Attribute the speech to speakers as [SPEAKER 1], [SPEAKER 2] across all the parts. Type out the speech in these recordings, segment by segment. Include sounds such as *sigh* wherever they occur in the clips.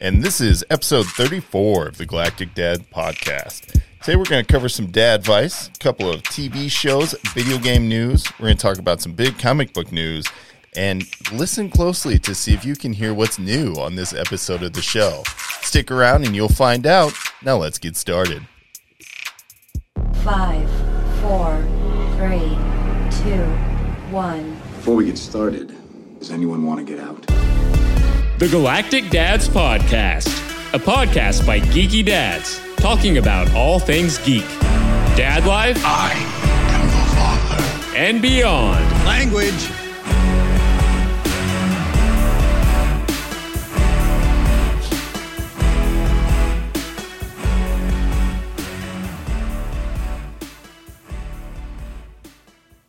[SPEAKER 1] and this is episode 34 of the Galactic Dad Podcast. Today we're going to cover some dad advice, a couple of TV shows, video game news. We're going to talk about some big comic book news, and listen closely to see if you can hear what's new on this episode of the show. Stick around and you'll find out. Now let's get started.
[SPEAKER 2] Five, four, three, two, one.
[SPEAKER 3] Before we get started, does anyone want to get out?
[SPEAKER 4] The Galactic Dads Podcast, a podcast by geeky dads talking about all things geek, dad life,
[SPEAKER 5] I am the father.
[SPEAKER 4] and beyond.
[SPEAKER 5] Language.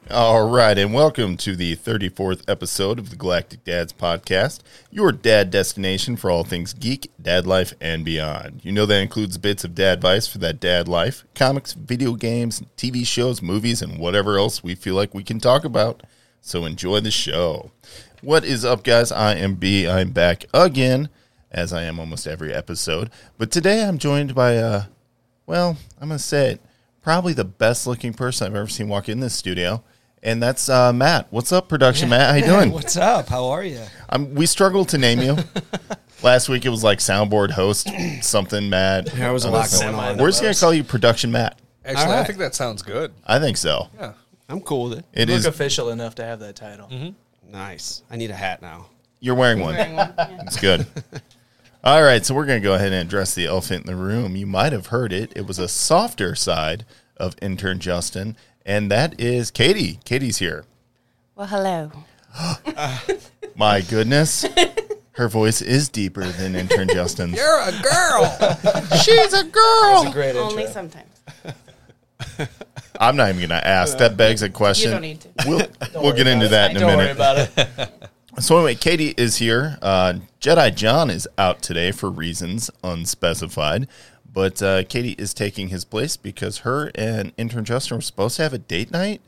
[SPEAKER 1] All right, and welcome to the 34th episode of the Galactic Dads Podcast, your dad destination for all things geek, dad life, and beyond. You know that includes bits of dad advice for that dad life, comics, video games, TV shows, movies, and whatever else we feel like we can talk about. So enjoy the show. What is up, guys? I am B. I'm back again, as I am almost every episode. But today I'm joined by uh, well, I'm going to say it. Probably the best looking person I've ever seen walk in this studio. And that's uh, Matt. What's up, production Matt? *laughs* How you doing?
[SPEAKER 6] What's up? How are you?
[SPEAKER 1] Um, we struggled to name *laughs* you. Last week it was like soundboard host something Matt.
[SPEAKER 6] There was a
[SPEAKER 1] I
[SPEAKER 6] lot
[SPEAKER 1] don't know.
[SPEAKER 6] going on.
[SPEAKER 1] We're just gonna call you production Matt.
[SPEAKER 7] Actually,
[SPEAKER 6] All
[SPEAKER 7] I
[SPEAKER 6] right.
[SPEAKER 7] think that sounds good.
[SPEAKER 1] I think so.
[SPEAKER 8] I'm cool with it.
[SPEAKER 1] It is.
[SPEAKER 9] official enough to have that title.
[SPEAKER 8] Nice. I need a hat now.
[SPEAKER 1] You're wearing one. *laughs* It's good. All right, so we're going to go ahead and address the elephant in the room. You might have heard it. It was a softer side of intern Justin, and that is Katie. Katie's here.
[SPEAKER 10] Well, hello.
[SPEAKER 1] My goodness. Her voice is deeper than intern Justin's.
[SPEAKER 7] You're a girl.
[SPEAKER 1] She's a girl.
[SPEAKER 7] Great
[SPEAKER 10] Only
[SPEAKER 7] intro.
[SPEAKER 10] sometimes.
[SPEAKER 1] I'm not even going to ask. That begs a question.
[SPEAKER 10] You don't need to.
[SPEAKER 1] We'll, we'll get into that in a
[SPEAKER 9] Don't worry
[SPEAKER 1] minute.
[SPEAKER 9] about
[SPEAKER 1] *laughs*
[SPEAKER 9] it.
[SPEAKER 1] So anyway, Katie is here. Uh, Jedi John is out today for reasons unspecified, but uh, Katie is taking his place because her and intern Justin were supposed to have a date night,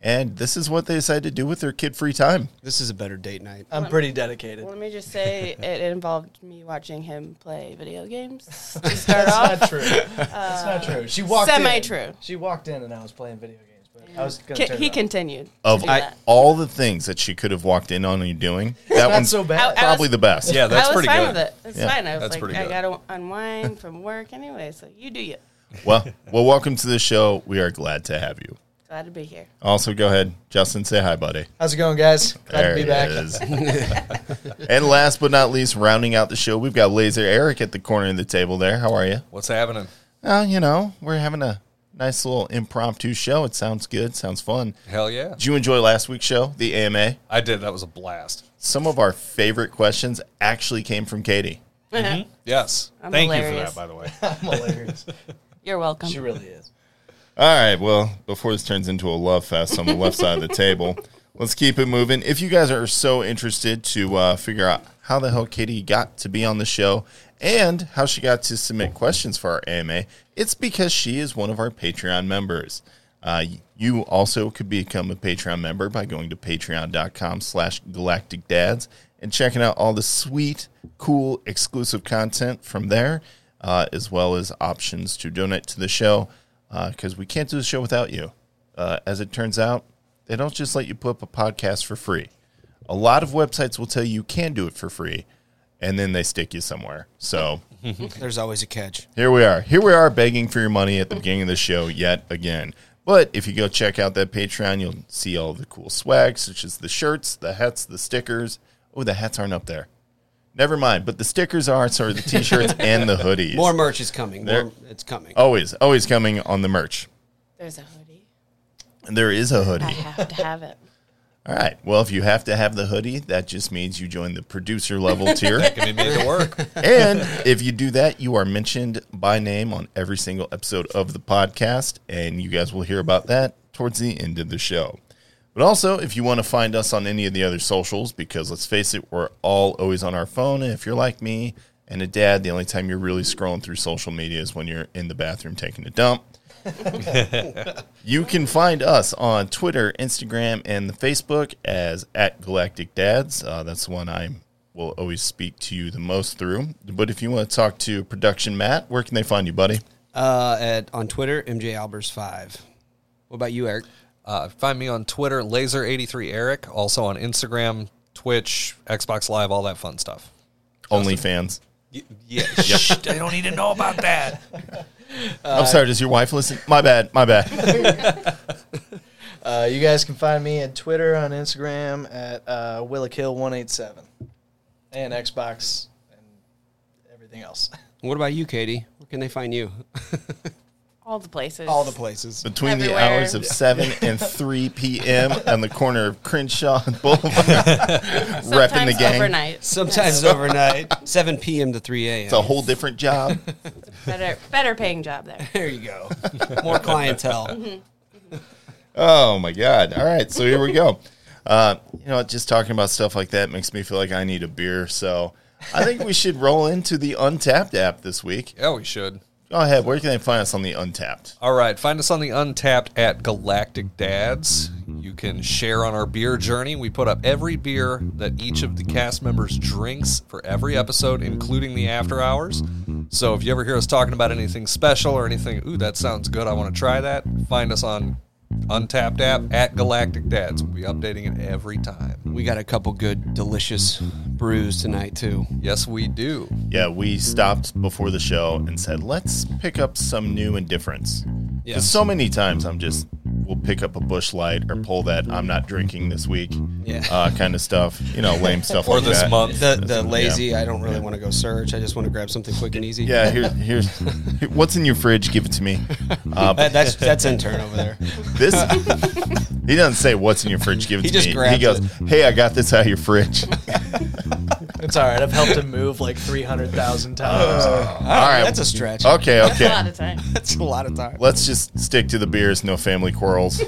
[SPEAKER 1] and this is what they decided to do with their kid free time.
[SPEAKER 8] This is a better date night.
[SPEAKER 9] I'm pretty dedicated.
[SPEAKER 10] Let me just
[SPEAKER 9] *laughs*
[SPEAKER 10] say it involved me watching him play video games
[SPEAKER 7] *laughs*
[SPEAKER 10] to start off. Uh,
[SPEAKER 9] Not true. That's not true. She walked
[SPEAKER 10] Semi-true.
[SPEAKER 9] in. She walked in and I was playing video games, but I was gonna
[SPEAKER 10] Ca
[SPEAKER 9] turn
[SPEAKER 10] he
[SPEAKER 9] it
[SPEAKER 10] *laughs*
[SPEAKER 9] off.
[SPEAKER 10] continued.
[SPEAKER 1] Of
[SPEAKER 10] to do that.
[SPEAKER 1] all the things that she could have walked in on you doing, that
[SPEAKER 9] Not
[SPEAKER 1] one's
[SPEAKER 9] so bad.
[SPEAKER 10] I- I-
[SPEAKER 1] probably the best.
[SPEAKER 7] Yeah, that's
[SPEAKER 10] I was
[SPEAKER 7] pretty
[SPEAKER 10] fine
[SPEAKER 7] good.
[SPEAKER 10] with it. It's
[SPEAKER 1] Yeah,
[SPEAKER 10] fine. I was
[SPEAKER 7] that's
[SPEAKER 10] like,
[SPEAKER 7] pretty
[SPEAKER 10] I
[SPEAKER 7] good.
[SPEAKER 10] gotta unwind from work anyway, so you do you.
[SPEAKER 1] Well, well, welcome to the show. We are glad to have you.
[SPEAKER 10] Glad to be here.
[SPEAKER 1] Also, go ahead, Justin. Say hi, buddy.
[SPEAKER 9] How's it going, guys? Glad
[SPEAKER 1] There
[SPEAKER 9] to
[SPEAKER 1] it
[SPEAKER 9] be back. *laughs*
[SPEAKER 1] is. and last but not least, rounding out the show, we've got Laser Eric at the corner of the table there. How are you?
[SPEAKER 7] What's happening?
[SPEAKER 1] Uh, you know, we're having a nice little impromptu show. It sounds good, sounds fun.
[SPEAKER 7] Hell yeah.
[SPEAKER 1] Did you enjoy last week's show, the AMA?
[SPEAKER 7] I did. That was a blast.
[SPEAKER 1] Some of our favorite questions actually came from Katie.
[SPEAKER 7] Mm-hmm. Yes.
[SPEAKER 10] I'm
[SPEAKER 7] Thank you
[SPEAKER 10] hilarious.
[SPEAKER 7] for that, by the way.
[SPEAKER 9] I'm hilarious.
[SPEAKER 10] *laughs* You're welcome.
[SPEAKER 9] She really is.
[SPEAKER 1] All right, well, before this turns into a love fest on the left side of the table, let's keep it moving. If you guys are so interested to uh, figure out how the hell Katie got to be on the show and how she got to submit questions for our AMA, it's because she is one of our Patreon members. Uh, you also could become a Patreon member by going to patreon.com slash galactic dads and checking out all the sweet, cool, exclusive content from there, uh, as well as options to donate to the show because Uh, we can't do the show without you. Uh, as it turns out, they don't just let you put up a podcast for free. A lot of websites will tell you you can do it for free, and then they stick you somewhere. So
[SPEAKER 8] There's always a catch.
[SPEAKER 1] here we are. Here we are begging for your money at the beginning of the show yet again. But if you go check out that Patreon, you'll see all the cool swag, such as the shirts, the hats, the stickers. Oh, the hats aren't up there. Never mind. But the stickers are, so are the t shirts and the hoodies.
[SPEAKER 8] More merch is coming.
[SPEAKER 1] There- Oh.
[SPEAKER 8] More, it's coming.
[SPEAKER 1] always, always coming on the merch.
[SPEAKER 10] There's a hoodie.
[SPEAKER 1] There is a
[SPEAKER 10] I
[SPEAKER 1] hoodie.
[SPEAKER 10] have to have it.
[SPEAKER 1] All right. Well, if you have to have the hoodie, that just means you join the producer
[SPEAKER 10] *laughs*
[SPEAKER 1] level tier.
[SPEAKER 7] It made me to work.
[SPEAKER 1] and if you do that, you are mentioned by name on every single episode of the podcast, and you guys will hear about that towards the end of the show. But also, if you want to find us on any of the other socials, because let's face it, we're all always on our phone. And if you're like me and a dad, the only time you're really scrolling through social media is when you're in the bathroom taking a dump. You can find us on Twitter, Instagram, and the Facebook as at Galactic Dads. Uh, that's the one I'm will always speak to you the most through. But if you want to talk to production Matt, where can they find you, buddy?
[SPEAKER 8] Uh, at on Twitter, MJ Albers five. What about you, Eric?
[SPEAKER 7] Uh, find me on Twitter, Laser83Eric. Also on Instagram, Twitch, Xbox Live, all that fun stuff.
[SPEAKER 1] OnlyFans.
[SPEAKER 7] Yeah, *laughs* shh, I don't need to know about that.
[SPEAKER 1] *laughs* I'm sorry, does your wife listen? My bad, my
[SPEAKER 7] *laughs*
[SPEAKER 1] bad.
[SPEAKER 9] Uh, you guys can find me on Twitter, on Instagram at uh, Willakill187, and Xbox and
[SPEAKER 10] *laughs*
[SPEAKER 9] everything else.
[SPEAKER 8] What about you, Katie? Where can they find you?
[SPEAKER 10] All the places.
[SPEAKER 8] All the places.
[SPEAKER 1] Between the
[SPEAKER 10] Everywhere.
[SPEAKER 1] hours of 7 and 3 p.m. on the corner of Crenshaw and
[SPEAKER 10] *laughs*
[SPEAKER 1] Boulevard, repping the
[SPEAKER 10] Sometimes
[SPEAKER 1] gang.
[SPEAKER 10] overnight.
[SPEAKER 8] Sometimes
[SPEAKER 7] *laughs*
[SPEAKER 8] overnight, seven p.m. to three a.m.
[SPEAKER 1] It's a whole different job.
[SPEAKER 10] Better, better paying job there.
[SPEAKER 8] there you go.
[SPEAKER 1] *laughs*
[SPEAKER 8] More clientele.
[SPEAKER 1] Oh my god! All right, so here we
[SPEAKER 8] *laughs*
[SPEAKER 1] go. Uh, you know, just talking about stuff like that makes me feel like I need a beer. So I think we should roll into the Untapped app this week.
[SPEAKER 7] Yeah, we should.
[SPEAKER 1] Go ahead. Where can they find us on the Untapped?
[SPEAKER 7] All right, find us on the Untapped at Galactic Dads. You can share on our beer journey. We put up every beer that each of the cast members drinks for every episode, including the after hours. So if you ever hear us talking about anything special or anything, ooh, that sounds good, I want to try that, find us on Untapped app at Galactic Dads. We'll be updating it every time.
[SPEAKER 8] we got a couple good, delicious brews tonight too.
[SPEAKER 7] Yes, we do.
[SPEAKER 1] Yeah, we stopped before the show and said, let's pick up some new and difference.
[SPEAKER 8] Yeah.
[SPEAKER 1] Because so many times I'm just, we'll pick up a bush light or pull that I'm not drinking this week
[SPEAKER 8] Yeah.
[SPEAKER 1] uh, kind of stuff. You know, lame stuff
[SPEAKER 7] Or
[SPEAKER 1] like
[SPEAKER 7] this
[SPEAKER 1] that.
[SPEAKER 7] month.
[SPEAKER 8] The the lazy. I don't really want to go search. I just want to grab something quick and easy.
[SPEAKER 1] Yeah, here, here's what's in your fridge. Give it to
[SPEAKER 8] *laughs*
[SPEAKER 1] me. Uh,
[SPEAKER 8] That- that's that's intern over there.
[SPEAKER 1] This he doesn't say what's in your fridge. Give it
[SPEAKER 8] He
[SPEAKER 1] to
[SPEAKER 8] just
[SPEAKER 1] me. He
[SPEAKER 8] grabs
[SPEAKER 1] goes, "Hey, I got this out of your fridge."
[SPEAKER 9] It's all right. I've helped him move like three hundred thousand times.
[SPEAKER 1] All right,
[SPEAKER 8] That's a stretch.
[SPEAKER 1] okay,
[SPEAKER 10] A lot
[SPEAKER 1] okay.
[SPEAKER 10] of time.
[SPEAKER 8] *laughs* That's a lot of time.
[SPEAKER 1] Let's just stick to the beers, no family quarrels.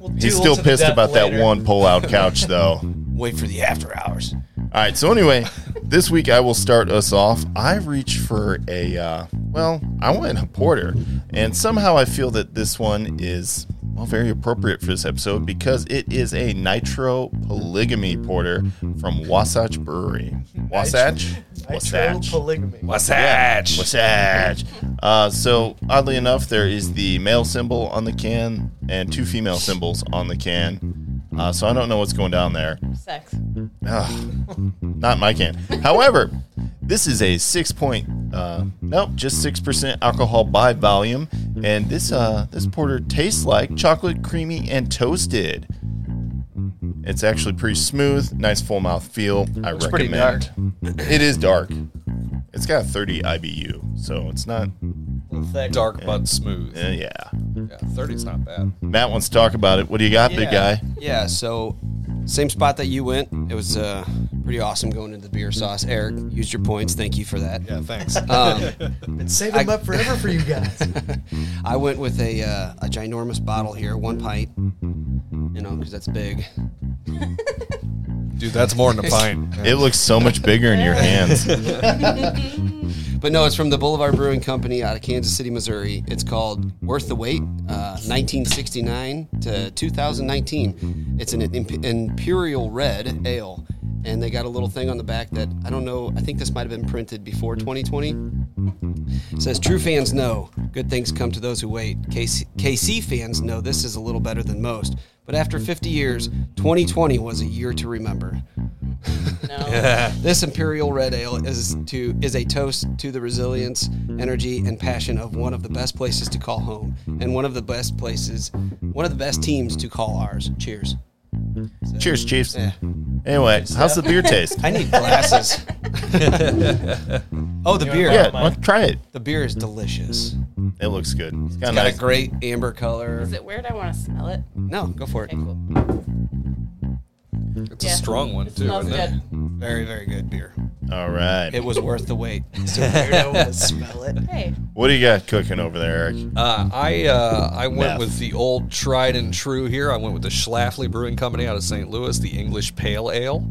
[SPEAKER 9] We'll
[SPEAKER 1] He's
[SPEAKER 9] duel
[SPEAKER 1] still
[SPEAKER 9] to the
[SPEAKER 1] pissed
[SPEAKER 9] death
[SPEAKER 1] about that
[SPEAKER 9] later.
[SPEAKER 1] one pull-out couch, though.
[SPEAKER 8] Wait for the after hours.
[SPEAKER 1] All right. So anyway, this week I will start us off. I reach for a uh, well, I want a porter, and somehow I feel that this one is well very appropriate for this episode because it is a nitro polygamy porter from Wasatch Brewery. Wasatch.
[SPEAKER 9] I
[SPEAKER 1] Wasatch.
[SPEAKER 9] troll polygamy.
[SPEAKER 7] What's that?
[SPEAKER 1] Wasatch. Uh, so oddly enough, there is the male symbol on the can and two female symbols on the can. Uh, so I don't know what's going down there.
[SPEAKER 10] Sex.
[SPEAKER 1] Ugh, not my can. However, this is a six point, uh, nope, just six percent alcohol by volume, and this uh, this porter tastes like chocolate, creamy, and toasted. It's actually pretty smooth, nice full mouth feel. I recommend.
[SPEAKER 9] pretty
[SPEAKER 1] It is dark. It's got 30 IBU, so it's not.
[SPEAKER 9] Thick.
[SPEAKER 7] Dark but smooth.
[SPEAKER 1] eh, yeah.
[SPEAKER 7] Yeah, 30's not bad.
[SPEAKER 1] Matt wants to talk about it. What do you got, big guy?
[SPEAKER 8] Yeah, so same spot that you went. It was uh, pretty awesome going into the beer sauce. Eric, used your points. Thank you for that.
[SPEAKER 7] Yeah, thanks.
[SPEAKER 8] *laughs* Um,
[SPEAKER 9] *laughs* Been saving them up forever for you guys.
[SPEAKER 8] *laughs* I went with a, uh, a ginormous bottle here, one pint, you know, because that's big.
[SPEAKER 7] Dude, that's more than a pint.
[SPEAKER 1] *laughs*
[SPEAKER 7] *laughs*
[SPEAKER 1] It looks so much bigger in your hands.
[SPEAKER 8] But no, it's from the Boulevard Brewing Company out of Kansas City, Missouri. It's called Worth the Wait, uh, 1969 to 2019. It's an imp- imperial red ale, and they got a little thing on the back that I don't know. I think this might have been printed before 2020. It says true fans know good things come to those who wait. KC, KC fans know this is a little better than most. But after 50 years, 2020 was a year to remember.
[SPEAKER 10] No.
[SPEAKER 8] This imperial red ale is to is a toast to the resilience, energy, and passion of one of the best places to call home, and one of the best places, one of the best teams to call ours. Cheers.
[SPEAKER 1] Cheers, Chiefs. Anyway, how's the beer taste?
[SPEAKER 8] I need glasses. oh, the beer.
[SPEAKER 1] Yeah, well, try it.
[SPEAKER 8] The beer is delicious.
[SPEAKER 1] It looks good. It's got,
[SPEAKER 8] It's
[SPEAKER 1] a
[SPEAKER 8] got
[SPEAKER 1] nice.
[SPEAKER 8] a great amber color.
[SPEAKER 10] Is it weird? I want to smell it.
[SPEAKER 8] No, go for it.
[SPEAKER 10] Okay, cool.
[SPEAKER 7] It's
[SPEAKER 10] Yeah.
[SPEAKER 7] a strong one, too.
[SPEAKER 10] Smells
[SPEAKER 7] isn't it?
[SPEAKER 10] good.
[SPEAKER 8] Very, very good beer.
[SPEAKER 1] All right.
[SPEAKER 8] It was worth the wait.
[SPEAKER 9] Weirdo will smell it.
[SPEAKER 10] Hey,
[SPEAKER 1] What do you got cooking over there, Eric?
[SPEAKER 7] Uh, I uh, I went
[SPEAKER 1] Meth.
[SPEAKER 7] with the old tried and true here. I went with the Schlafly Brewing Company out of St. Louis, the English Pale Ale.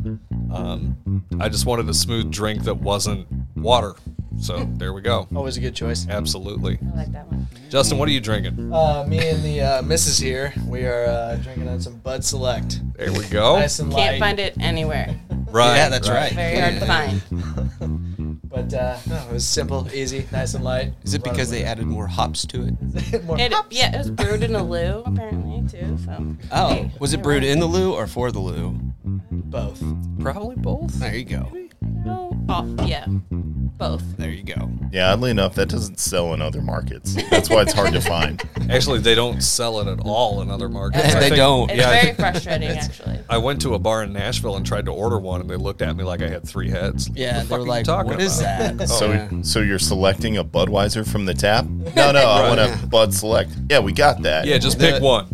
[SPEAKER 7] Um, I just wanted a smooth drink that wasn't water, so there we go.
[SPEAKER 9] Always a good choice.
[SPEAKER 7] Absolutely,
[SPEAKER 10] I like that one.
[SPEAKER 7] Justin. What are you drinking?
[SPEAKER 9] Uh, me and the uh, missus here, we are uh, drinking on some Bud Select.
[SPEAKER 7] There we go.
[SPEAKER 9] Nice and light.
[SPEAKER 10] Can't find it anywhere.
[SPEAKER 7] Right.
[SPEAKER 8] yeah, that's right.
[SPEAKER 10] Very hard
[SPEAKER 9] *laughs*
[SPEAKER 10] to find.
[SPEAKER 9] But uh, no, it was simple, easy, nice and light.
[SPEAKER 8] Is it because they added more hops to it?
[SPEAKER 9] *laughs* More
[SPEAKER 10] It, yeah, it was brewed in a loo apparently too. So
[SPEAKER 8] Oh, was it brewed in the loo or for the loo?
[SPEAKER 9] both?
[SPEAKER 8] Probably both. There you go.
[SPEAKER 10] no, oh, yeah, both.
[SPEAKER 8] There you go.
[SPEAKER 7] Mm.
[SPEAKER 1] Yeah, oddly enough, that doesn't sell in other markets. That's why it's hard to
[SPEAKER 8] *laughs*
[SPEAKER 1] find.
[SPEAKER 7] Actually, they don't sell it at all in other markets.
[SPEAKER 8] They
[SPEAKER 7] I think-
[SPEAKER 8] don't.
[SPEAKER 10] It's
[SPEAKER 7] Yeah, I
[SPEAKER 9] *laughs*
[SPEAKER 10] very
[SPEAKER 7] think-
[SPEAKER 10] frustrating actually.
[SPEAKER 7] I went to a bar in Nashville and tried to order one, and they looked at me like I had three heads.
[SPEAKER 8] Yeah,
[SPEAKER 7] the
[SPEAKER 8] they're
[SPEAKER 7] fuck are you
[SPEAKER 8] like,
[SPEAKER 7] talking
[SPEAKER 8] what is
[SPEAKER 7] about?"
[SPEAKER 8] that?
[SPEAKER 7] *laughs*
[SPEAKER 1] So,
[SPEAKER 8] Oh, yeah.
[SPEAKER 1] so you're selecting a Budweiser from the
[SPEAKER 8] *laughs*
[SPEAKER 1] tap? No, no, I want a Bud Select. Yeah, we got that.
[SPEAKER 7] Yeah, just
[SPEAKER 8] The-
[SPEAKER 7] pick one.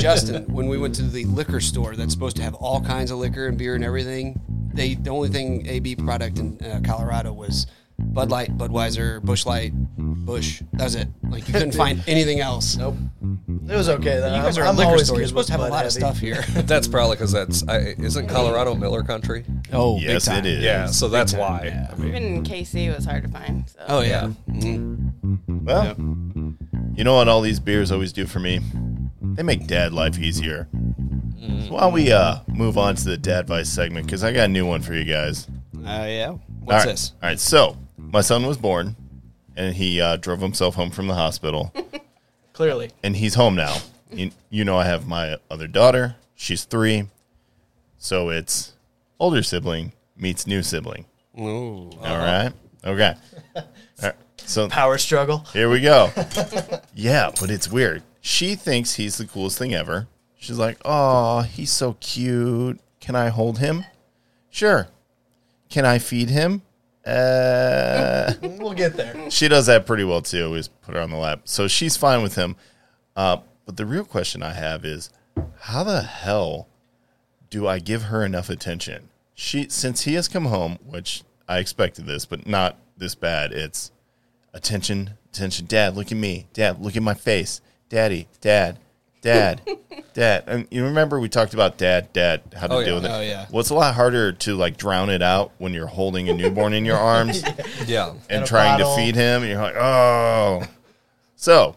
[SPEAKER 8] Justin, when we went to the liquor store that's supposed to have all kinds of liquor and beer and everything, they the only thing AB product in uh, Colorado was Bud Light, Budweiser, Bush Light, Bush. That was it. Like you
[SPEAKER 7] *laughs*
[SPEAKER 8] couldn't find anything else.
[SPEAKER 9] Nope. It was okay though.
[SPEAKER 8] You guys
[SPEAKER 9] I'm,
[SPEAKER 8] are a
[SPEAKER 9] I'm
[SPEAKER 8] liquor
[SPEAKER 9] always
[SPEAKER 8] store.
[SPEAKER 9] good
[SPEAKER 8] You're supposed to have
[SPEAKER 9] with
[SPEAKER 8] a lot of
[SPEAKER 9] Bud
[SPEAKER 8] stuff
[SPEAKER 9] *laughs*
[SPEAKER 8] here.
[SPEAKER 7] That's probably because that's I, isn't Colorado Miller Country?
[SPEAKER 8] Oh,
[SPEAKER 1] Yes, it is.
[SPEAKER 7] Yeah, so that's why. I mean,
[SPEAKER 10] Even KC was hard to find. So.
[SPEAKER 9] Uh,
[SPEAKER 8] Oh yeah.
[SPEAKER 7] Mm.
[SPEAKER 1] Well, you know what all these beers always do for me? They make dad life easier.
[SPEAKER 8] Mm-hmm.
[SPEAKER 1] So why don't we uh, move on to the dad vice segment? Because I got a new one for you guys.
[SPEAKER 8] Oh yeah. What's
[SPEAKER 1] All right.
[SPEAKER 8] this?
[SPEAKER 1] All right. So my son was born, and he uh, drove himself home from the hospital,
[SPEAKER 9] Clearly,
[SPEAKER 1] and he's home now. You, you know, I have my other daughter. She's three, so it's older sibling meets new sibling.
[SPEAKER 8] Ooh.
[SPEAKER 1] All right. Okay. All right. So
[SPEAKER 9] power struggle.
[SPEAKER 1] here we
[SPEAKER 9] *laughs*
[SPEAKER 1] go. yeah, but it's weird. She thinks he's the coolest thing ever. She's like, "Oh, he's so cute. Can I hold him?" Sure. Can I feed him? Uh,
[SPEAKER 9] We'll get there.
[SPEAKER 1] she does that pretty well too. Is put her on the lap, so she's fine with him. Uh, but the real question I have is, how the hell do I give her enough attention? She since he has come home, which I expected this, but not this bad. It's attention, attention. Dad, look at me. Dad, look at my face. Daddy, dad,
[SPEAKER 7] *laughs*
[SPEAKER 1] dad, dad. And you remember we talked about dad, dad, how to
[SPEAKER 7] Oh,
[SPEAKER 1] deal
[SPEAKER 7] yeah.
[SPEAKER 1] with it.
[SPEAKER 8] Oh, yeah.
[SPEAKER 1] Well, it's a lot harder to like drown it out when you're holding a newborn in your arms
[SPEAKER 7] *laughs* yeah,
[SPEAKER 1] and
[SPEAKER 9] a
[SPEAKER 1] trying
[SPEAKER 9] bottle.
[SPEAKER 1] to feed him. And you're like, oh. so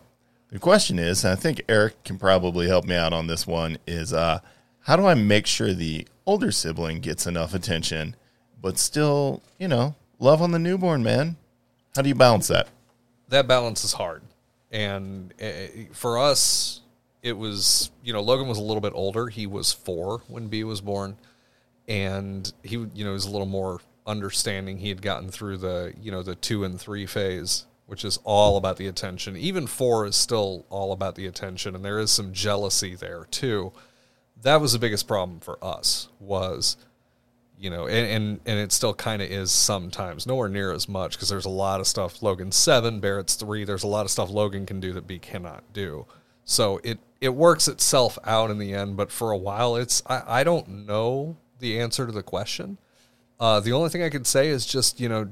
[SPEAKER 1] the question is, and I think Eric can probably help me out on this one, is uh, how do I make sure the older sibling gets enough attention, but still, you know, love on the newborn man? How do you balance that?
[SPEAKER 7] that balance is hard. And uh, for us, it was you know Logan was a little bit older. He was four when B was born, and he would- you know was a little more understanding. He had gotten through the you know the two and three phase, which is all about the attention. Even four is still all about the attention, and there is some jealousy there too. That was the biggest problem for us was you know, and and, and it still kind of is sometimes, nowhere near as much because there's a lot of stuff Logan seven, Barrett's three. There's a lot of stuff Logan can do that B cannot do. So it it works itself out in the end. But for a while, it's I, I don't know the answer to the question. Uh, the only thing I can say is just you know,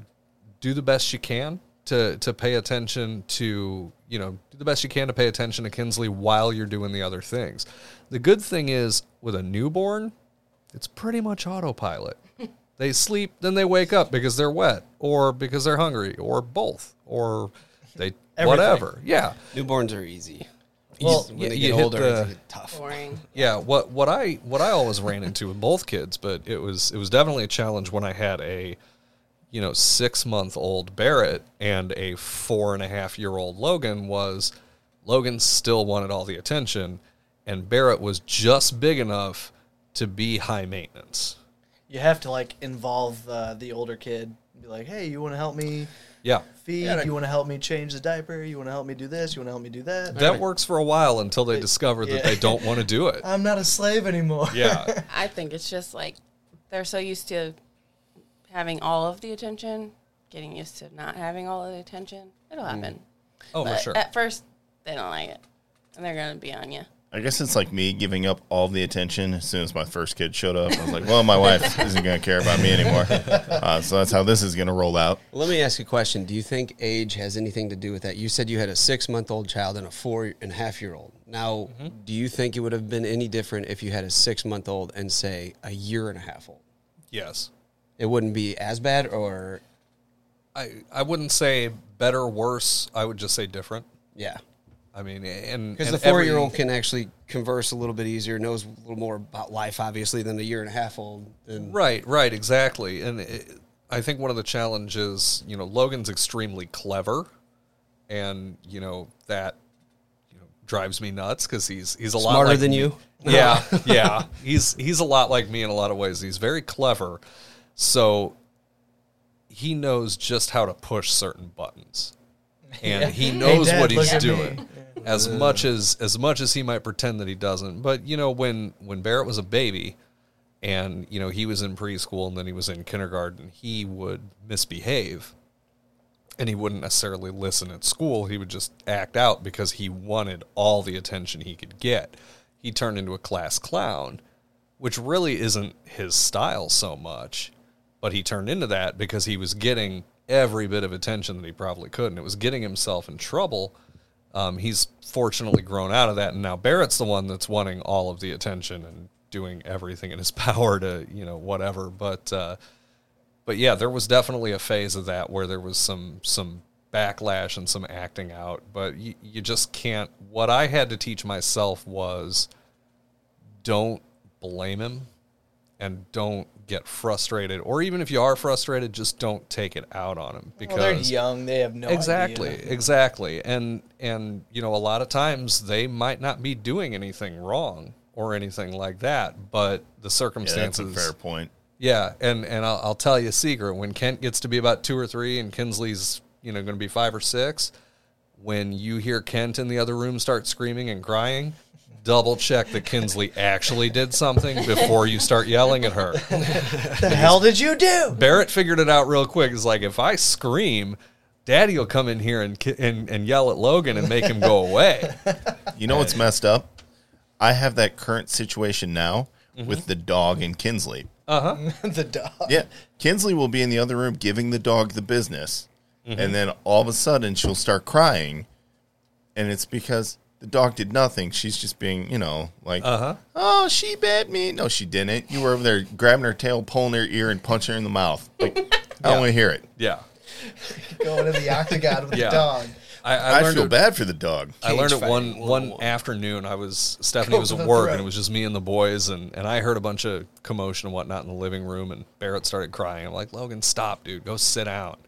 [SPEAKER 7] do the best you can to to pay attention to you know do the best you can to pay attention to Kinsley while you're doing the other things. The good thing is with a newborn, it's pretty much autopilot. they sleep, then they wake up because they're wet, or because they're hungry, or both, or they whatever. Yeah,
[SPEAKER 8] Newborns are easy.
[SPEAKER 7] Well,
[SPEAKER 8] when they
[SPEAKER 7] you- you
[SPEAKER 8] get
[SPEAKER 7] hit
[SPEAKER 8] older,
[SPEAKER 7] the-
[SPEAKER 8] it's tough.
[SPEAKER 10] Boring.
[SPEAKER 7] yeah. What what I what I always ran into with both kids, but it was it was definitely a challenge when I had a you know six month old Barrett and a four and a half year old Logan was Logan still wanted all the attention, and Barrett was just big enough to be high maintenance.
[SPEAKER 9] You have to like involve uh, the older kid. Be like, hey, you want to help me
[SPEAKER 7] Yeah.
[SPEAKER 9] feed? you want to help me change the diaper? You want to help me do this? You want to help me do that?
[SPEAKER 7] That works for a while until they discover that
[SPEAKER 9] Yeah.
[SPEAKER 7] they don't want to do
[SPEAKER 9] *laughs*
[SPEAKER 7] it.
[SPEAKER 9] I'm not a slave anymore.
[SPEAKER 7] Yeah.
[SPEAKER 10] I think it's just like they're so used to having all of the attention, getting used to not having all of the attention. It'll happen.
[SPEAKER 7] Oh, for
[SPEAKER 10] But uh,
[SPEAKER 7] sure.
[SPEAKER 10] At first, they don't like it, and they're gonna be on
[SPEAKER 7] *laughs*
[SPEAKER 10] you.
[SPEAKER 1] I guess it's like me giving up all the attention as soon as my first kid showed up. I was like, well, my wife isn't going to care about me anymore. Uh, so that's how this is going to roll out.
[SPEAKER 8] Let me ask you a question. Do you think age has anything to do with that? You said you had a six month old child and a four and a half year old. Now, do you think it would have been any different if you had a six month old and, say, a year and a half old?
[SPEAKER 7] Yes.
[SPEAKER 8] It wouldn't be as bad, or
[SPEAKER 7] I, I wouldn't say better, worse. I would just say different.
[SPEAKER 8] yeah.
[SPEAKER 7] I mean, and
[SPEAKER 8] Because the
[SPEAKER 7] and
[SPEAKER 8] four year
[SPEAKER 7] every-
[SPEAKER 8] old can actually converse a little bit easier, knows a little more about life, obviously, than a year and a half old. And
[SPEAKER 7] Right, right, exactly. And it, I think one of the challenges, you know, Logan's extremely clever, and you know that you know drives me nuts because he's he's a lot
[SPEAKER 8] Smarter
[SPEAKER 7] like
[SPEAKER 8] than
[SPEAKER 7] me.
[SPEAKER 8] you? *laughs*
[SPEAKER 7] Yeah, yeah. He's he's a lot like me in a lot of ways. He's very clever, so he knows just how to push certain
[SPEAKER 9] *laughs*
[SPEAKER 7] buttons, and he knows
[SPEAKER 9] Dad,
[SPEAKER 7] what
[SPEAKER 9] look
[SPEAKER 7] he's
[SPEAKER 9] at me.
[SPEAKER 7] doing as much as as much as he might pretend that he doesn't but you know when when barrett was a baby and you know he was in preschool and then he was in kindergarten he would misbehave and he wouldn't necessarily listen at school he would just act out because he wanted all the attention he could get he turned into a class clown which really isn't his style so much but he turned into that because he was getting every bit of attention that he probably could and it was getting himself in trouble um, he's fortunately grown out of that, and now Barrett's the one that's wanting all of the attention and doing everything in his *laughs* power to, you know, whatever. But, uh, but yeah, there was definitely a phase of that where there was some some backlash and some acting out. But you, you just can't. What I had to teach myself was, don't blame him, and don't get frustrated, or even if you are frustrated, just don't take it out on him because
[SPEAKER 9] *laughs* Well, they're young. They have no
[SPEAKER 7] exactly
[SPEAKER 9] *laughs* idea.
[SPEAKER 7] exactly and and you know a lot of times they might not be doing anything wrong or anything like that but the
[SPEAKER 1] Yeah, that's a
[SPEAKER 7] circumstances
[SPEAKER 1] fair point.
[SPEAKER 7] yeah, and and I'll, I'll tell you a secret. When Kent gets to be about two or three, and Kinsley's you know going to be five or six, when you hear Kent in the other room start screaming and crying, double check that Kinsley actually did something before you start yelling at her.
[SPEAKER 9] The hell did you do? *laughs*
[SPEAKER 7] Barrett figured it out real quick. It's like if I scream, Daddy will come in here and ki- and and yell at Logan and make him go away.
[SPEAKER 1] You know
[SPEAKER 7] Uh,
[SPEAKER 1] what's messed up? I have that current situation now with the dog and Kinsley.
[SPEAKER 9] the dog.
[SPEAKER 1] Yeah. Kinsley will be in the other room giving the dog the business.
[SPEAKER 7] Mm-hmm.
[SPEAKER 1] And then all of a sudden she'll start crying. And it's because the dog did nothing. She's just being, you know, like,
[SPEAKER 7] Uh-huh.
[SPEAKER 1] oh, she bit me. No, she didn't. You were over there grabbing her tail, pulling her ear, and punching her in the mouth. Like,
[SPEAKER 7] *laughs*
[SPEAKER 1] I don't want to hear it.
[SPEAKER 7] Yeah,
[SPEAKER 9] Going to the octagon with
[SPEAKER 7] Yeah.
[SPEAKER 9] the dog.
[SPEAKER 7] I, I,
[SPEAKER 1] I
[SPEAKER 7] learned
[SPEAKER 1] feel
[SPEAKER 7] it-
[SPEAKER 1] bad for the dog.
[SPEAKER 7] I learned it
[SPEAKER 8] fighting
[SPEAKER 7] one
[SPEAKER 8] 101.
[SPEAKER 7] one afternoon. I was Stephanie
[SPEAKER 9] Go
[SPEAKER 7] was
[SPEAKER 9] for
[SPEAKER 7] at
[SPEAKER 9] the
[SPEAKER 7] work, and
[SPEAKER 9] throat.
[SPEAKER 7] it was just me and the boys, and and I heard a bunch of commotion and whatnot in the living room, and Barrett started crying. I'm like, Logan, stop, dude, go sit down.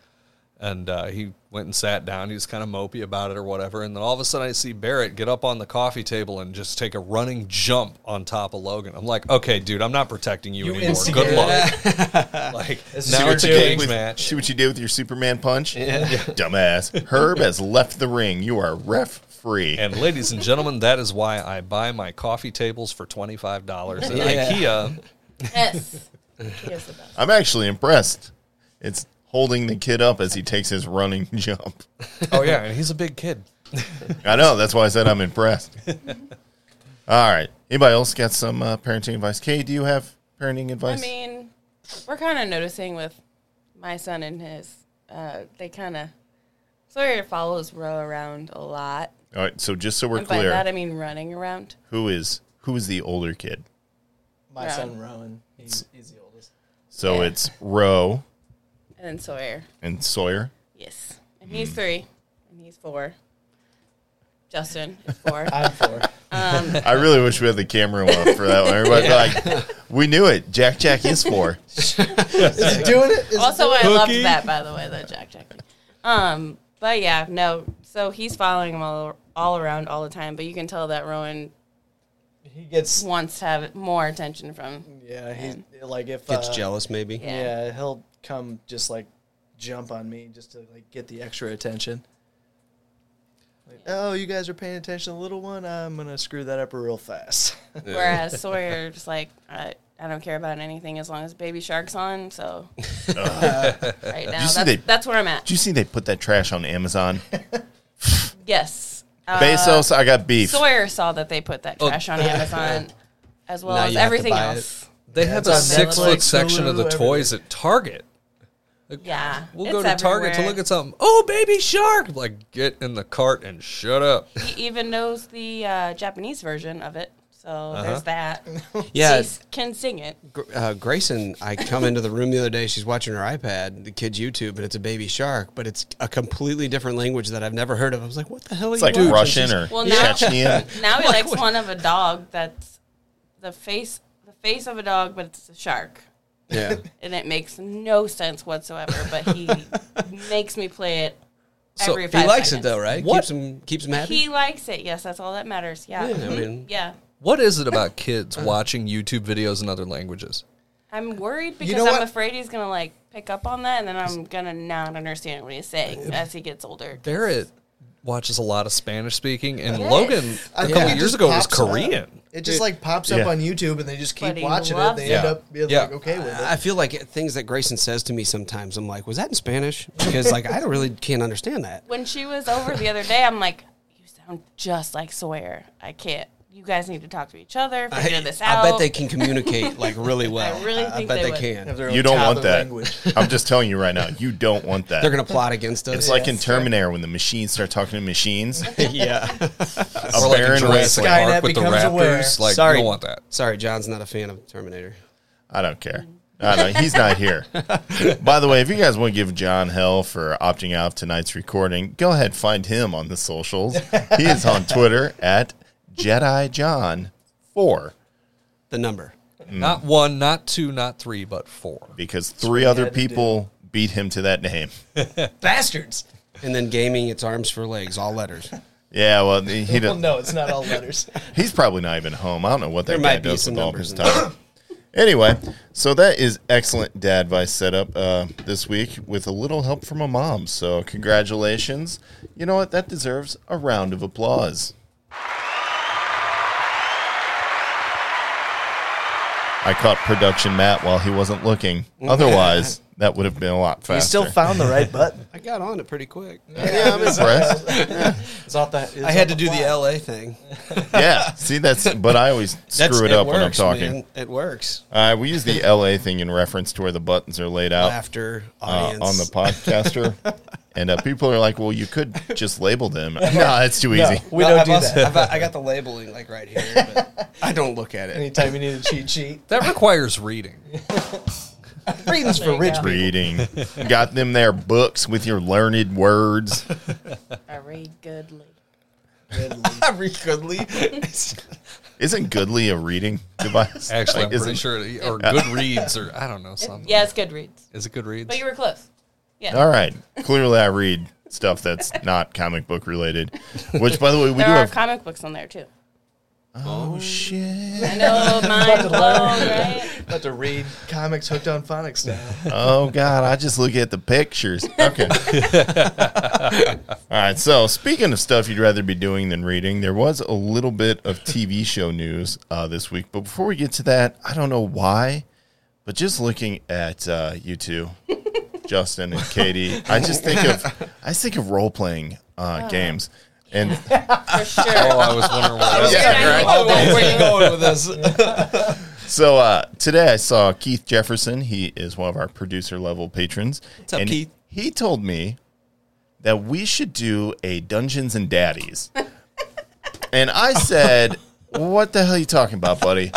[SPEAKER 7] And uh, he went and sat down. He was kind of mopey about it or whatever. And then all of a sudden, I see Barrett get up on the coffee table and just take a running jump on top of Logan. I'm like, okay, dude, I'm not protecting you, anymore. Good
[SPEAKER 9] instigated
[SPEAKER 7] luck. *laughs* like,
[SPEAKER 1] See
[SPEAKER 7] now
[SPEAKER 1] what
[SPEAKER 7] it's
[SPEAKER 1] you
[SPEAKER 7] a
[SPEAKER 1] did
[SPEAKER 7] cage
[SPEAKER 1] with-
[SPEAKER 7] match.
[SPEAKER 1] See what you did with your Superman punch? Dumbass. Herb has left the ring. You are ref free.
[SPEAKER 7] And ladies and gentlemen, that is why I buy my coffee tables for twenty five dollars at
[SPEAKER 9] Yeah.
[SPEAKER 7] IKEA.
[SPEAKER 10] Yes. Yes, about
[SPEAKER 1] I'm actually impressed. It's holding the kid up as he takes his running *laughs* jump.
[SPEAKER 7] Oh yeah, and he's a big kid.
[SPEAKER 1] I know. That's why I said I'm
[SPEAKER 7] *laughs*
[SPEAKER 1] impressed. All right. Anybody else got some uh, parenting advice? Kay, do you have parenting
[SPEAKER 10] I
[SPEAKER 1] advice?
[SPEAKER 10] mean, we're kind of noticing with my son and his, uh, they kind of Sawyer follows Roe around a lot.
[SPEAKER 1] All right. So just so we're
[SPEAKER 10] and by that, I
[SPEAKER 1] clear,
[SPEAKER 10] mean running around.
[SPEAKER 1] who is who is the older kid?
[SPEAKER 9] My
[SPEAKER 10] Yeah.
[SPEAKER 9] son Rowan. He's, he's the oldest.
[SPEAKER 1] So
[SPEAKER 10] Yeah.
[SPEAKER 1] it's Roe
[SPEAKER 10] And then Sawyer.
[SPEAKER 1] and Sawyer.
[SPEAKER 10] Yes. And he's
[SPEAKER 7] Mm.
[SPEAKER 10] three. And he's four. Justin is four.
[SPEAKER 9] I'm four.
[SPEAKER 1] I really wish we had the camera up for that one.
[SPEAKER 7] *laughs*
[SPEAKER 1] Everybody like, we knew it. Jack Jack is four.
[SPEAKER 9] *laughs* Is he doing it? Is
[SPEAKER 10] also, I loved
[SPEAKER 7] Cookie.
[SPEAKER 10] that, by the way, the Jack Jack. thing. Um, but yeah, no. So he's following him all, all around all the time. But you can tell that Rowan
[SPEAKER 9] he gets.
[SPEAKER 10] wants to have more attention from
[SPEAKER 9] Yeah, he's like if
[SPEAKER 8] gets
[SPEAKER 9] uh,
[SPEAKER 8] jealous, maybe.
[SPEAKER 10] Yeah.
[SPEAKER 9] Yeah, he'll come just like jump on me just to like get the extra attention. Like, oh, you guys are paying attention, to the little one. I'm gonna screw that up real fast. *laughs*
[SPEAKER 10] Whereas Sawyer just like, I, I don't care about anything as long as Baby Shark's on. So right now,
[SPEAKER 1] see
[SPEAKER 10] that's,
[SPEAKER 1] they-
[SPEAKER 10] that's where I'm at.
[SPEAKER 1] Did you see they put that trash on Amazon?
[SPEAKER 10] yes. *laughs* Uh,
[SPEAKER 1] Bezos, I got beef.
[SPEAKER 10] Sawyer saw that they put that trash on Amazon as well
[SPEAKER 8] Now
[SPEAKER 10] as
[SPEAKER 8] you have to
[SPEAKER 10] everything
[SPEAKER 8] buy it.
[SPEAKER 10] else.
[SPEAKER 7] They have a
[SPEAKER 9] on
[SPEAKER 7] six foot
[SPEAKER 9] Netflix,
[SPEAKER 7] section of the
[SPEAKER 9] Hulu,
[SPEAKER 7] toys at Target.
[SPEAKER 10] Yeah.
[SPEAKER 7] We'll
[SPEAKER 10] it's
[SPEAKER 7] go to Target to
[SPEAKER 10] everywhere.
[SPEAKER 7] look at something. Oh, baby shark! I'm Like, get in the cart and shut up.
[SPEAKER 10] He even knows the uh, Japanese version of it. So there's
[SPEAKER 9] *laughs*
[SPEAKER 10] that.
[SPEAKER 8] Uh-huh. Yeah.
[SPEAKER 10] She can sing it.
[SPEAKER 8] Gr- uh, Grayson, I come into the room the other day. She's watching her iPad, the kids' YouTube, and it's a baby shark, but it's a completely different language that I've never heard of. I was like, what the hell are
[SPEAKER 1] It's
[SPEAKER 8] you
[SPEAKER 1] like
[SPEAKER 8] doing?
[SPEAKER 1] Russian or
[SPEAKER 10] Well, now- *laughs*
[SPEAKER 1] Chechenian.
[SPEAKER 10] Now
[SPEAKER 9] *laughs*
[SPEAKER 10] he likes one of a dog that's the face the face of a dog, but it's a shark. *laughs*
[SPEAKER 8] Yeah.
[SPEAKER 10] And it makes no sense whatsoever, but
[SPEAKER 9] *laughs*
[SPEAKER 10] he makes me play it
[SPEAKER 8] So
[SPEAKER 10] every
[SPEAKER 8] he
[SPEAKER 10] five
[SPEAKER 8] likes it
[SPEAKER 10] seconds.
[SPEAKER 8] though, right?
[SPEAKER 7] What?
[SPEAKER 8] Keeps him keeps him happy.
[SPEAKER 10] He likes it. Yes, that's all that matters. Yeah.
[SPEAKER 8] Yeah, I
[SPEAKER 10] Mhm.
[SPEAKER 8] mean-
[SPEAKER 10] *laughs* yeah.
[SPEAKER 7] What is it about
[SPEAKER 9] *laughs*
[SPEAKER 7] kids watching YouTube videos in other languages?
[SPEAKER 10] I'm worried because
[SPEAKER 9] know
[SPEAKER 10] I'm
[SPEAKER 9] what?
[SPEAKER 10] afraid he's gonna like pick up on that, and then I'm gonna not understand what he's saying as he gets older.
[SPEAKER 7] Barrett watches a lot of Spanish speaking, and
[SPEAKER 10] Yes.
[SPEAKER 7] Logan a
[SPEAKER 9] I think
[SPEAKER 7] couple
[SPEAKER 9] it
[SPEAKER 7] years
[SPEAKER 9] just
[SPEAKER 7] ago was
[SPEAKER 9] pops up.
[SPEAKER 7] Korean.
[SPEAKER 9] It just like pops
[SPEAKER 1] Yeah.
[SPEAKER 9] up on YouTube, and they just
[SPEAKER 10] But
[SPEAKER 9] keep
[SPEAKER 10] he
[SPEAKER 9] watching it.
[SPEAKER 10] loves
[SPEAKER 9] They
[SPEAKER 10] it.
[SPEAKER 9] end
[SPEAKER 7] Yeah.
[SPEAKER 9] up being
[SPEAKER 7] Yeah.
[SPEAKER 9] like okay with it.
[SPEAKER 8] I feel like it- things that Grayson says to me sometimes, I'm like, was that in Spanish? Because like I don't really can't understand that.
[SPEAKER 10] When she was over the other day, I'm like, "You sound just like Sawyer. I can't. You guys need to talk to each other, figure this
[SPEAKER 8] I
[SPEAKER 10] out."
[SPEAKER 8] bet they can communicate like
[SPEAKER 10] *laughs*
[SPEAKER 8] really well.
[SPEAKER 10] really think
[SPEAKER 8] bet
[SPEAKER 10] they
[SPEAKER 8] they,
[SPEAKER 10] would.
[SPEAKER 8] can.
[SPEAKER 1] You don't want that. *laughs* I'm just telling you right now, you don't want that.
[SPEAKER 8] They're gonna plot against us.
[SPEAKER 1] it's like in Terminator when the machines start talking to machines.
[SPEAKER 8] *laughs* yeah.
[SPEAKER 1] a barren wasteland.
[SPEAKER 9] Skynet becomes aware.
[SPEAKER 7] Like
[SPEAKER 8] Sorry.
[SPEAKER 7] you don't want that.
[SPEAKER 8] Sorry, John's not a fan of Terminator.
[SPEAKER 1] I don't care. I don't, he's not
[SPEAKER 8] *laughs*
[SPEAKER 1] here. By the way, if you guys want to give John hell for opting out of tonight's recording, go ahead find him on the socials. He is on Twitter at Jedi John Four
[SPEAKER 8] The number.
[SPEAKER 7] Not one, not two, not three, but four.
[SPEAKER 1] because three other
[SPEAKER 9] had to do.
[SPEAKER 1] people beat him to that name.
[SPEAKER 9] Bastards.
[SPEAKER 8] And then gaming, it's arms for legs, all *laughs* letters.
[SPEAKER 1] Yeah, well, he he
[SPEAKER 9] Well,
[SPEAKER 1] don't-
[SPEAKER 9] no, it's not all letters.
[SPEAKER 1] he's probably not even home. I don't know what that
[SPEAKER 8] There
[SPEAKER 1] guy
[SPEAKER 8] might be
[SPEAKER 1] does
[SPEAKER 8] some
[SPEAKER 1] with all of his
[SPEAKER 8] numbers in
[SPEAKER 1] time. *coughs* anyway, so that is excellent dad advice setup uh, this week with a little help from a mom. So congratulations. You know what? That deserves a round of applause. I caught production Matt while he wasn't looking. Otherwise, that would have been a lot faster.
[SPEAKER 9] You still found the right *laughs* button.
[SPEAKER 8] I got on it pretty quick.
[SPEAKER 1] yeah, I'm impressed.
[SPEAKER 9] It's off the, it's
[SPEAKER 8] I had to
[SPEAKER 9] off
[SPEAKER 8] do the
[SPEAKER 9] fly.
[SPEAKER 8] LA thing.
[SPEAKER 1] yeah. See, that's but I always
[SPEAKER 8] That's-
[SPEAKER 1] screw it up when I'm
[SPEAKER 8] works,
[SPEAKER 1] talking.
[SPEAKER 8] man. It works.
[SPEAKER 1] Uh, we use the LA thing in reference to where the buttons are laid out
[SPEAKER 8] Laughter,
[SPEAKER 1] Oh. uh,
[SPEAKER 8] audience. *laughs*
[SPEAKER 1] on the podcaster, and uh, people are like, "Well, you could just label them." no, it's too easy.
[SPEAKER 9] We don't
[SPEAKER 8] I've
[SPEAKER 9] do
[SPEAKER 8] also-
[SPEAKER 9] that.
[SPEAKER 8] I've- i got the labeling like right here, but I don't look at it.
[SPEAKER 9] Anytime you need a cheat sheet,
[SPEAKER 7] That requires reading.
[SPEAKER 9] reading's for rich people.
[SPEAKER 1] Reading, got them their books with your learned words.
[SPEAKER 10] I read goodly.
[SPEAKER 8] Every goodly.
[SPEAKER 1] Isn't Goodly a reading device?
[SPEAKER 7] *laughs* Actually,
[SPEAKER 1] Like,
[SPEAKER 7] I'm
[SPEAKER 1] isn't-
[SPEAKER 7] pretty sure, it- or Goodreads, or I don't know something.
[SPEAKER 10] Yeah, it's Goodreads.
[SPEAKER 7] Is it Goodreads?
[SPEAKER 10] But you were close. Yeah.
[SPEAKER 1] All right, clearly I read stuff that's not comic book related. Which, by the way, we
[SPEAKER 10] there
[SPEAKER 1] do
[SPEAKER 10] are
[SPEAKER 1] have.
[SPEAKER 10] comic books on there too.
[SPEAKER 1] oh shit!
[SPEAKER 10] I know, *laughs* mind blown, right?
[SPEAKER 9] About to read comics hooked on phonics *laughs* now.
[SPEAKER 1] Oh god, I just look at the pictures. Okay. All right. So speaking of stuff you'd rather be doing than reading, there was a little bit of TV show news uh, this week. But before we get to that, I don't know why, but just looking at uh, you two, Justin and Katie, I just think of I just think of role playing uh, games. And
[SPEAKER 10] For sure.
[SPEAKER 7] oh, I was wondering why.
[SPEAKER 10] For sure, *laughs* I think of what we're doing.
[SPEAKER 7] going with
[SPEAKER 8] *laughs*
[SPEAKER 1] *laughs*
[SPEAKER 7] this?
[SPEAKER 1] so uh, today I saw Keith Jefferson. He is one of our producer level patrons. What's
[SPEAKER 8] up, Keith?
[SPEAKER 1] He told me that we should do a Dungeons and Daddies. and I said, What the hell are you talking about, buddy?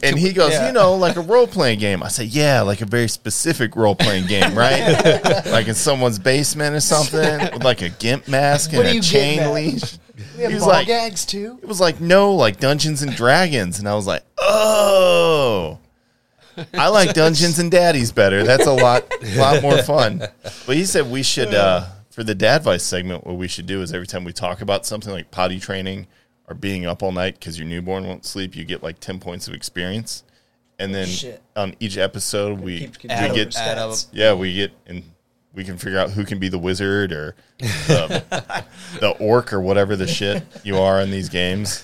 [SPEAKER 1] and he goes, You know, like a role playing game. I said, Yeah, like a very specific role playing game, right? like in someone's basement or something, with like a gimp mask and
[SPEAKER 9] are
[SPEAKER 1] a
[SPEAKER 9] you
[SPEAKER 1] chain
[SPEAKER 9] getting at?
[SPEAKER 1] leash.
[SPEAKER 9] We have
[SPEAKER 1] He's
[SPEAKER 9] ball
[SPEAKER 1] like-
[SPEAKER 9] gags too. *laughs*
[SPEAKER 1] It was like, no, like Dungeons and Dragons. And I was like, oh. I like Dungeons and Daddies better. That's a lot lot more fun. But he said we should uh for the dad advice segment what we should do is every time we talk about something like potty training or being up all night cuz your newborn won't sleep, you get like 10 points of experience. And then
[SPEAKER 9] Shit.
[SPEAKER 1] on each episode we
[SPEAKER 9] Keep
[SPEAKER 1] we
[SPEAKER 9] add
[SPEAKER 1] get
[SPEAKER 9] over stats.
[SPEAKER 1] yeah, we get and we can figure out who can be the wizard or the, the orc or whatever the shit you are in these games.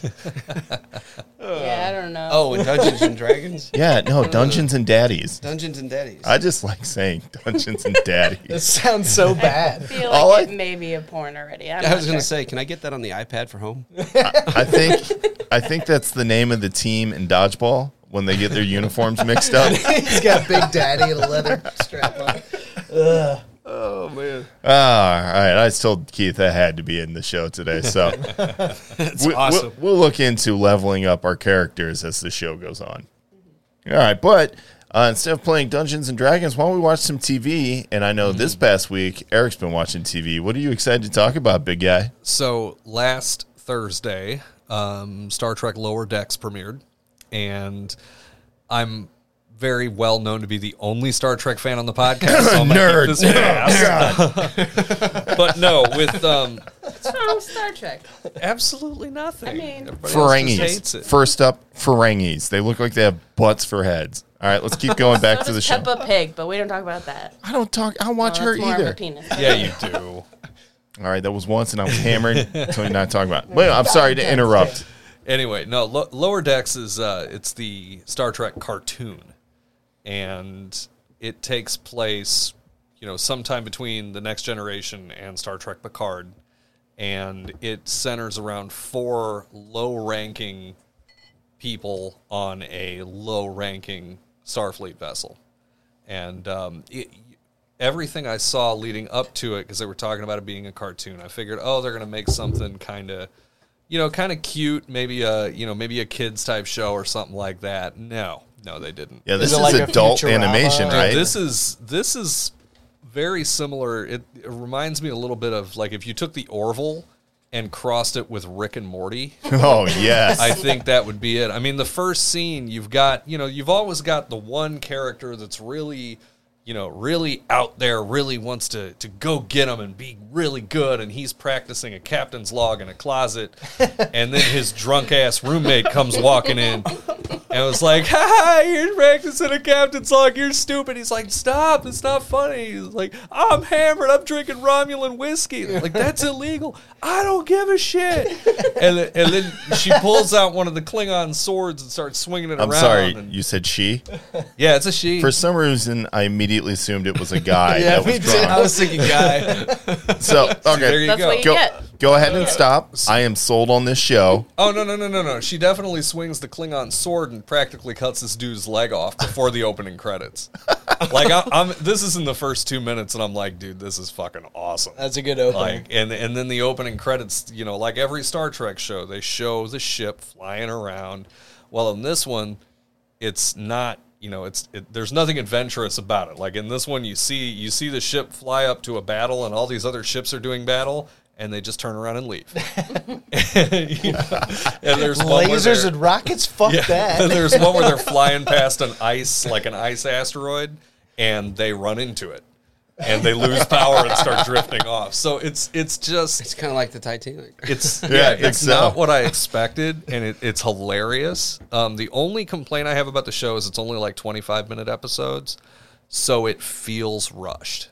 [SPEAKER 10] Yeah, I don't know.
[SPEAKER 8] Oh, and Dungeons and Dragons?
[SPEAKER 1] Yeah, no, Dungeons and Daddies.
[SPEAKER 8] Dungeons and Daddies.
[SPEAKER 1] I just like saying *laughs* Dungeons and
[SPEAKER 9] That
[SPEAKER 1] Daddies.
[SPEAKER 9] sounds so
[SPEAKER 10] I
[SPEAKER 9] bad.
[SPEAKER 10] feel
[SPEAKER 1] All
[SPEAKER 10] like
[SPEAKER 1] I-
[SPEAKER 10] it may be a porn already.
[SPEAKER 8] *laughs*
[SPEAKER 10] I'm
[SPEAKER 8] I
[SPEAKER 10] not
[SPEAKER 8] was going
[SPEAKER 10] sure.
[SPEAKER 8] to say, can I get that on the iPad for home?
[SPEAKER 1] I think I think that's the name of the team in dodgeball when they get their uniforms mixed up.
[SPEAKER 9] *laughs* He's got Big Daddy and a leather strap on. Oh man.
[SPEAKER 1] Ah, all right. I told Keith I had to be in the show today,
[SPEAKER 7] *laughs*
[SPEAKER 1] so we,
[SPEAKER 7] awesome.
[SPEAKER 1] will we'll look into leveling up our characters as the show goes on. All right, but uh, instead of playing Dungeons and Dragons, why don't we watch some TV? And I know this
[SPEAKER 7] Hmm.
[SPEAKER 1] past week Eric's been watching TV. What are you excited to talk about, big guy?
[SPEAKER 7] So last Thursday, um, Star Trek Lower Decks premiered, and I'm very well known to be the only Star Trek fan on the podcast. *clears throat*
[SPEAKER 1] *laughs* *coughs*
[SPEAKER 7] So I'm gonna keep
[SPEAKER 1] Nerd.
[SPEAKER 7] this fast. but no, with um,
[SPEAKER 10] What's wrong with Oh, Star Trek?
[SPEAKER 7] absolutely nothing. I
[SPEAKER 10] mean-
[SPEAKER 7] hates
[SPEAKER 1] Ferengis.
[SPEAKER 7] it.
[SPEAKER 1] First up, Ferengis. They look like they have butts for heads. All right, let's keep going back
[SPEAKER 10] So
[SPEAKER 1] to the
[SPEAKER 10] does
[SPEAKER 1] show.
[SPEAKER 10] Peppa Pig, but we don't talk about that.
[SPEAKER 1] I don't talk. I don't watch
[SPEAKER 10] Well,
[SPEAKER 1] her
[SPEAKER 10] that's more of
[SPEAKER 1] either.
[SPEAKER 10] a penis.
[SPEAKER 7] yeah, you do.
[SPEAKER 1] All right, that was once, and I was hammered. so you're not talking about. Wait, I'm sorry to interrupt.
[SPEAKER 7] Anyway, no, Lo- Lower Decks is uh, it's the Star Trek cartoon, and it takes place, you know, sometime between the Next Generation and Star Trek Picard, and it centers around four low-ranking people on a low-ranking Starfleet vessel, and um, it, everything I saw leading up to it, because they were talking about it being a cartoon, I figured, oh, they're gonna make something kind of you know, kind of cute, maybe a you know maybe a kids type show or something like that. No, no, they didn't.
[SPEAKER 1] Yeah, this
[SPEAKER 9] it
[SPEAKER 1] is,
[SPEAKER 9] like a
[SPEAKER 1] adult
[SPEAKER 9] Futurama?
[SPEAKER 1] animation,
[SPEAKER 9] Dude,
[SPEAKER 1] right?
[SPEAKER 7] This is this is very similar. It, it reminds me a little bit of like if you took the Orville and crossed it with Rick and Morty.
[SPEAKER 1] *laughs* oh
[SPEAKER 7] *laughs*
[SPEAKER 1] yes,
[SPEAKER 7] I think that would be it. I mean, the first scene you've got, you know, you've always got the one character that's really, you know, really out there, really wants to to go get him and be really good, and he's practicing a captain's log in a closet, and then his drunk ass roommate comes walking in. And was like, "Ha ha! You're practicing a captain's log. You're stupid." He's like, "Stop! It's not funny." He's like, "I'm hammered. I'm drinking Romulan whiskey." Like that's illegal. I don't give a shit. And then, and then she pulls out one of the Klingon swords and starts swinging it
[SPEAKER 1] I'm
[SPEAKER 7] around.
[SPEAKER 1] sorry,
[SPEAKER 7] and-
[SPEAKER 1] you said she.
[SPEAKER 7] yeah, it's a she.
[SPEAKER 1] For some reason, I immediately assumed it was a guy that was
[SPEAKER 8] I
[SPEAKER 1] drawn.
[SPEAKER 8] was thinking, guy.
[SPEAKER 1] So
[SPEAKER 7] there
[SPEAKER 1] okay,
[SPEAKER 7] you
[SPEAKER 10] That's
[SPEAKER 7] go.
[SPEAKER 10] what you
[SPEAKER 1] go
[SPEAKER 10] get.
[SPEAKER 1] go ahead and stop. I am sold on this show.
[SPEAKER 7] Oh no no no no no! She definitely swings the Klingon sword and practically cuts this dude's leg off before the opening credits. like I, I'm, this is in the first two minutes, and I'm like, dude, this is fucking awesome.
[SPEAKER 9] That's a good opening.
[SPEAKER 7] like and and then the opening credits you know like every star trek show they show the ship flying around well in this one it's not you know it's it, there's nothing adventurous about it like in this one you see you see the ship fly up to a battle and all these other ships are doing battle and they just turn around and leave *laughs* You know, and there's one where
[SPEAKER 9] Lasers
[SPEAKER 7] they're-
[SPEAKER 9] and rockets? Fuck *laughs*
[SPEAKER 7] then
[SPEAKER 9] that.
[SPEAKER 7] there's one where they're flying past an ice, like an ice asteroid, and they run into it, and they lose power and start drifting off. So it's it's
[SPEAKER 8] It's
[SPEAKER 7] just
[SPEAKER 8] kind of like the Titanic.
[SPEAKER 7] it's
[SPEAKER 1] I
[SPEAKER 7] yeah,
[SPEAKER 1] think
[SPEAKER 7] it's
[SPEAKER 1] so.
[SPEAKER 7] not what I expected, and it, it's hilarious. Um, the only complaint I have about the show is it's only like 25 minute episodes, so it feels rushed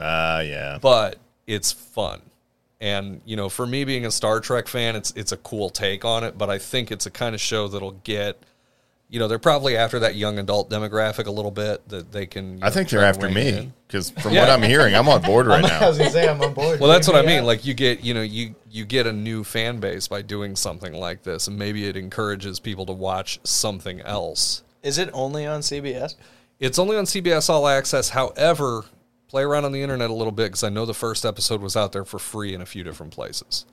[SPEAKER 1] Ah, yeah.
[SPEAKER 7] but it's fun. And you know, for me being a Star Trek fan, it's it's a cool take on it. But I think it's a kind of show that'll get, you know, they're probably after that young adult demographic a little bit that they can. you
[SPEAKER 1] I
[SPEAKER 7] know,
[SPEAKER 1] think they're
[SPEAKER 7] try to
[SPEAKER 1] after
[SPEAKER 7] rein it
[SPEAKER 1] me
[SPEAKER 7] in.
[SPEAKER 1] because from what I'm hearing, I'm on board right
[SPEAKER 9] I
[SPEAKER 1] now.
[SPEAKER 9] was gonna say I'm on board.
[SPEAKER 7] Well, that's what I
[SPEAKER 9] Oh, Yeah.
[SPEAKER 7] mean. Like you get, you know, you you get a new fan base by doing something like this, and maybe it encourages people to watch something else.
[SPEAKER 9] Is it only on CBS?
[SPEAKER 7] It's only on CBS All Access. However, play around on the internet a little bit because I know the first episode was out there for free in a few different places.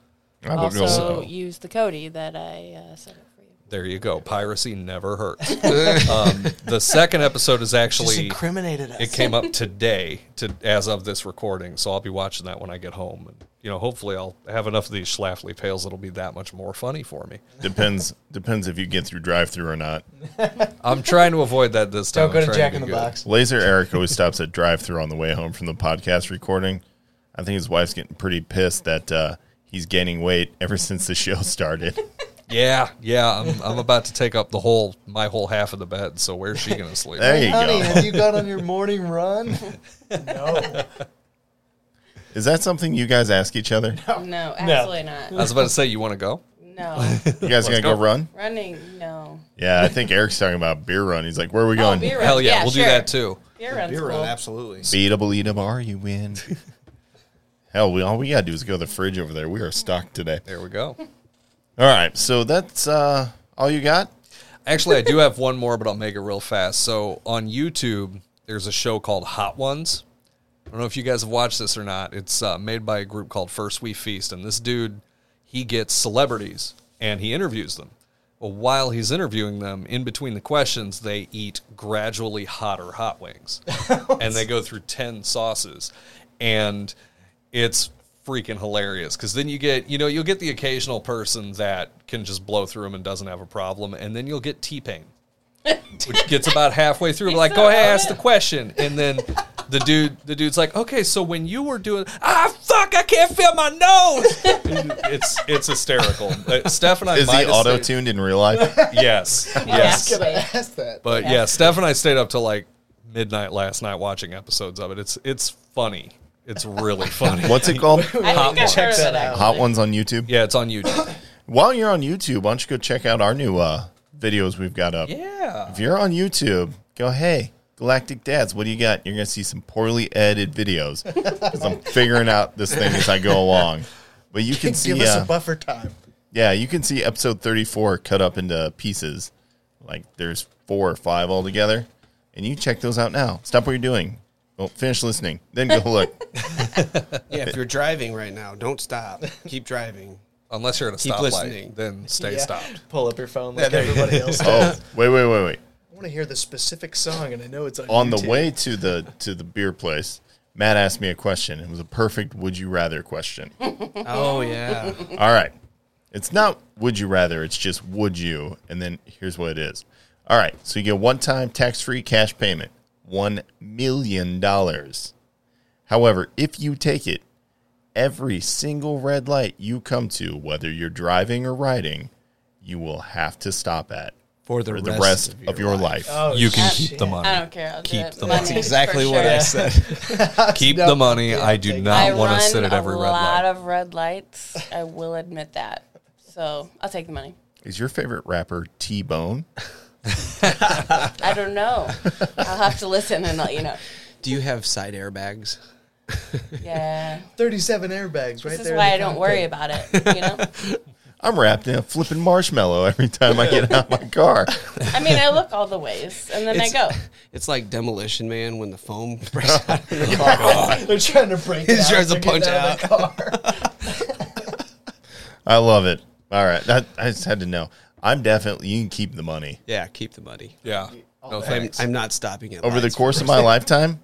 [SPEAKER 1] I would go-
[SPEAKER 10] Also, use the Cody that I uh, set up for you.
[SPEAKER 7] There you go. Piracy never
[SPEAKER 9] *laughs*
[SPEAKER 7] hurts. um, the second episode is
[SPEAKER 9] Just
[SPEAKER 7] actually
[SPEAKER 9] incriminated us.
[SPEAKER 7] it came up today to as of this recording, so I'll be watching that when I get home. And you know, hopefully, I'll have enough of these Schlafly tales that'll be that much more funny for me.
[SPEAKER 1] depends depends if you get through drive through or not.
[SPEAKER 7] I'm trying to avoid that this time.
[SPEAKER 9] Don't go
[SPEAKER 7] I'm
[SPEAKER 9] to
[SPEAKER 7] trying
[SPEAKER 9] Jack
[SPEAKER 7] be
[SPEAKER 9] in the
[SPEAKER 7] good.
[SPEAKER 9] Box.
[SPEAKER 1] Laser Eric always stops at drive through on the way home from the podcast recording. I think his wife's getting pretty pissed that uh, he's gaining weight ever *laughs* since the show started.
[SPEAKER 7] Yeah, yeah. I'm, I'm about to take up the whole my whole half of the bed. So where's she
[SPEAKER 9] *laughs*
[SPEAKER 7] gonna sleep?
[SPEAKER 1] There you
[SPEAKER 9] Honey,
[SPEAKER 1] go.
[SPEAKER 9] have you gone on your morning *laughs* run? no.
[SPEAKER 1] Is that something you guys ask each
[SPEAKER 10] *laughs*
[SPEAKER 1] other?
[SPEAKER 10] No, absolutely
[SPEAKER 7] I *laughs*
[SPEAKER 10] not.
[SPEAKER 7] was about to say, you want to go?
[SPEAKER 10] No,
[SPEAKER 7] *laughs*
[SPEAKER 1] You guys gonna go,
[SPEAKER 7] go.
[SPEAKER 1] run?
[SPEAKER 10] running. No.
[SPEAKER 1] Yeah, I think Eric's talking about beer run. He's like, where are we
[SPEAKER 10] Oh,
[SPEAKER 1] going?
[SPEAKER 10] beer
[SPEAKER 7] Hell
[SPEAKER 10] runs.
[SPEAKER 7] yeah, we'll
[SPEAKER 10] sure.
[SPEAKER 7] do that too.
[SPEAKER 10] Beer runs.
[SPEAKER 6] Beer
[SPEAKER 10] cool.
[SPEAKER 6] run, absolutely.
[SPEAKER 9] *laughs*
[SPEAKER 1] B double E double R, you win. Hell, we all we gotta do is go to the fridge over there. We are stocked today.
[SPEAKER 7] There we go.
[SPEAKER 1] All right, so that's uh, all you got.
[SPEAKER 7] Actually, I do have one more, but I'll make it real fast. So on YouTube, there's a show called Hot Ones, I don't know if you guys have watched this or not. It's uh, made by a group called First We Feast, and this dude he gets celebrities and he interviews them. Well, while he's interviewing them, in between the questions, they eat gradually hotter hot wings, and they go through ten sauces, and it's freaking hilarious because then you get you know you'll get the occasional person that can just blow through them and doesn't have a problem, and then you'll get T Pain which gets about halfway through. like, go ahead, ask the question, and then the dude, the dude's like, okay, so when you were doing, ah, fuck, I can't feel my nose. And *laughs* it's it's hysterical. Uh, Steph and I
[SPEAKER 1] Is
[SPEAKER 7] might
[SPEAKER 1] he
[SPEAKER 7] have
[SPEAKER 1] auto
[SPEAKER 7] stayed-
[SPEAKER 1] tuned in real life?
[SPEAKER 7] *laughs* Yes, yes.
[SPEAKER 10] Exactly.
[SPEAKER 9] Ask that.
[SPEAKER 7] But yeah. Steph and I stayed up till like midnight last night watching episodes of it. It's it's funny. It's really funny.
[SPEAKER 1] What's it called?
[SPEAKER 10] I
[SPEAKER 7] Hot
[SPEAKER 10] think I
[SPEAKER 7] one.
[SPEAKER 10] heard
[SPEAKER 7] Check
[SPEAKER 10] of
[SPEAKER 9] that
[SPEAKER 10] that
[SPEAKER 9] out.
[SPEAKER 10] actually.
[SPEAKER 1] Hot ones on YouTube.
[SPEAKER 7] Yeah, it's on YouTube.
[SPEAKER 1] While you're on YouTube, why don't you go check out our new uh, videos we've got up?
[SPEAKER 7] Yeah.
[SPEAKER 1] If you're on YouTube, go, hey, Galactic Dads, what do you got? You're going to see some poorly edited
[SPEAKER 9] *laughs*
[SPEAKER 1] videos because I'm figuring out this thing as I go along. But you can see,
[SPEAKER 9] *laughs* Give us
[SPEAKER 1] uh,
[SPEAKER 9] a buffer time.
[SPEAKER 1] yeah, you can see episode 34 cut up into pieces. Like there's four or five altogether. And you check those out now. Stop what you're doing. Well, finish listening. Then go look.
[SPEAKER 9] *laughs*
[SPEAKER 8] Yeah, if you're driving right now, don't stop. Keep driving.
[SPEAKER 7] Unless you're at a
[SPEAKER 8] Keep
[SPEAKER 7] stoplight,
[SPEAKER 8] listening.
[SPEAKER 7] then stay
[SPEAKER 9] Yeah.
[SPEAKER 7] stopped.
[SPEAKER 9] Pull up your phone like everybody *laughs* else.
[SPEAKER 1] oh, wait, wait, wait, wait.
[SPEAKER 9] I want to hear the specific song, and I know it's on,
[SPEAKER 1] on the
[SPEAKER 9] YouTube.
[SPEAKER 1] way to the to the beer place, Matt asked me a question. It was a perfect would you rather *laughs* question. All
[SPEAKER 8] Oh yeah.
[SPEAKER 1] right. It's not would you rather, it's just would you and then here's what it is. All right. So you get one time tax free cash payment, 1 million dollars. However, if you take it, every single red light you come to, whether you're driving or riding, you will have to stop at
[SPEAKER 8] For the
[SPEAKER 1] for the
[SPEAKER 8] rest
[SPEAKER 1] rest
[SPEAKER 8] of
[SPEAKER 1] of
[SPEAKER 8] your
[SPEAKER 1] your, life.
[SPEAKER 9] Oh,
[SPEAKER 7] You can
[SPEAKER 9] shit.
[SPEAKER 7] keep the money.
[SPEAKER 10] I don't care. I'll
[SPEAKER 7] Keep
[SPEAKER 10] do it.
[SPEAKER 7] the
[SPEAKER 10] Money
[SPEAKER 7] money.
[SPEAKER 10] for
[SPEAKER 8] Exactly what
[SPEAKER 10] sure.
[SPEAKER 8] I said.
[SPEAKER 7] *laughs* Keep the money. I do
[SPEAKER 10] I
[SPEAKER 7] not want to
[SPEAKER 10] run
[SPEAKER 7] sit at every
[SPEAKER 10] a
[SPEAKER 7] red
[SPEAKER 10] lot
[SPEAKER 7] light.
[SPEAKER 10] of red lights. I will admit that. So I'll take the money.
[SPEAKER 1] Is your favorite rapper T Bone?
[SPEAKER 10] I don't know. I'll have to listen and let you
[SPEAKER 7] *laughs*
[SPEAKER 10] know.
[SPEAKER 8] Do you have side airbags?
[SPEAKER 10] Yeah,
[SPEAKER 9] Thirty-seven airbags right
[SPEAKER 10] this is
[SPEAKER 9] there. in
[SPEAKER 10] why
[SPEAKER 9] the
[SPEAKER 10] I don't worry about it. You know,
[SPEAKER 1] I'm wrapped in a flipping marshmallow every time I get out of my car.
[SPEAKER 10] I mean, I look all the ways and then I go.
[SPEAKER 8] It's like Demolition Man when the foam *laughs* breaks out.
[SPEAKER 1] *laughs* Oh,
[SPEAKER 9] cockpit. They're trying to break.
[SPEAKER 8] He
[SPEAKER 9] it
[SPEAKER 8] just
[SPEAKER 9] out
[SPEAKER 8] tries to
[SPEAKER 9] and get
[SPEAKER 8] punch
[SPEAKER 9] out. of the car.
[SPEAKER 1] I love it. All right, that, I just had to know. I'm definitely you can keep the money
[SPEAKER 8] yeah, keep the money.
[SPEAKER 7] Yeah. No
[SPEAKER 8] I'm,
[SPEAKER 7] thanks.
[SPEAKER 8] I'm not stopping it.
[SPEAKER 1] Oh, over the course of my lifetime.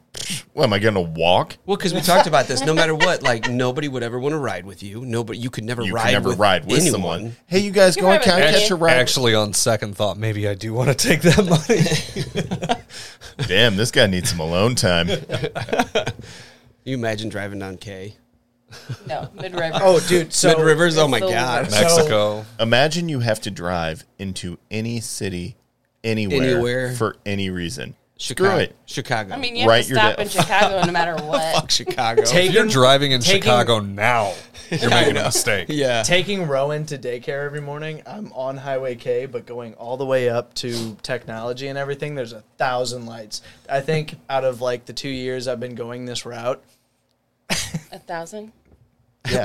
[SPEAKER 1] What am I going to walk?
[SPEAKER 8] Well, because we talked about this, no matter what, like nobody would ever want to ride with you. Nobody, you could never
[SPEAKER 1] You
[SPEAKER 8] ride.
[SPEAKER 1] can never
[SPEAKER 8] with
[SPEAKER 1] ride with
[SPEAKER 8] anyone.
[SPEAKER 1] someone. Hey, you guys
[SPEAKER 10] You
[SPEAKER 1] going? Can
[SPEAKER 10] can
[SPEAKER 1] I
[SPEAKER 10] ride with
[SPEAKER 1] catch
[SPEAKER 10] me.
[SPEAKER 1] a ride?
[SPEAKER 7] Actually, on second thought, maybe I do want to take that money.
[SPEAKER 1] Damn, this guy needs some alone
[SPEAKER 8] *laughs*
[SPEAKER 1] time.
[SPEAKER 8] You imagine driving down K
[SPEAKER 10] No, mid river.
[SPEAKER 9] *laughs* Oh, dude. So
[SPEAKER 8] Mid Rivers. Oh my
[SPEAKER 10] It's the
[SPEAKER 8] god,
[SPEAKER 9] worst.
[SPEAKER 7] Mexico.
[SPEAKER 1] Imagine you have to drive into any city, anywhere,
[SPEAKER 8] Anywhere.
[SPEAKER 1] for any reason.
[SPEAKER 8] Chicago,
[SPEAKER 1] Screw it.
[SPEAKER 8] Chicago.
[SPEAKER 10] I mean, you
[SPEAKER 1] Right,
[SPEAKER 10] have to
[SPEAKER 1] you're
[SPEAKER 10] stop
[SPEAKER 1] dead.
[SPEAKER 10] in Chicago
[SPEAKER 1] *laughs*
[SPEAKER 10] no matter what.
[SPEAKER 8] fuck Chicago.
[SPEAKER 7] If you're driving in
[SPEAKER 9] taking-
[SPEAKER 7] Chicago now, you're making a mistake.
[SPEAKER 8] yeah,
[SPEAKER 9] *laughs* taking Rowan to daycare every morning, I'm on Highway K, but going all the way up to technology and everything, there's a thousand lights. I think out of like the two years I've been going this route,
[SPEAKER 10] A thousand.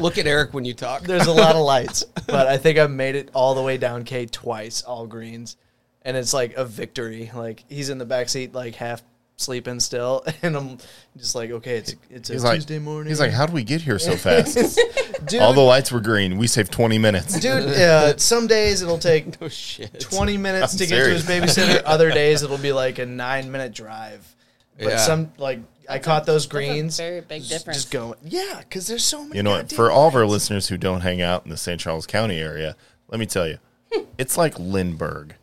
[SPEAKER 8] look at Eric when you talk.
[SPEAKER 9] there's a lot of lights, but I think I've made it all the way down K twice, all greens, and it's like a victory. Like he's in the back seat, like half sleeping still, *laughs* and I'm just like, okay, it's it's a
[SPEAKER 1] He's like
[SPEAKER 9] Tuesday morning.
[SPEAKER 1] He's like, how do we get here
[SPEAKER 8] *laughs*
[SPEAKER 1] so fast?
[SPEAKER 9] dude,
[SPEAKER 1] All the lights were green. We saved 20 minutes. *laughs*
[SPEAKER 9] dude. Uh, some days it'll take
[SPEAKER 8] Oh shit.
[SPEAKER 9] 20 minutes
[SPEAKER 1] I'm
[SPEAKER 9] to
[SPEAKER 1] serious.
[SPEAKER 9] get to his
[SPEAKER 1] *laughs*
[SPEAKER 9] babysitter. Other days it'll be like a nine minute drive. But
[SPEAKER 8] Yeah.
[SPEAKER 9] some like I caught those greens.
[SPEAKER 10] very big
[SPEAKER 9] just-
[SPEAKER 10] difference.
[SPEAKER 9] Just going, yeah, because there's so many.
[SPEAKER 1] You know what?
[SPEAKER 9] goddamn-
[SPEAKER 1] For all of our listeners who don't hang out in the St. Charles County area, let me tell you,
[SPEAKER 8] *laughs*
[SPEAKER 1] it's like Lindbergh.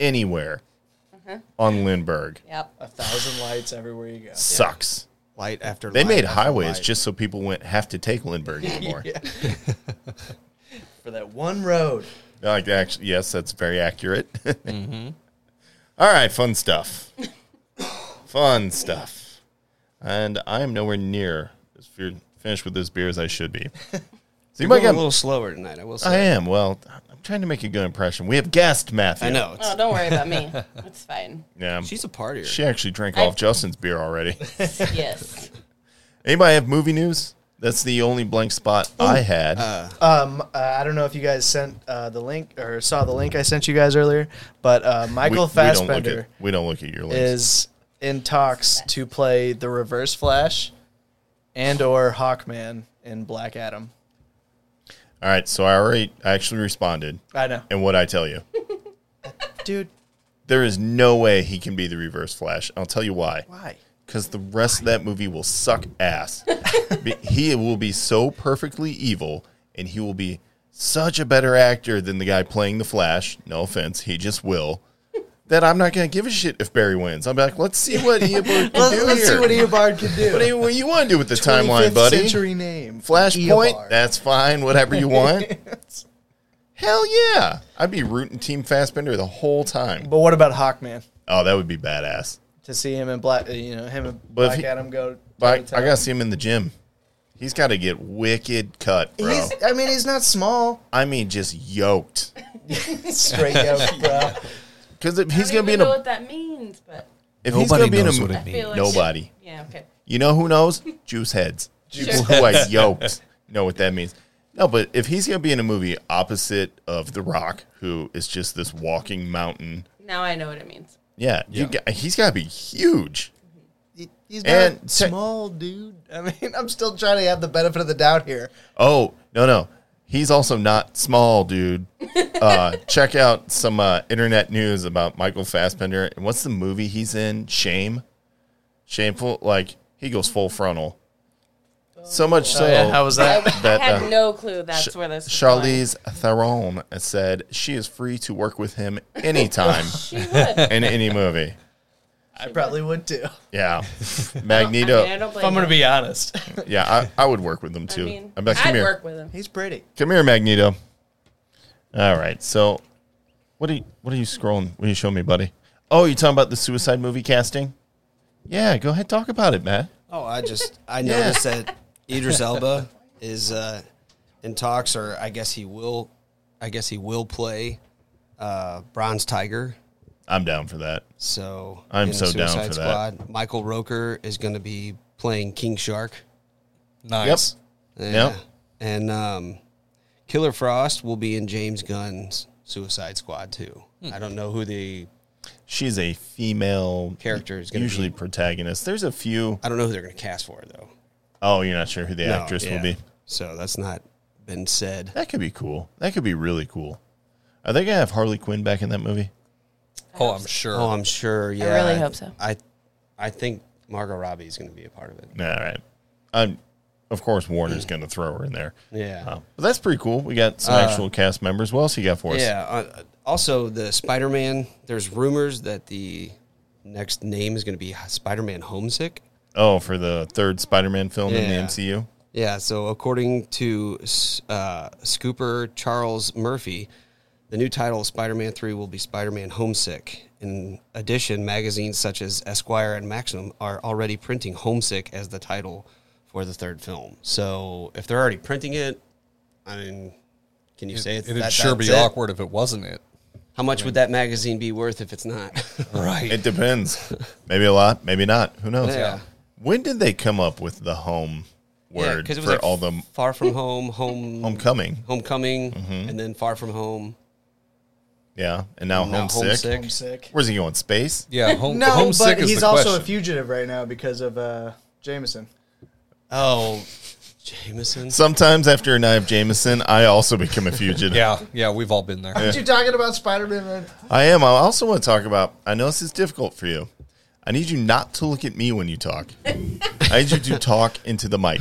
[SPEAKER 1] Anywhere
[SPEAKER 8] Uh-huh.
[SPEAKER 1] on Lindbergh
[SPEAKER 10] Yep.
[SPEAKER 9] a thousand lights everywhere you go.
[SPEAKER 1] sucks.
[SPEAKER 8] Light after
[SPEAKER 1] They
[SPEAKER 8] light
[SPEAKER 1] made
[SPEAKER 8] after
[SPEAKER 1] highways
[SPEAKER 8] light.
[SPEAKER 1] just so people wouldn't have to take
[SPEAKER 8] *laughs*
[SPEAKER 1] Lindbergh anymore.
[SPEAKER 9] For that one road,
[SPEAKER 1] Like, actually, yes, that's very accurate. *laughs*
[SPEAKER 8] Mm-hmm.
[SPEAKER 1] All right, fun
[SPEAKER 8] *laughs*
[SPEAKER 1] stuff. fun stuff. And I am nowhere near as fear- finished with this beer as I should
[SPEAKER 8] *laughs*
[SPEAKER 1] be. So you
[SPEAKER 8] Going
[SPEAKER 1] might get.
[SPEAKER 8] a little slower tonight. I will
[SPEAKER 1] um, I
[SPEAKER 8] say.
[SPEAKER 1] am. Well, I'm trying to make a good impression. We have guest Matthew.
[SPEAKER 8] I know. It's,
[SPEAKER 10] Oh, don't worry about
[SPEAKER 1] *laughs*
[SPEAKER 10] me. It's fine.
[SPEAKER 1] Yeah.
[SPEAKER 8] she's a partier.
[SPEAKER 1] She actually drank
[SPEAKER 10] I-
[SPEAKER 1] off Justin's beer already.
[SPEAKER 10] *laughs* Yes.
[SPEAKER 1] Anybody have movie news? That's the only blank spot I had.
[SPEAKER 9] um, uh, I don't know if you guys sent uh, the link or saw the link I sent you guys earlier, but uh,
[SPEAKER 1] we,
[SPEAKER 9] Michael
[SPEAKER 1] we don't look
[SPEAKER 9] Fassbender
[SPEAKER 1] at we don't look at your links.
[SPEAKER 9] is in talks to play the Reverse Flash and or Hawkman in Black Adam.
[SPEAKER 1] All right, so I already I actually responded,
[SPEAKER 9] I know,
[SPEAKER 1] and what I tell you,
[SPEAKER 9] dude.
[SPEAKER 1] there is no way he can be the Reverse Flash. I'll tell you why.
[SPEAKER 9] Why?
[SPEAKER 1] Because the rest of that movie will suck
[SPEAKER 9] *laughs*
[SPEAKER 1] ass. Be- he will be so perfectly evil, and he will be such a better actor than the guy playing the Flash. No offense, he just will. That I'm not going to give a shit if Barry wins. I'm like, let's see what he can do
[SPEAKER 9] Let's, let's
[SPEAKER 1] here.
[SPEAKER 9] see what Eobard can do.
[SPEAKER 1] What do you, what you want to do with the timeline,
[SPEAKER 9] 25th
[SPEAKER 1] buddy?
[SPEAKER 9] Century name.
[SPEAKER 1] Flashpoint,
[SPEAKER 9] Eobard.
[SPEAKER 1] that's fine, whatever you want.
[SPEAKER 9] *laughs*
[SPEAKER 1] Hell yeah. I'd be rooting Team Fastbender the whole time.
[SPEAKER 9] But what about Hawkman?
[SPEAKER 1] Oh, that would be badass.
[SPEAKER 9] To see him in black, uh, you know, him and
[SPEAKER 1] But if
[SPEAKER 9] Black
[SPEAKER 1] he-
[SPEAKER 9] Adam go.
[SPEAKER 1] But I, I
[SPEAKER 9] toe-to-toe.
[SPEAKER 1] gotta see him in the gym. He's gotta get wicked cut, bro.
[SPEAKER 9] He's, I mean, he's not small.
[SPEAKER 1] I mean just yoked.
[SPEAKER 9] *laughs* Straight up, bro.
[SPEAKER 1] Because if he's
[SPEAKER 10] I
[SPEAKER 1] gonna
[SPEAKER 10] don't
[SPEAKER 1] be
[SPEAKER 10] even
[SPEAKER 1] in
[SPEAKER 10] know
[SPEAKER 1] a
[SPEAKER 10] what that means, but
[SPEAKER 1] if he's gonna
[SPEAKER 7] Nobody
[SPEAKER 1] be in a
[SPEAKER 7] knows what it
[SPEAKER 10] I
[SPEAKER 1] mo-
[SPEAKER 7] means.
[SPEAKER 10] feel like
[SPEAKER 1] nobody.
[SPEAKER 10] Yeah, okay.
[SPEAKER 1] You know who knows? Juice heads. Juice who I yoked. Know what that means. No, but if he's gonna be in a movie opposite of The Rock, who is just this walking mountain,
[SPEAKER 10] Now I know what it means.
[SPEAKER 1] yeah, You got, he's gotta be huge.
[SPEAKER 9] He- He's not
[SPEAKER 1] And te-
[SPEAKER 9] small, dude. I mean, I'm still trying to have the benefit of the doubt here.
[SPEAKER 1] Oh no no, he's also not small,
[SPEAKER 10] *laughs*
[SPEAKER 1] dude. Uh, check out some uh, internet news about Michael Fassbender and what's the movie he's in? Shame, shameful. Like he goes full frontal. So much so
[SPEAKER 9] Oh, was that?
[SPEAKER 1] that
[SPEAKER 10] I had
[SPEAKER 1] uh,
[SPEAKER 10] no clue that's
[SPEAKER 1] Sh-
[SPEAKER 10] where this. was going.
[SPEAKER 1] Charlize Theron said she is free to work with him
[SPEAKER 10] *laughs*
[SPEAKER 1] anytime *laughs*
[SPEAKER 10] She would.
[SPEAKER 1] in any movie.
[SPEAKER 9] I probably would too.
[SPEAKER 1] Yeah,
[SPEAKER 10] I mean, I
[SPEAKER 1] Magneto.
[SPEAKER 10] don't blame
[SPEAKER 9] If I'm gonna
[SPEAKER 10] her.
[SPEAKER 9] be honest,
[SPEAKER 1] Yeah, I, I would work with him
[SPEAKER 10] I
[SPEAKER 1] too.
[SPEAKER 10] mean,
[SPEAKER 1] I'm like, come
[SPEAKER 10] I'd
[SPEAKER 1] here.
[SPEAKER 10] work with him.
[SPEAKER 9] *laughs* he's pretty.
[SPEAKER 1] Come here, Magneto. All right. So, what are you, what are you scrolling? What are you showing me, buddy? Oh, you talking about the Suicide movie casting? Yeah, go ahead, talk about it, Matt.
[SPEAKER 8] Oh, I just I noticed that Idris Elba is uh, in talks, or I guess he will. I guess he will play uh, Bronze Tiger.
[SPEAKER 1] I'm down for that.
[SPEAKER 8] So
[SPEAKER 1] I'm
[SPEAKER 8] in
[SPEAKER 1] so down
[SPEAKER 8] Suicide
[SPEAKER 1] for that.
[SPEAKER 8] Michael Roker is going to be playing King Shark.
[SPEAKER 7] Nice.
[SPEAKER 8] Yeah.
[SPEAKER 1] Yep.
[SPEAKER 8] And um, Killer Frost will be in James Gunn's Suicide Squad too. I don't know who the
[SPEAKER 1] She's a female
[SPEAKER 8] Character is gonna
[SPEAKER 1] usually
[SPEAKER 8] be-
[SPEAKER 1] protagonist. There's a few.
[SPEAKER 8] I don't know who they're going to cast for though.
[SPEAKER 1] Oh, you're not sure who the
[SPEAKER 8] No,
[SPEAKER 1] actress
[SPEAKER 8] yeah.
[SPEAKER 1] will be.
[SPEAKER 8] So that's not been said.
[SPEAKER 1] That could be cool. That could be really cool. Are they gonna have Harley Quinn back in that movie?
[SPEAKER 7] Oh, I'm sure.
[SPEAKER 8] Oh, I'm sure. Yeah.
[SPEAKER 10] really hope so.
[SPEAKER 8] I, I think Margot Robbie is going to be a part of it.
[SPEAKER 1] All right. I'm, of course, Warner's gonna throw her in there.
[SPEAKER 8] Yeah. Uh,
[SPEAKER 1] Uh, but that's pretty cool. We got some actual cast members. What else you got for us?
[SPEAKER 8] Yeah. Uh, also, the Spider-Man. There's rumors that the next name is going to be Spider-Man Homesick.
[SPEAKER 1] Oh, for the third Spider-Man film in
[SPEAKER 8] Yeah.
[SPEAKER 1] the MCU.
[SPEAKER 8] Yeah. So according to uh, Scooper Charles Murphy, the new title of Spider-Man Three will be Spider-Man Homesick. In addition, magazines such as Esquire and Maximum are already printing Homesick as the title for the third film. So if they're already printing it, I mean, can you say it's,
[SPEAKER 7] It'd
[SPEAKER 8] that-
[SPEAKER 7] sure be
[SPEAKER 8] that's it?
[SPEAKER 7] awkward if it wasn't it.
[SPEAKER 8] How much would that magazine be worth if it's not? *laughs*
[SPEAKER 7] Right.
[SPEAKER 1] It depends. maybe a lot, maybe not. Who knows?
[SPEAKER 8] Yeah.
[SPEAKER 1] When did they come up with the home word
[SPEAKER 8] because it was
[SPEAKER 1] for
[SPEAKER 8] like
[SPEAKER 1] all the
[SPEAKER 8] far from home, home,
[SPEAKER 1] homecoming?
[SPEAKER 8] homecoming,
[SPEAKER 1] Mm-hmm.
[SPEAKER 8] and then far from home.
[SPEAKER 1] Yeah, and now
[SPEAKER 8] now
[SPEAKER 1] homesick.
[SPEAKER 8] homesick.
[SPEAKER 9] I'm sick.
[SPEAKER 1] Where's he going? Space?
[SPEAKER 7] Yeah. Home,
[SPEAKER 9] No,
[SPEAKER 7] homesick
[SPEAKER 9] but
[SPEAKER 7] is
[SPEAKER 9] he's
[SPEAKER 7] the
[SPEAKER 9] also
[SPEAKER 7] question.
[SPEAKER 9] a fugitive right now because of uh, Jameson.
[SPEAKER 8] Oh, Jameson.
[SPEAKER 1] Sometimes after a night of Jameson, I also become a
[SPEAKER 8] *laughs*
[SPEAKER 1] fugitive.
[SPEAKER 7] Yeah. Yeah. We've all been there.
[SPEAKER 9] Aren't you talking about Spider-Man? Right?
[SPEAKER 1] I am. I also want to talk about. I know this is difficult for you. I need you not to look at me when you talk. I need you
[SPEAKER 8] *laughs*
[SPEAKER 1] to talk into the mic.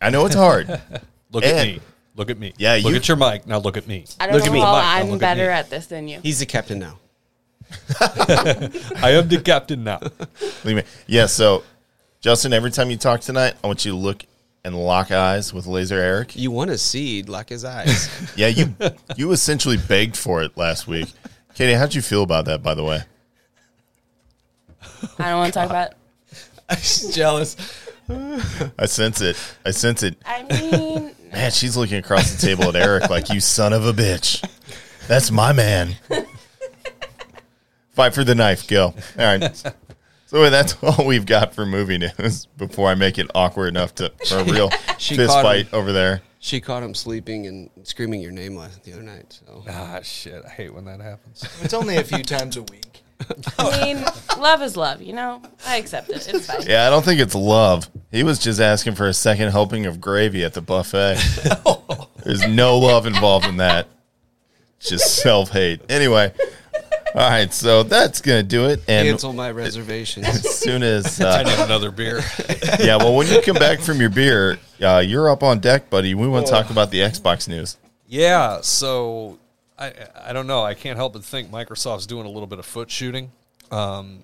[SPEAKER 1] I know it's hard.
[SPEAKER 7] Look at
[SPEAKER 1] And-
[SPEAKER 7] me. Look at me.
[SPEAKER 1] Yeah,
[SPEAKER 7] Look
[SPEAKER 1] you-
[SPEAKER 7] at your mic. Now look at me.
[SPEAKER 10] I don't
[SPEAKER 8] Look
[SPEAKER 10] know
[SPEAKER 8] at me.
[SPEAKER 10] how
[SPEAKER 7] Mike, now
[SPEAKER 10] I'm
[SPEAKER 7] look at
[SPEAKER 10] better
[SPEAKER 7] me.
[SPEAKER 10] at this than you.
[SPEAKER 8] He's the captain now.
[SPEAKER 7] I
[SPEAKER 10] *laughs*
[SPEAKER 7] am the captain now.
[SPEAKER 1] Leave me. Yeah, so Justin, every time you talk tonight, I want you to look and lock eyes with Laser Eric.
[SPEAKER 8] You want to see like his eyes. *laughs*
[SPEAKER 1] Yeah, you you essentially begged for it last week. Katie, how'd you feel about that, by the way?
[SPEAKER 10] I don't want to talk about. it.
[SPEAKER 8] She's jealous.
[SPEAKER 1] I sense it. I sense it.
[SPEAKER 10] I mean,
[SPEAKER 1] Man, she's looking across the table at Eric like, you son of a bitch. That's my man. Fight for the knife. Go. All right. So anyway, that's *laughs* all we've got for movie news before I make it awkward enough to for a real
[SPEAKER 8] *laughs* She
[SPEAKER 1] fist
[SPEAKER 8] caught him.
[SPEAKER 1] fight over there.
[SPEAKER 8] She caught him sleeping and screaming your name last the other night. So
[SPEAKER 9] Uh,
[SPEAKER 7] ah, shit. I hate when that happens.
[SPEAKER 9] It's only a few times a week.
[SPEAKER 10] I mean, love is love, you know? I accept it.
[SPEAKER 1] *laughs*
[SPEAKER 10] It's fine.
[SPEAKER 1] Yeah, I don't think it's love. He was just asking for a second helping of gravy at the buffet. There's no love involved in that. Just self hate. Anyway, all right, so that's gonna do it. And
[SPEAKER 8] Cancel my reservations.
[SPEAKER 1] as soon as uh,
[SPEAKER 7] I need another beer.
[SPEAKER 1] yeah, well, when you come back from your beer, uh, you're up on deck, buddy. We want to talk about the Xbox news.
[SPEAKER 7] yeah, so I I don't know. I can't help but think Microsoft's doing a little bit of foot shooting. Um,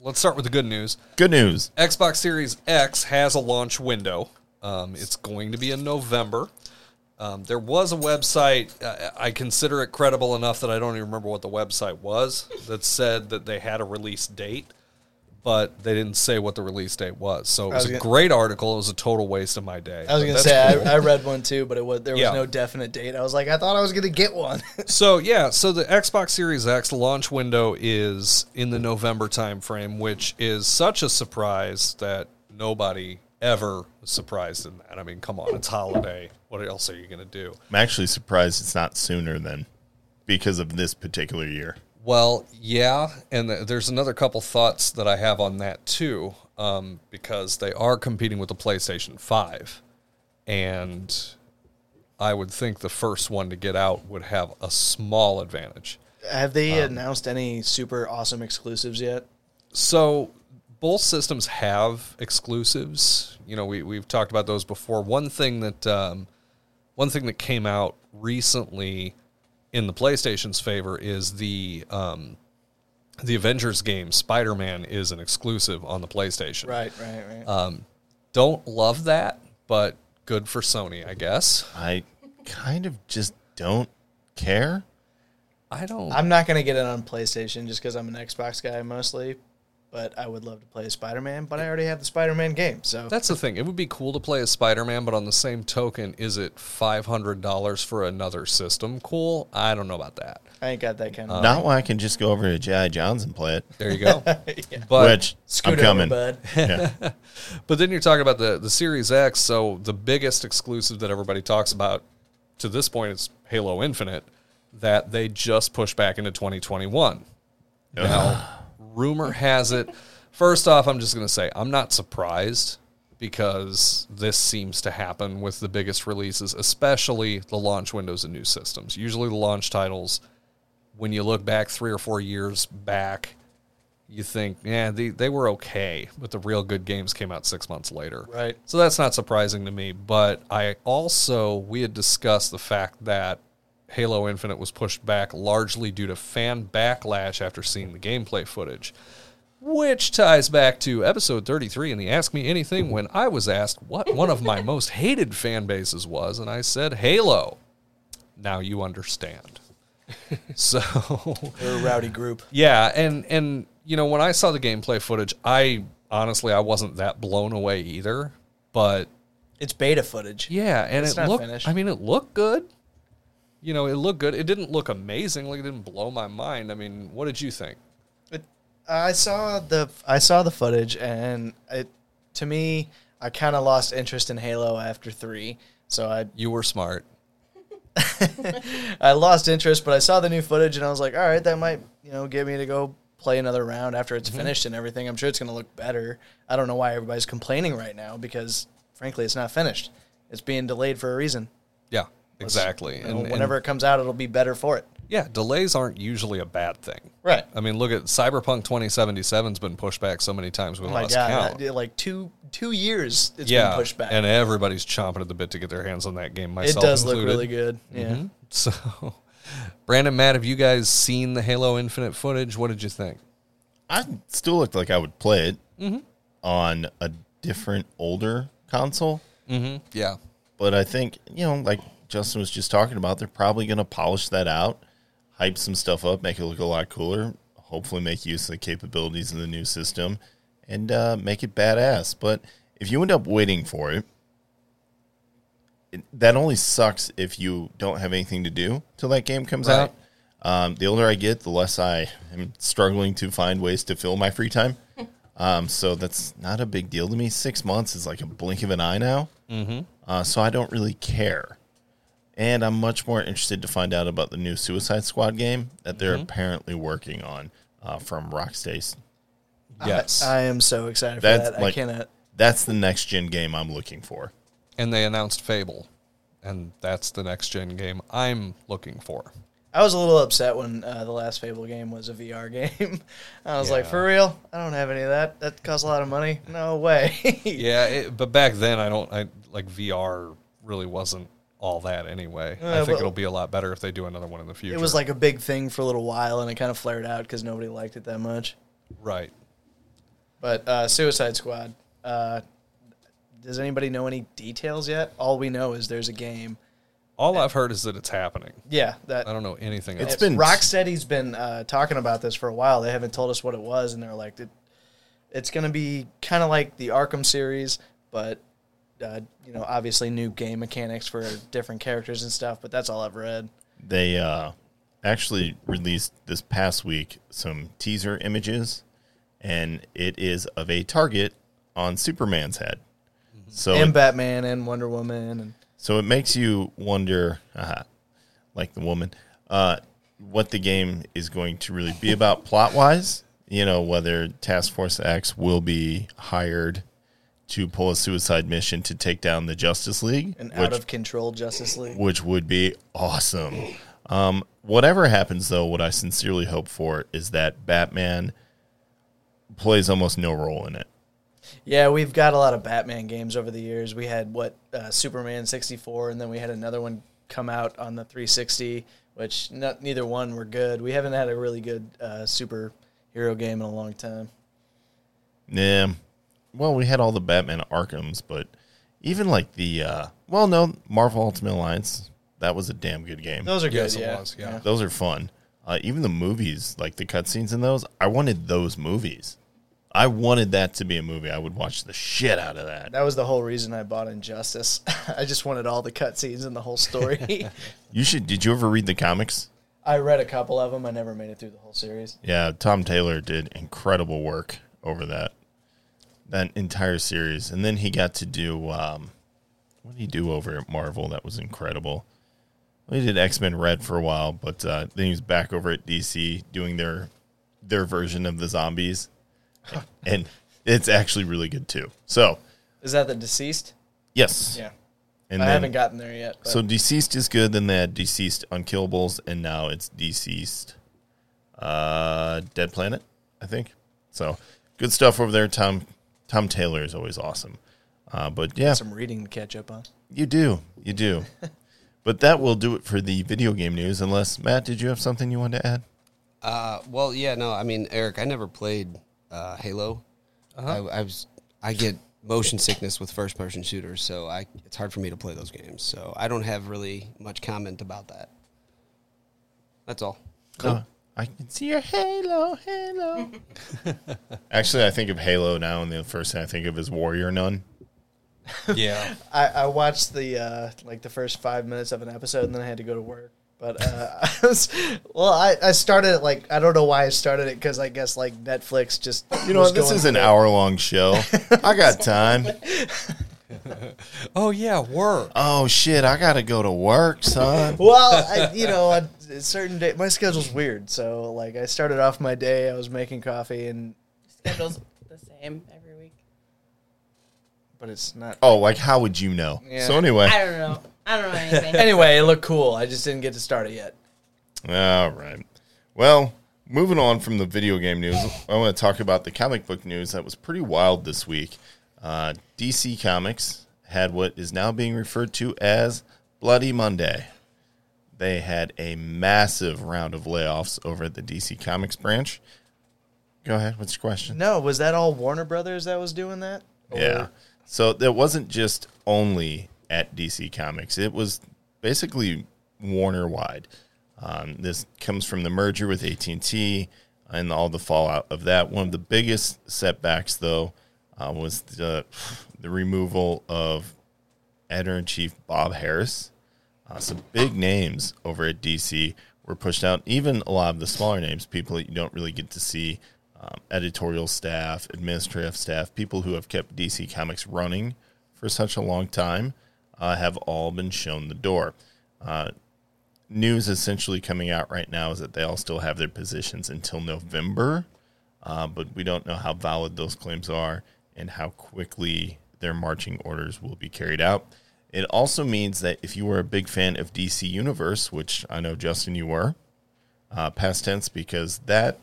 [SPEAKER 7] let's start with the good news.
[SPEAKER 1] Good news.
[SPEAKER 7] Xbox Series X has a launch window. Um, it's going to be in November. Um, there was a website, uh, I consider it credible enough that I don't even remember what the website was, that said that they had a release date, but they didn't say what the release date was. So it was,
[SPEAKER 9] was
[SPEAKER 7] a
[SPEAKER 9] gonna-
[SPEAKER 7] great article. It was a total waste of my day.
[SPEAKER 9] I was
[SPEAKER 7] But
[SPEAKER 9] gonna
[SPEAKER 7] that's
[SPEAKER 9] say
[SPEAKER 7] cool.
[SPEAKER 9] I, I read one too, but it was there was
[SPEAKER 7] Yeah.
[SPEAKER 9] no definite date. I was like, I thought I was gonna get one.
[SPEAKER 7] So yeah, so the Xbox Series X launch window is in the November timeframe, which is such a surprise that nobody ever was surprised in that. I mean, come on, it's holiday. What else are you going to do?
[SPEAKER 1] I'm actually surprised it's not sooner than because of this particular year.
[SPEAKER 7] Well, yeah, and th- there's another couple thoughts that I have on that too, um, because they are competing with the PlayStation Five, and I would think the first one to get out would have a small advantage.
[SPEAKER 9] *laughs* Have they announced any super awesome exclusives yet?
[SPEAKER 7] So both systems have exclusives. You know, we we've talked about those before. One thing that um, one thing that came out recently in the PlayStation's favor is the um, the Avengers game Spider Man is an exclusive on the PlayStation.
[SPEAKER 9] Right, right, right.
[SPEAKER 7] Don't love that, but good for Sony, I guess.
[SPEAKER 1] I kind of just don't care.
[SPEAKER 7] I don't.
[SPEAKER 9] I'm not gonna get it on PlayStation just because I'm an Xbox guy mostly, but I would love to play Spider Man. But I already have the Spider Man game, so
[SPEAKER 7] That's the thing. It would be cool to play as Spider Man, but on the same token, is it five hundred dollars for another system? Cool. I don't know about that.
[SPEAKER 9] I ain't got that kind of.
[SPEAKER 1] Not why I can just go over to G.I. John's and play it.
[SPEAKER 7] There you go. But
[SPEAKER 1] Which I'm
[SPEAKER 9] Scoot
[SPEAKER 1] coming.
[SPEAKER 9] over, bud.
[SPEAKER 1] Yeah.
[SPEAKER 7] but then you're talking about the the Series X, so the biggest exclusive that everybody talks about to this point is Halo Infinite that they just pushed back into 2021. Now, rumor has it first off, I'm just going to say I'm not surprised because this seems to happen with the biggest releases, especially the launch windows of new systems. Usually the launch titles when you look back 3 or 4 years back you think, yeah, they, they were okay, but the real good games came out six months later.
[SPEAKER 9] Right.
[SPEAKER 7] So that's not surprising to me. But I also, we had discussed the fact that Halo Infinite was pushed back largely due to fan backlash after seeing the gameplay footage, which ties back to episode 33 in the Ask Me Anything when I was asked what one of my most hated fan bases was, and I said, Halo. Now you understand. so.
[SPEAKER 9] They're a rowdy group.
[SPEAKER 7] Yeah, and and you know when I saw the gameplay footage, I honestly I wasn't that blown away either. But
[SPEAKER 9] It's beta footage.
[SPEAKER 7] yeah, and
[SPEAKER 9] It's
[SPEAKER 7] it
[SPEAKER 9] not
[SPEAKER 7] looked.
[SPEAKER 9] finished.
[SPEAKER 7] I mean, it looked good. You know, it looked good. It didn't look amazing. Like it didn't blow my mind. I mean, what did you think?
[SPEAKER 9] But I saw the I saw the footage, and it to me, I kind of lost interest in Halo after three. So I
[SPEAKER 7] You were smart.
[SPEAKER 9] I lost interest, but I saw the new footage, and I was like, all right, that might you know get me to go play another round after
[SPEAKER 7] Mm-hmm.
[SPEAKER 9] it's finished and everything. I'm sure it's going to look better. I don't know why everybody's complaining right now because frankly, it's not finished. It's being delayed for a reason.
[SPEAKER 7] Yeah, exactly.
[SPEAKER 9] You know, whenever it comes out, it'll be better for it. Oh
[SPEAKER 7] yeah, delays aren't usually a bad thing.
[SPEAKER 9] Right.
[SPEAKER 7] I mean, look at Cyberpunk 2077's been pushed back so many times we
[SPEAKER 9] Oh my
[SPEAKER 7] lost
[SPEAKER 9] god,
[SPEAKER 7] count.
[SPEAKER 9] that- like two two years it's been pushed back.
[SPEAKER 7] and everybody's chomping at the bit to get their hands on that game.
[SPEAKER 9] it
[SPEAKER 7] Myself
[SPEAKER 9] does look
[SPEAKER 7] included. Mm-hmm.
[SPEAKER 9] really good. Yeah.
[SPEAKER 7] So, Brandon, Matt, have you guys seen the Halo Infinite footage? What did you think?
[SPEAKER 1] I still looked like I would play it
[SPEAKER 9] Mm-hmm.
[SPEAKER 1] on a different older console,
[SPEAKER 7] Yeah.
[SPEAKER 1] but I think you know, like Justin was just talking about, they're probably going to polish that out, hype some stuff up, make it look a lot cooler. Hopefully, make use of the capabilities of the new system and uh, make it badass. But if you end up waiting for it, it, that only sucks if you don't have anything to do till that game comes
[SPEAKER 7] Right.
[SPEAKER 1] out. Um, the older I get, the less I am struggling to find ways to fill my free time. Um, so that's not a big deal to me. Six months is like a blink of an eye now. Mm-hmm. Uh, so I don't really care. And
[SPEAKER 9] Mm-hmm.
[SPEAKER 1] I'm much more interested to find out about the new Suicide Squad game that they're apparently working on. uh, from Rockstace.
[SPEAKER 7] Yes.
[SPEAKER 9] I am so excited for
[SPEAKER 1] That's
[SPEAKER 9] that.
[SPEAKER 1] like-
[SPEAKER 9] I cannot.
[SPEAKER 1] That's the next gen game I'm looking for.
[SPEAKER 7] and they announced Fable, and that's the next gen game I'm looking for.
[SPEAKER 9] I was a little upset when uh, the last Fable game was a VR *laughs* game. I was like,
[SPEAKER 7] Yeah.
[SPEAKER 9] for real? I don't have any of that. That costs a lot of money. No way. *laughs*
[SPEAKER 7] Yeah, it, but back then I don't I like VR really wasn't all that anyway. I
[SPEAKER 9] Uh,
[SPEAKER 7] think
[SPEAKER 9] but-
[SPEAKER 7] it'll be a lot better if they do another one in the future.
[SPEAKER 9] It was like a big thing for a little while, and it kind of flared out because nobody liked it that much.
[SPEAKER 7] right.
[SPEAKER 9] But uh, Suicide Squad. Uh, does anybody know any details yet? All we know is there's a game.
[SPEAKER 7] All I've heard is that it's happening.
[SPEAKER 9] Yeah, that
[SPEAKER 7] I don't know anything.
[SPEAKER 1] It's
[SPEAKER 7] else.
[SPEAKER 1] been
[SPEAKER 9] Rocksteady's been uh, talking about this for a while. They haven't told us what it was, and they're like, it, "It's going to be kind of like the Arkham series, but uh, you know, obviously new game mechanics for different characters and stuff." But that's all I've read.
[SPEAKER 1] They uh, actually released this past week some teaser images, and it is of a target on Superman's head. So
[SPEAKER 9] Mm-hmm. and
[SPEAKER 1] it,
[SPEAKER 9] Batman and Wonder Woman, and
[SPEAKER 1] so it makes you wonder, uh, like the woman, uh, what the game is going to really be about plot wise. You know whether Task Force X will be hired to pull a suicide mission to take down the Justice League,
[SPEAKER 9] an
[SPEAKER 1] which-
[SPEAKER 9] out of control Justice League.
[SPEAKER 1] which would be awesome. Um, whatever happens, though, what I sincerely hope for is that Batman plays almost no role in it.
[SPEAKER 9] Yeah, we've got a lot of Batman games over the years. We had what uh, Superman sixty four, and then we had another one come out on the three sixty, which not, neither one were good. We haven't had a really good uh, superhero game in a long time.
[SPEAKER 1] Yeah. Well, we had all the Batman Arkhams, but even like the uh, well, no, Marvel Ultimate Alliance, that was a damn good game.
[SPEAKER 9] Those are good.
[SPEAKER 7] Yes, it
[SPEAKER 9] yeah.
[SPEAKER 7] was, yeah.
[SPEAKER 1] Those are fun. Uh, even the movies, like the cutscenes in those, I wanted those movies. I wanted that to be a movie. I would watch the shit out of that.
[SPEAKER 9] That was the whole reason I bought Injustice. *laughs* I just wanted all the cutscenes and the
[SPEAKER 7] *laughs*
[SPEAKER 9] whole story.
[SPEAKER 1] You should. Did you ever read the comics?
[SPEAKER 9] I read a couple of them. I never made it through the whole series.
[SPEAKER 1] Yeah, Tom Taylor did incredible work over that that entire series, and then he got to do um, what did he do over at Marvel? That was incredible. Well, he did X Men Red for a while, but uh, then he was back over at DC doing their their version of the zombies, and it's actually really good too. So
[SPEAKER 9] Is that the deceased?
[SPEAKER 1] yes, and
[SPEAKER 9] I
[SPEAKER 1] then-
[SPEAKER 9] haven't gotten there yet. but-
[SPEAKER 1] so deceased is good. Then they had deceased unkillables, and now it's deceased uh, dead planet, I think. So good stuff over there. Tom Tom Taylor is always awesome. Uh, but yeah,
[SPEAKER 9] some reading to catch up on.
[SPEAKER 1] you do, you do. but that will do it for the video game news. Unless Matt, did you have something you wanted to add?
[SPEAKER 8] Uh, well, yeah, no, I mean, Eric, I never played uh, Halo. I, I was, I get motion sickness with first-person shooters, so I it's hard for me to play those games. So I don't have really much comment about that. That's all.
[SPEAKER 1] Uh, I can see your halo, halo. *laughs* Actually, I think of Halo now, and the first thing I think of is Warrior Nun.
[SPEAKER 7] Yeah.
[SPEAKER 9] I, I watched the uh, like the first five minutes of an episode, and then I had to go to work. But uh, *laughs* I was, well, I, I started it like I don't know why I started it because I guess like Netflix just
[SPEAKER 1] You know,
[SPEAKER 9] was
[SPEAKER 1] what? this
[SPEAKER 9] going
[SPEAKER 1] is an
[SPEAKER 9] for it.
[SPEAKER 1] hour long show. I got time.
[SPEAKER 7] *laughs* oh yeah, work.
[SPEAKER 1] Oh shit! I gotta go to work, son.
[SPEAKER 9] *laughs* Well, I, you know, on a certain day my schedule's weird, so like I started off my day, I was making coffee, and
[SPEAKER 10] Schedule's the same every week.
[SPEAKER 9] but it's not.
[SPEAKER 1] oh, like how would you know?
[SPEAKER 9] Yeah.
[SPEAKER 1] So anyway,
[SPEAKER 10] I don't know. I don't know anything.
[SPEAKER 9] *laughs* Anyway, it looked cool. I just didn't get to start it yet.
[SPEAKER 1] all right. Well, moving on from the video game news, I want to talk about the comic book news that was pretty wild this week. Uh, DC Comics had what is now being referred to as Bloody Monday. They had a massive round of layoffs over at the DC Comics branch. Go ahead. What's your question?
[SPEAKER 9] No, was that all Warner Brothers that was doing that? Or-
[SPEAKER 1] Yeah. So that wasn't just only at DC Comics. It was basically Warner wide. Um, this comes from the merger with AT and T and all the fallout of that. One of the biggest setbacks, though, uh, was the the removal of editor in chief Bob Harris. Uh, some big names over at DC were pushed out. Even a lot of the smaller names, people that you don't really get to see, um, editorial staff, administrative staff, people who have kept DC Comics running for such a long time, uh, have all been shown the door. Uh, news essentially coming out right now is that they all still have their positions until November, uh, but we don't know how valid those claims are and how quickly their marching orders will be carried out. It also means that if you were a big fan of DC Universe, which I know Justin you were, uh, past tense because that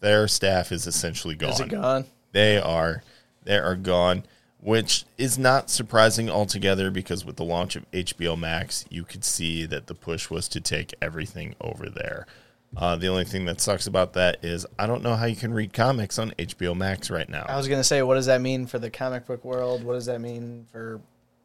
[SPEAKER 1] their staff is essentially gone.
[SPEAKER 9] Is it gone?
[SPEAKER 1] They are they are gone, which is not surprising altogether because with the launch of HBO Max, you could see that the push was to take everything over there. Uh, the only thing that sucks about that is I don't know how you can read comics on HBO Max right now.
[SPEAKER 9] I was gonna say, what does that mean for the comic book world? What does that mean for,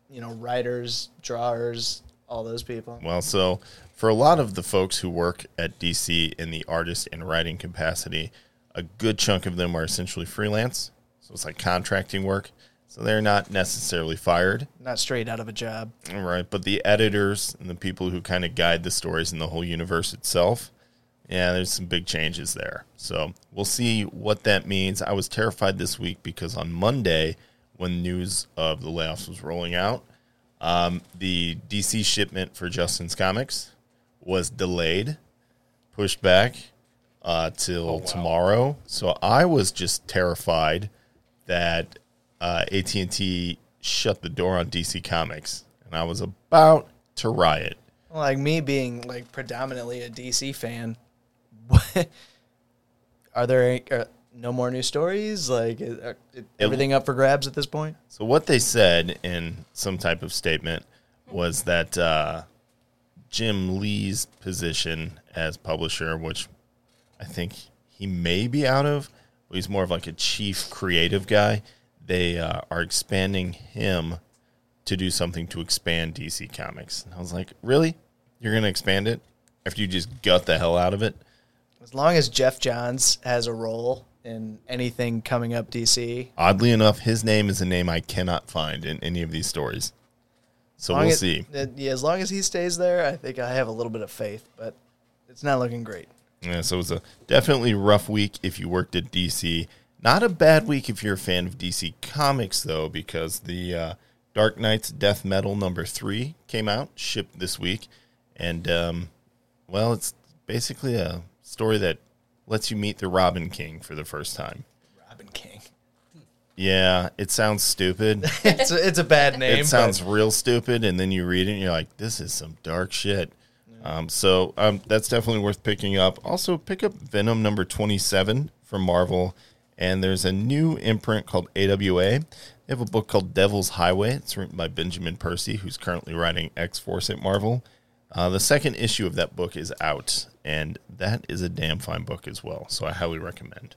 [SPEAKER 9] you know, writers, drawers, all those people?
[SPEAKER 1] Well, so for a lot of the folks who work at DC in the artist and writing capacity, a good chunk of them are essentially freelance. So it's like contracting work. So they're not necessarily fired,
[SPEAKER 9] Not straight out of a job.
[SPEAKER 1] right? But the editors and the people who kind of guide the stories and the whole universe itself, yeah, there's some big changes there. So we'll see what that means. I was terrified this week because on Monday, when news of the layoffs was rolling out, um, the DC shipment for Justin's Comics was delayed, pushed back uh, till tomorrow. So I was just terrified that uh, AT and T shut the door on DC Comics, and I was about to riot.
[SPEAKER 9] Like me being like predominantly a DC fan, are there uh, no more new stories? Like is, are, is everything up for grabs at this point?
[SPEAKER 1] So what they said in some type of statement was that uh, Jim Lee's position as publisher, which I think he may be out of, but he's more of like a chief creative guy. They uh, are expanding him to do something to expand DC Comics. And I was like, really? You're going to expand it after you just gut the hell out of it?
[SPEAKER 9] As long as Jeff Johns has a role in anything coming up DC,
[SPEAKER 1] Oddly enough, his name is a name I cannot find in any of these stories. So
[SPEAKER 9] long
[SPEAKER 1] we'll
[SPEAKER 9] as-
[SPEAKER 1] see.
[SPEAKER 9] uh, yeah, as long as he stays there, I think I have a little bit of faith, but it's not looking great.
[SPEAKER 1] Yeah, so it was a definitely rough week if you worked at DC. Not a bad week if you're a fan of DC Comics, though, because the uh, Dark Knight's Death Metal number three came out, shipped this week. And, um, well, it's basically a story that lets you meet the Robin King for the first time.
[SPEAKER 9] Robin King.
[SPEAKER 1] Yeah, it sounds stupid.
[SPEAKER 9] *laughs* it's, a, it's a *laughs* bad name.
[SPEAKER 1] It sounds real stupid, and then you read it, and you're like, "This is some dark shit." Um, so um, that's definitely worth picking up. Also, pick up Venom number twenty-seven from Marvel, and there's a new imprint called AWA. They have a book called Devil's Highway. It's written by Benjamin Percy, who's currently writing X Force at Marvel. Uh, the second issue of that book is out, and that is a damn fine book as well. So I highly recommend.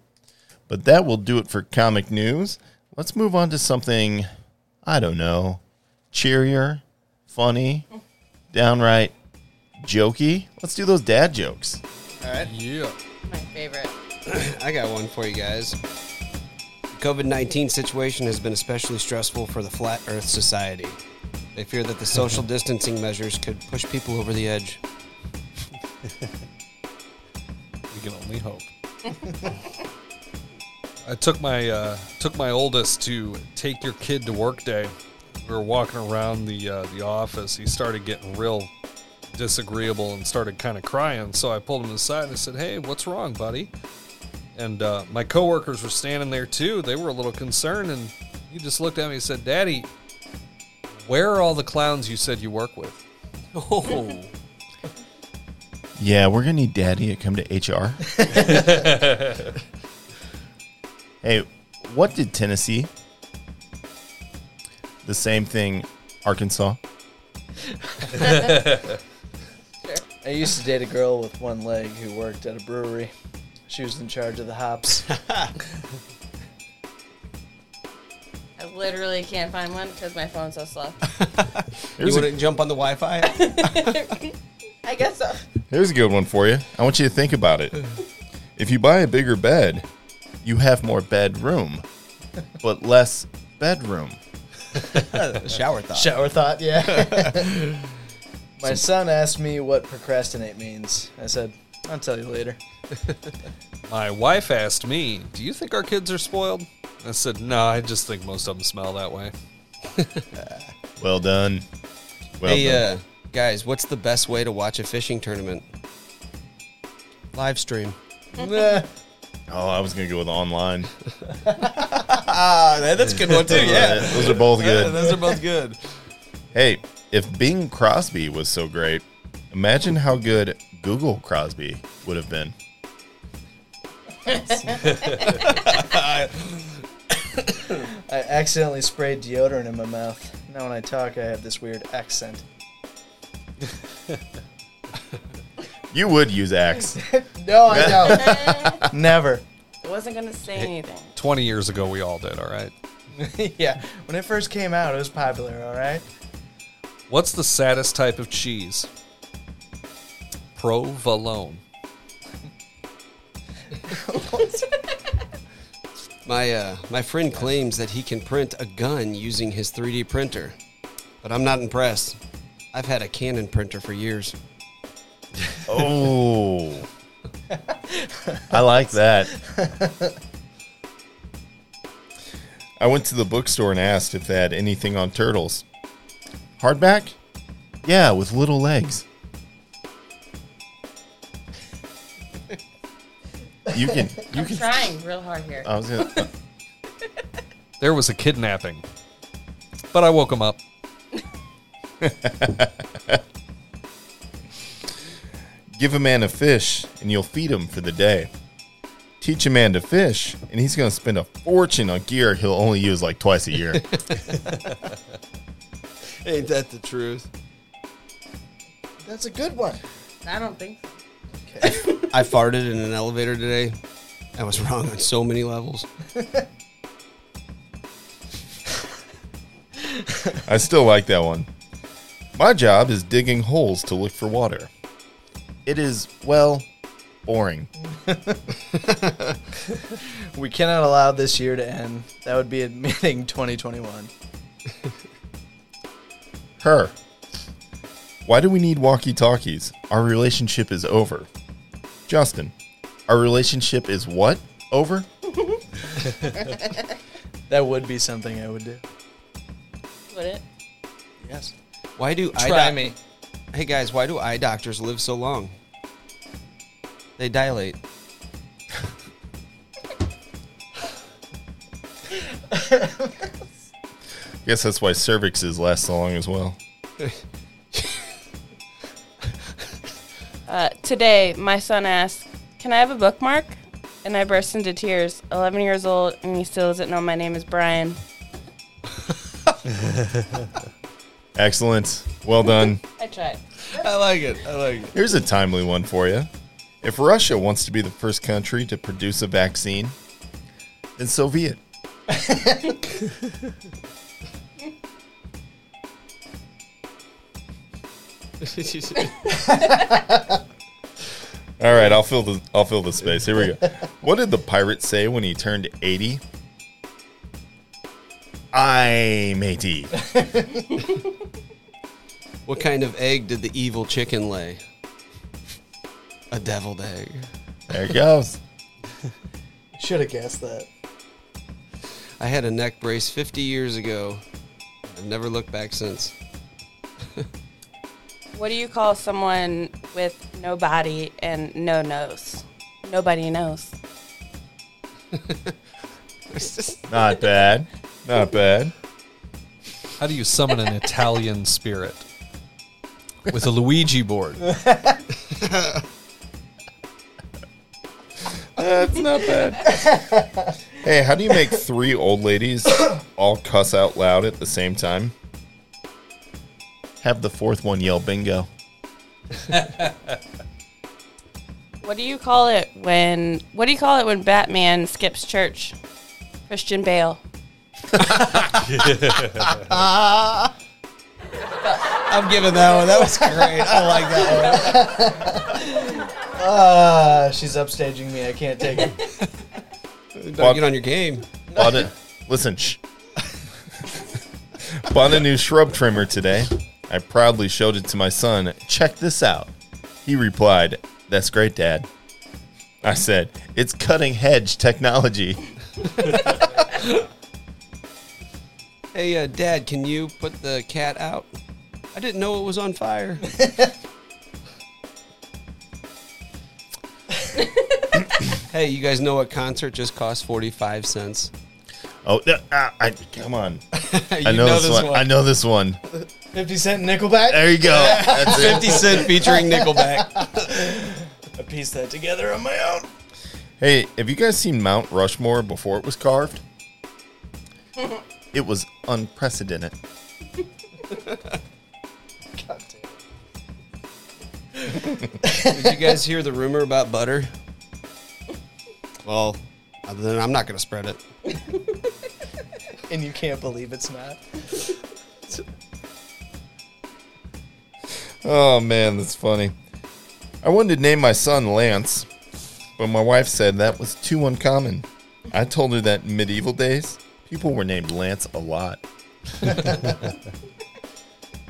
[SPEAKER 1] But that will do it for comic news. Let's move on to something, I don't know, cheerier, funny, downright jokey. Let's do those dad jokes.
[SPEAKER 7] Yeah.
[SPEAKER 10] My favorite.
[SPEAKER 8] I got one for you guys. COVID 19 situation has been especially stressful for the Flat Earth Society. They fear *laughs* that the social distancing measures could push people over the edge.
[SPEAKER 7] We can only hope. *laughs* I took my uh, took my oldest to take your kid to work day. We were walking around the uh, the office. He started getting real disagreeable and started kind of crying. So I pulled him aside and I said, "Hey, what's wrong, buddy?" And uh, my coworkers were standing there too. They were a little concerned, and he just looked at me and said, "Daddy, where are all the clowns you said you work with?"
[SPEAKER 8] Oh,
[SPEAKER 1] Yeah, we're going to need daddy to come to HR. *laughs* hey, what did Tennessee? The same thing, Arkansas.
[SPEAKER 9] I used to date a girl with one leg who worked at a brewery. She was in charge of the hops.
[SPEAKER 10] I literally can't find one because my phone's so slow.
[SPEAKER 8] you wouldn't jump on the Wi Fi?
[SPEAKER 10] *laughs*
[SPEAKER 8] *laughs*
[SPEAKER 10] I guess *laughs* so.
[SPEAKER 1] Here's a good one for you. I want you to think about it. If you buy a bigger bed, you have more bedroom, but less bedroom.
[SPEAKER 8] Shower thought.
[SPEAKER 9] *laughs* Shower thought, yeah. *laughs* My son asked me what procrastinate means. I said, I'll tell you later.
[SPEAKER 7] My wife asked me, "Do you think our kids are spoiled?" I said, "No, I just think most of them smell that way."
[SPEAKER 1] Well done. Well
[SPEAKER 8] Hey,
[SPEAKER 1] done.
[SPEAKER 8] uh, Guys, what's the best way to watch a fishing tournament? Live stream.
[SPEAKER 1] Oh, I was gonna go with online.
[SPEAKER 9] Ah,
[SPEAKER 8] That's a good one
[SPEAKER 9] *laughs*
[SPEAKER 8] too.
[SPEAKER 1] those are both good.
[SPEAKER 7] Those are both good.
[SPEAKER 1] Hey, if Bing Crosby was so great, imagine how good Google Crosby would have been.
[SPEAKER 9] I accidentally sprayed deodorant in my mouth. Now when I talk, I have this weird accent.
[SPEAKER 1] You would use Axe.
[SPEAKER 9] No, I don't. *laughs* Never.
[SPEAKER 10] I wasn't gonna say anything.
[SPEAKER 7] 20 years ago, we all did, all right?
[SPEAKER 9] yeah, when it first came out, it was popular. All right.
[SPEAKER 7] What's the saddest type of cheese? Provolone.
[SPEAKER 8] My uh, my friend claims that he can print a gun using his 3D printer, but I'm not impressed. I've had a Canon printer for years.
[SPEAKER 1] Oh, I like that. I went to the bookstore and asked if they had anything on turtles. Hardback? Yeah, with little legs. You can. You
[SPEAKER 10] *laughs* I'm
[SPEAKER 1] can. Oh.
[SPEAKER 10] trying real hard here.
[SPEAKER 1] I was gonna.
[SPEAKER 7] There was a kidnapping, but I woke him up.
[SPEAKER 1] Give a man a fish and you'll feed him for the day. Teach a man to fish and he's going to spend a fortune on gear he'll only use like twice a year.
[SPEAKER 8] Ain't that the truth?
[SPEAKER 9] That's a good one.
[SPEAKER 10] I don't think. so.
[SPEAKER 8] I farted in an elevator today. I
[SPEAKER 7] *laughs*
[SPEAKER 8] was wrong on so many levels.
[SPEAKER 1] I still like that one. My job is digging holes to look for water. It is, well, boring.
[SPEAKER 9] We cannot allow this year to end. That would be admitting *laughs* 2021.
[SPEAKER 1] Her. Why do we need walkie talkies? Our relationship is over. Justin. Our relationship is what? Over?
[SPEAKER 9] That would be something I would do.
[SPEAKER 10] Would it?
[SPEAKER 9] Yes.
[SPEAKER 8] Why do eye
[SPEAKER 9] Try
[SPEAKER 8] doc-
[SPEAKER 9] me.
[SPEAKER 8] Hey guys, why do eye doctors live so long? They dilate.
[SPEAKER 1] guess that's why cervixes last so long as well.
[SPEAKER 10] Uh, today, my son asked, "Can I have a bookmark?" And I burst into tears. Eleven years old, and he still doesn't know my name is Brian.
[SPEAKER 1] Excellent. Well done.
[SPEAKER 10] I tried.
[SPEAKER 8] I like it. I like it.
[SPEAKER 1] Here's a timely one for you. If Russia wants to be the first country to produce a vaccine, then so be it. All right, I'll fill the I'll fill the space. Here we go. What did the pirate say when he turned 80? I'm 80.
[SPEAKER 8] What kind of egg did the evil chicken lay? A deviled egg.
[SPEAKER 1] There it goes.
[SPEAKER 9] Should have guessed that.
[SPEAKER 8] I had a neck brace 50 years ago. I've never looked back since.
[SPEAKER 10] What do you call someone with no body and no nose? Nobody knows.
[SPEAKER 1] Not bad. Not bad.
[SPEAKER 7] How do you summon an Italian spirit? With a Luigi board.
[SPEAKER 1] That's not bad. *laughs* hey, how do you make three old ladies all cuss out loud at the same time? Have the fourth one yell bingo.
[SPEAKER 10] What do you call it when? What do you call it when Batman skips church? Christian Bale.
[SPEAKER 8] *laughs* I'm giving that one. That was great. I like that one.
[SPEAKER 9] Ah, she's upstaging me. I can't take it.
[SPEAKER 1] Bob-
[SPEAKER 8] get on your game.
[SPEAKER 1] Bought a, listen, shh. *laughs* Bought a new shrub trimmer today. I proudly showed it to my son. Check this out. He replied, That's great, Dad. I said, It's cutting hedge technology.
[SPEAKER 8] Hey, uh, Dad, can you put the cat out? I didn't know it was on *laughs* fire. hey, you guys know what concert just cost 45 *laughs* cents?
[SPEAKER 1] Oh, yeah, ah, I, come *laughs* on.
[SPEAKER 8] you
[SPEAKER 1] I know, this, one. I know this one.
[SPEAKER 9] 50 Cent Nickelback?
[SPEAKER 1] There *laughs* you go. That's it.
[SPEAKER 8] 50 Cent featuring Nickelback.
[SPEAKER 9] I pieced that together on my own.
[SPEAKER 1] Hey, have you guys seen Mount Rushmore before it was carved? it was unprecedented.
[SPEAKER 9] God damn. it.
[SPEAKER 8] Did you guys hear the rumor about butter? Well, then I'm not going to spread it.
[SPEAKER 9] And you can't believe it's not.
[SPEAKER 1] Oh man, that's funny. I wanted to name my son Lance, but my wife said that was too uncommon. I told her that in medieval days, people were named Lance a lot.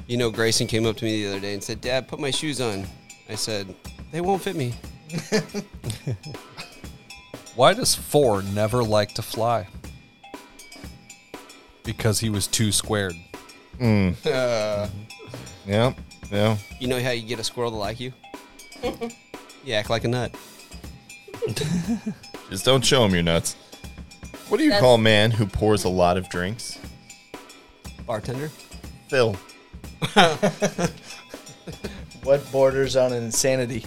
[SPEAKER 8] You know, Grayson came up to me the other day and said, Dad, put my shoes on. I said, They won't fit me.
[SPEAKER 7] Why does four never like to fly? Because he was too squared.
[SPEAKER 1] Yeah, yeah.
[SPEAKER 8] You know how you get a squirrel to like you? you act like a nut.
[SPEAKER 1] Just don't show him your nuts. What do you
[SPEAKER 10] That's-
[SPEAKER 1] call a man who pours a lot of drinks?
[SPEAKER 8] Bartender?
[SPEAKER 1] Phil.
[SPEAKER 9] What borders on insanity?